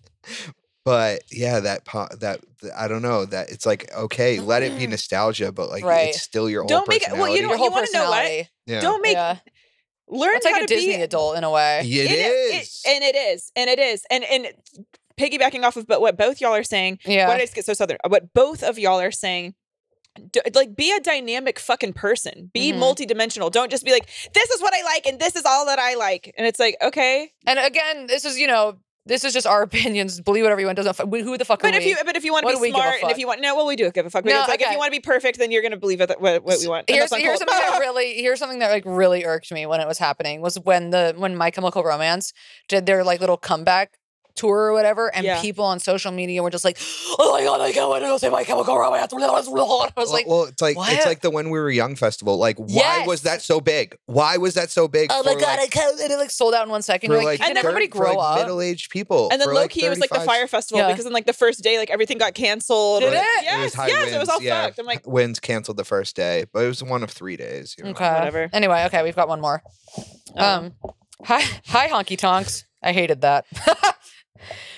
Speaker 4: but yeah that po- that th- I don't know that it's like okay let it be nostalgia but like
Speaker 3: Right.
Speaker 4: it's still your own
Speaker 2: Don't make it- well,
Speaker 4: personality.
Speaker 2: you
Speaker 3: your
Speaker 2: don't-
Speaker 3: whole
Speaker 2: wanna know what?
Speaker 3: personality.
Speaker 4: yeah.
Speaker 2: Don't make
Speaker 3: Yeah.
Speaker 2: learn
Speaker 3: It's like
Speaker 2: how
Speaker 3: a
Speaker 2: to
Speaker 3: Disney
Speaker 2: be
Speaker 3: adult in a way.
Speaker 4: it
Speaker 2: i-
Speaker 4: is
Speaker 2: and it is. And it is. And and piggybacking off of but what both y'all are saying,
Speaker 3: Yeah.
Speaker 2: why did I just get so southern? uh, What both of y'all are saying. d- like be a dynamic fucking person. Be
Speaker 3: Mhm.
Speaker 2: multidimensional. Don't just be like this is what I like and this is all that I like. And it's like okay,
Speaker 3: And again, this is you know, this is just our opinions. Believe whatever you want. Doesn't fu- who the fuck are
Speaker 2: but if
Speaker 3: we?
Speaker 2: you but if you want
Speaker 3: What
Speaker 2: to
Speaker 3: do we
Speaker 2: be
Speaker 3: give a
Speaker 2: smart and
Speaker 3: fuck?
Speaker 2: if you want no, well we do give a fuck. But
Speaker 3: No,
Speaker 2: it's like if
Speaker 3: okay.
Speaker 2: you want to be perfect, then you're gonna believe that what, what we want. And
Speaker 3: Here's,
Speaker 2: that's on
Speaker 3: here's
Speaker 2: Colt.
Speaker 3: something that really here's something that like really irked me when it was happening was when the when My Chemical Romance did their like little comeback tour or whatever, and
Speaker 2: Yeah.
Speaker 3: people on social media were just like, "Oh my god, I can't wait to go see My Chemical Romance." <laughs> I was
Speaker 4: Well-
Speaker 3: like,
Speaker 4: well, it's like
Speaker 3: what?
Speaker 4: it's like the when we were young festival. Like, why was
Speaker 3: Yes.
Speaker 4: that so big? Why was that so big?
Speaker 3: "Oh my
Speaker 4: for,
Speaker 3: god,
Speaker 4: like,
Speaker 3: I can't!" And it like sold out in one second.
Speaker 4: for,
Speaker 3: You're like,
Speaker 4: like,
Speaker 3: can
Speaker 2: And then-
Speaker 3: everybody
Speaker 4: third- for,
Speaker 3: grow
Speaker 4: like,
Speaker 3: up?
Speaker 4: middle-aged people.
Speaker 2: <laughs> and then
Speaker 4: for,
Speaker 2: low
Speaker 4: like,
Speaker 2: key it was like the
Speaker 4: 35s.
Speaker 2: fire festival
Speaker 3: Yeah.
Speaker 2: because then like the first day like everything got canceled.
Speaker 3: Did
Speaker 2: and-
Speaker 3: it?
Speaker 4: It was
Speaker 2: Yes,
Speaker 4: high
Speaker 2: yes,
Speaker 4: winds.
Speaker 2: it was all
Speaker 4: yeah.
Speaker 2: fucked. I'm like
Speaker 4: <laughs> winds canceled the first day, but it was one of three days. You know?
Speaker 3: Okay.
Speaker 2: Whatever. Oh.
Speaker 3: Anyway, okay, we've got one more. Um, hi, hi, honky tonks. I hated that. <laughs>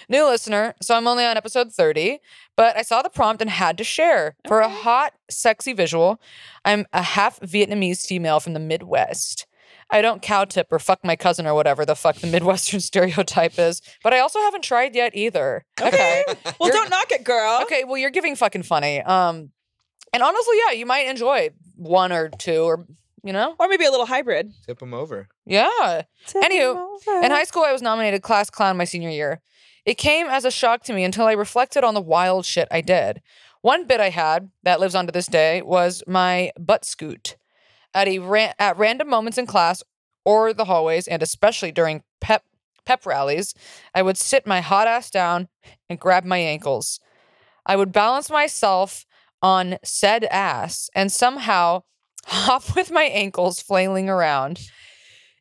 Speaker 3: New listener, so I'm only on episode 30, but I saw the prompt and had to share for a
Speaker 2: Okay.
Speaker 3: hot, sexy visual. I'm a half Vietnamese female from the Midwest. I don't cow tip or fuck my cousin or whatever the fuck the Midwestern <laughs> stereotype is, but I also haven't tried yet either. <laughs>
Speaker 2: Okay. well,
Speaker 3: You're-
Speaker 2: don't knock it, girl.
Speaker 3: Okay, well, you're giving fucking funny. Um, and honestly, yeah, you might enjoy one or two or you know,
Speaker 2: Or maybe a little hybrid.
Speaker 4: Tip them over.
Speaker 3: yeah. Anywho, In
Speaker 2: and
Speaker 3: high school, I was nominated class clown my senior year. It came as a shock to me until I reflected on the wild shit I did. One bit I had that lives on to this day was my butt scoot. At a ran- at random moments in class or the hallways, and especially during pep pep rallies, I would sit my hot ass down and grab my ankles. I would balance myself on said ass and somehow <laughs> hop with my ankles flailing around.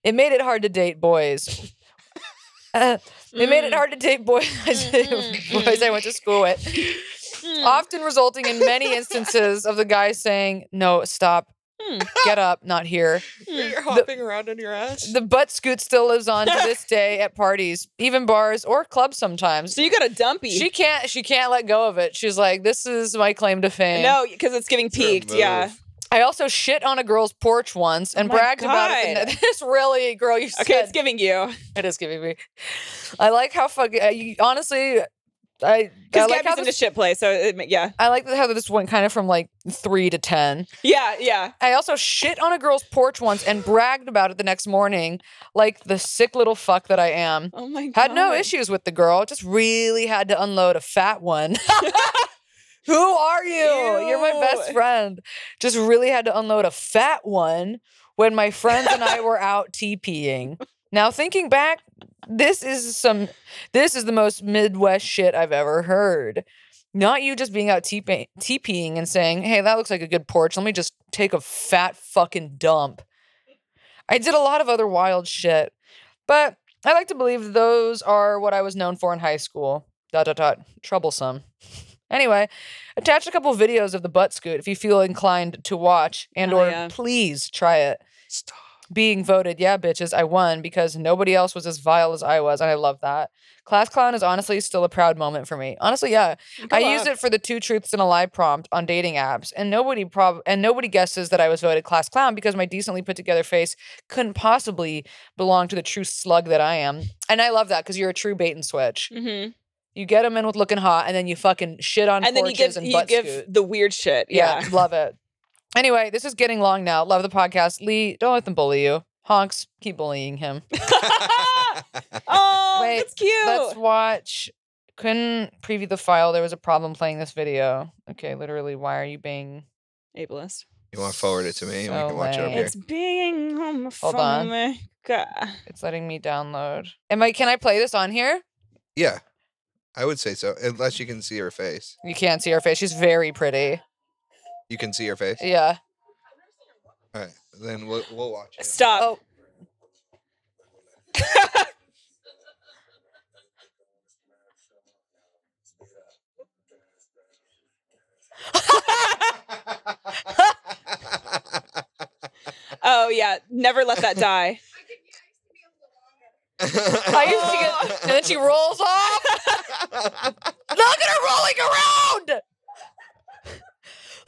Speaker 3: It made it hard to date boys. Uh, it made it hard to date <laughs> boys,
Speaker 2: Mm,
Speaker 3: boys I went to school with,
Speaker 2: Mm-hmm.
Speaker 3: often resulting in many instances of the guy saying, No, stop,
Speaker 2: Hmm.
Speaker 3: get up, not here.
Speaker 2: Mm-hmm.
Speaker 4: You're hopping around on your ass.
Speaker 3: The butt scoot still lives on to
Speaker 2: <laughs>
Speaker 3: this day at parties, even bars or clubs sometimes.
Speaker 2: So you got a dumpy.
Speaker 3: She can't. She can't let go of it. She's like, "This is my claim to fame."
Speaker 2: no, because it's giving peaked. Yeah.
Speaker 3: I also shit on a girl's porch once and
Speaker 2: Oh my
Speaker 3: bragged about it. the
Speaker 2: God.
Speaker 3: ne- <laughs> This really, girl, you
Speaker 2: Okay, it's
Speaker 3: said
Speaker 2: giving you.
Speaker 3: it is giving me. I like how fucking. I- you- Honestly, I I
Speaker 2: Because
Speaker 3: like how
Speaker 2: Gabby's in the
Speaker 3: this.
Speaker 2: shit play. So it, ma- yeah.
Speaker 3: I like how this went kind of from like three to ten.
Speaker 2: Yeah, yeah.
Speaker 3: I also shit on a girl's porch once and bragged about it the next morning, like the sick little fuck that I am.
Speaker 2: Oh my god.
Speaker 3: Had no issues with the girl, just really had to unload a fat one. <laughs> Who are you? You're my best
Speaker 2: Ew.
Speaker 3: friend. Just really had to unload a fat one when my friends and
Speaker 2: <laughs>
Speaker 3: I were out TPing. Now thinking back, this is some this is the most Midwest shit I've ever heard. Not you just being out TP- TPing and saying, "Hey, that looks like a good porch. Let me just take a fat fucking dump." I did a lot of other wild shit, but I like to believe those are what I was known for in high school. Dot dot dot. Troublesome. <laughs> Anyway, attach a couple videos of the butt scoot if you feel inclined to watch and
Speaker 2: Hell
Speaker 3: or
Speaker 2: yeah.
Speaker 3: please try it. Being voted, yeah, bitches, I won because nobody else was as vile as I was, and I love that. Class clown is honestly still a proud moment for me. Honestly, yeah, I
Speaker 2: Go
Speaker 3: used
Speaker 2: up.
Speaker 3: it for the two truths and a lie prompt on dating apps, and nobody prob and nobody guesses that I was voted class clown because my decently put together face couldn't possibly belong to the true slug that I am. And I love that because you're a true bait and switch.
Speaker 2: Mhm.
Speaker 3: You get them in with looking hot, and then you fucking shit on
Speaker 2: And then you
Speaker 3: porches
Speaker 2: give
Speaker 3: and
Speaker 2: you
Speaker 3: butt
Speaker 2: give
Speaker 3: scoot.
Speaker 2: the weird shit.
Speaker 3: Yeah,
Speaker 2: Yeah. <laughs>
Speaker 3: love it. Anyway, this is getting long now. Love the podcast. Lee, don't let them bully you. Honks, keep bullying
Speaker 2: <laughs>
Speaker 3: him.
Speaker 2: oh,
Speaker 3: Wait,
Speaker 2: that's cute.
Speaker 3: Let's watch. Couldn't preview the file. There was a problem playing this video. Okay, literally, why are you being
Speaker 2: ableist.
Speaker 4: <laughs> You want to forward it to me and we
Speaker 3: So
Speaker 4: can watch it up
Speaker 3: lame.
Speaker 4: here.
Speaker 2: It's being homophobic.
Speaker 3: on. Oh.
Speaker 2: Ah.
Speaker 3: It's letting me download. Am I? Can I play this on here?
Speaker 4: Yeah, I would say so. Unless you can see her face.
Speaker 3: You can't see her face. She's very pretty.
Speaker 4: You can see her face.
Speaker 3: Yeah. <laughs>
Speaker 4: All right, then we'll, we'll watch it.
Speaker 2: Stop.
Speaker 3: Oh.
Speaker 2: <laughs> Oh yeah, never let that
Speaker 3: <laughs>
Speaker 2: die.
Speaker 3: I used to get,
Speaker 4: <laughs>
Speaker 3: and then she rolls off. Look at her rolling around.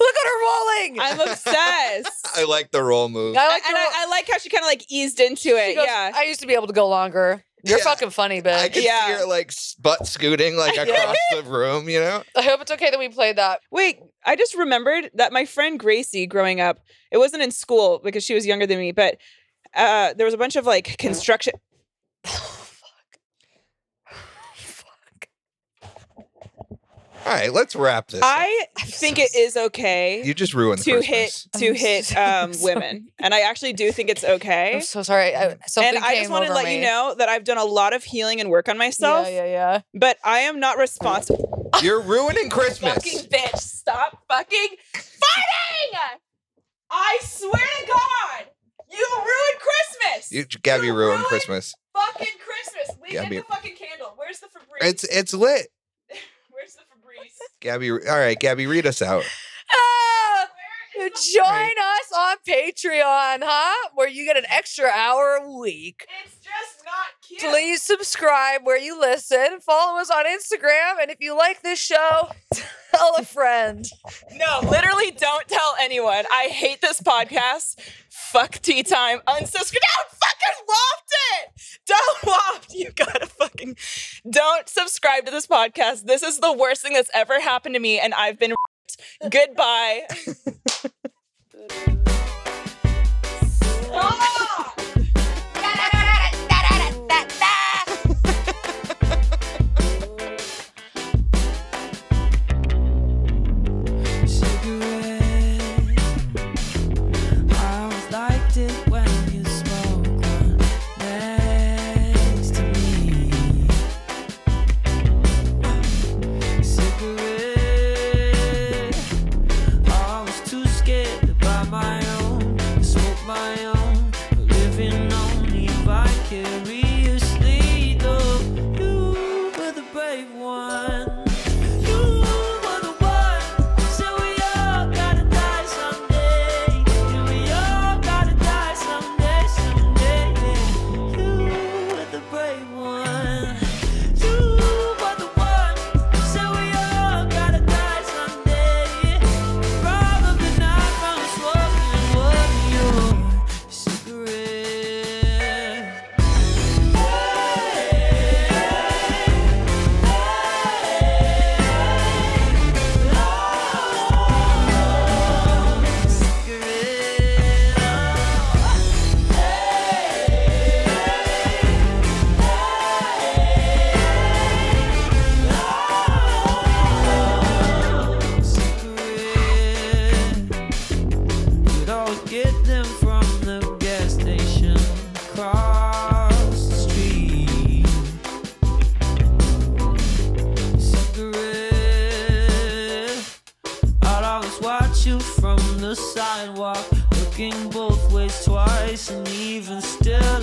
Speaker 3: Look at her rolling.
Speaker 2: I'm obsessed.
Speaker 4: I like the roll move.
Speaker 3: <laughs> I like
Speaker 2: and
Speaker 3: her-
Speaker 2: I, I like how she kind of like eased into
Speaker 3: she
Speaker 2: it.
Speaker 3: goes,
Speaker 2: yeah.
Speaker 3: I used to be able to go longer. You're
Speaker 4: Yeah.
Speaker 3: fucking funny, bitch.
Speaker 4: I can see
Speaker 2: Yeah.
Speaker 4: her like s- butt scooting like across the room, you know?
Speaker 3: I hope it's okay that we played that. <sighs>
Speaker 2: Wait, I just remembered that my friend Gracie growing up, it wasn't in school because she was younger than me, but uh, there was a bunch of like construction.
Speaker 3: <sighs> Fuck.
Speaker 4: All right, let's wrap this. up.
Speaker 2: I think it is okay
Speaker 4: you just ruined the
Speaker 2: to
Speaker 4: first
Speaker 2: hit
Speaker 4: verse.
Speaker 2: to
Speaker 3: I'm
Speaker 2: hit
Speaker 3: so- I'm <laughs>
Speaker 2: um, women, and I actually do think it's okay.
Speaker 3: I'm so sorry. I, something
Speaker 2: And I just
Speaker 3: came
Speaker 2: want to
Speaker 3: over
Speaker 2: let you
Speaker 3: me.
Speaker 2: know that I've done a lot of healing and work on myself,
Speaker 3: Yeah, yeah, yeah.
Speaker 2: but I am not responsible.
Speaker 4: <laughs> You're ruining Christmas.
Speaker 2: Fucking bitch, stop fucking fighting! I swear to God, you ruined Christmas.
Speaker 4: You, Gabby
Speaker 2: You
Speaker 4: ruined
Speaker 2: ruined-
Speaker 4: Christmas.
Speaker 2: fucking Christmas. We
Speaker 4: Gabby.
Speaker 2: get the fucking candle. Where's the Febreze?
Speaker 4: It's it's lit.
Speaker 2: <laughs> Where's the Febreze?
Speaker 4: Gabby, all right, Gabby, read us out.
Speaker 3: Ah!
Speaker 2: Where is
Speaker 3: Join us on Patreon, huh? Where you get an extra hour a week.
Speaker 2: the- It's just not cute.
Speaker 3: Please subscribe where you listen. Follow us on Instagram. And if you like this show, <laughs> tell a friend.
Speaker 2: No, literally don't tell anyone. I hate this podcast. Fuck tea time. Unsubscribe. Don't fucking waft it. Don't <laughs> waft. You gotta fucking don't subscribe to this podcast. This is the worst thing that's ever happened to me, and I've been <laughs> ripped. Goodbye. <laughs> Stop.
Speaker 7: Vicariously, though you were the brave one. You were the one said we all gotta die someday, and we all gotta die someday, someday. You were the brave one. You were the one said we all gotta die someday. Probably not from smoking one your cigarette. You'd always get them from the gas station across the street. Cigarette. I'd always watch you from the sidewalk, looking both ways twice, and even still,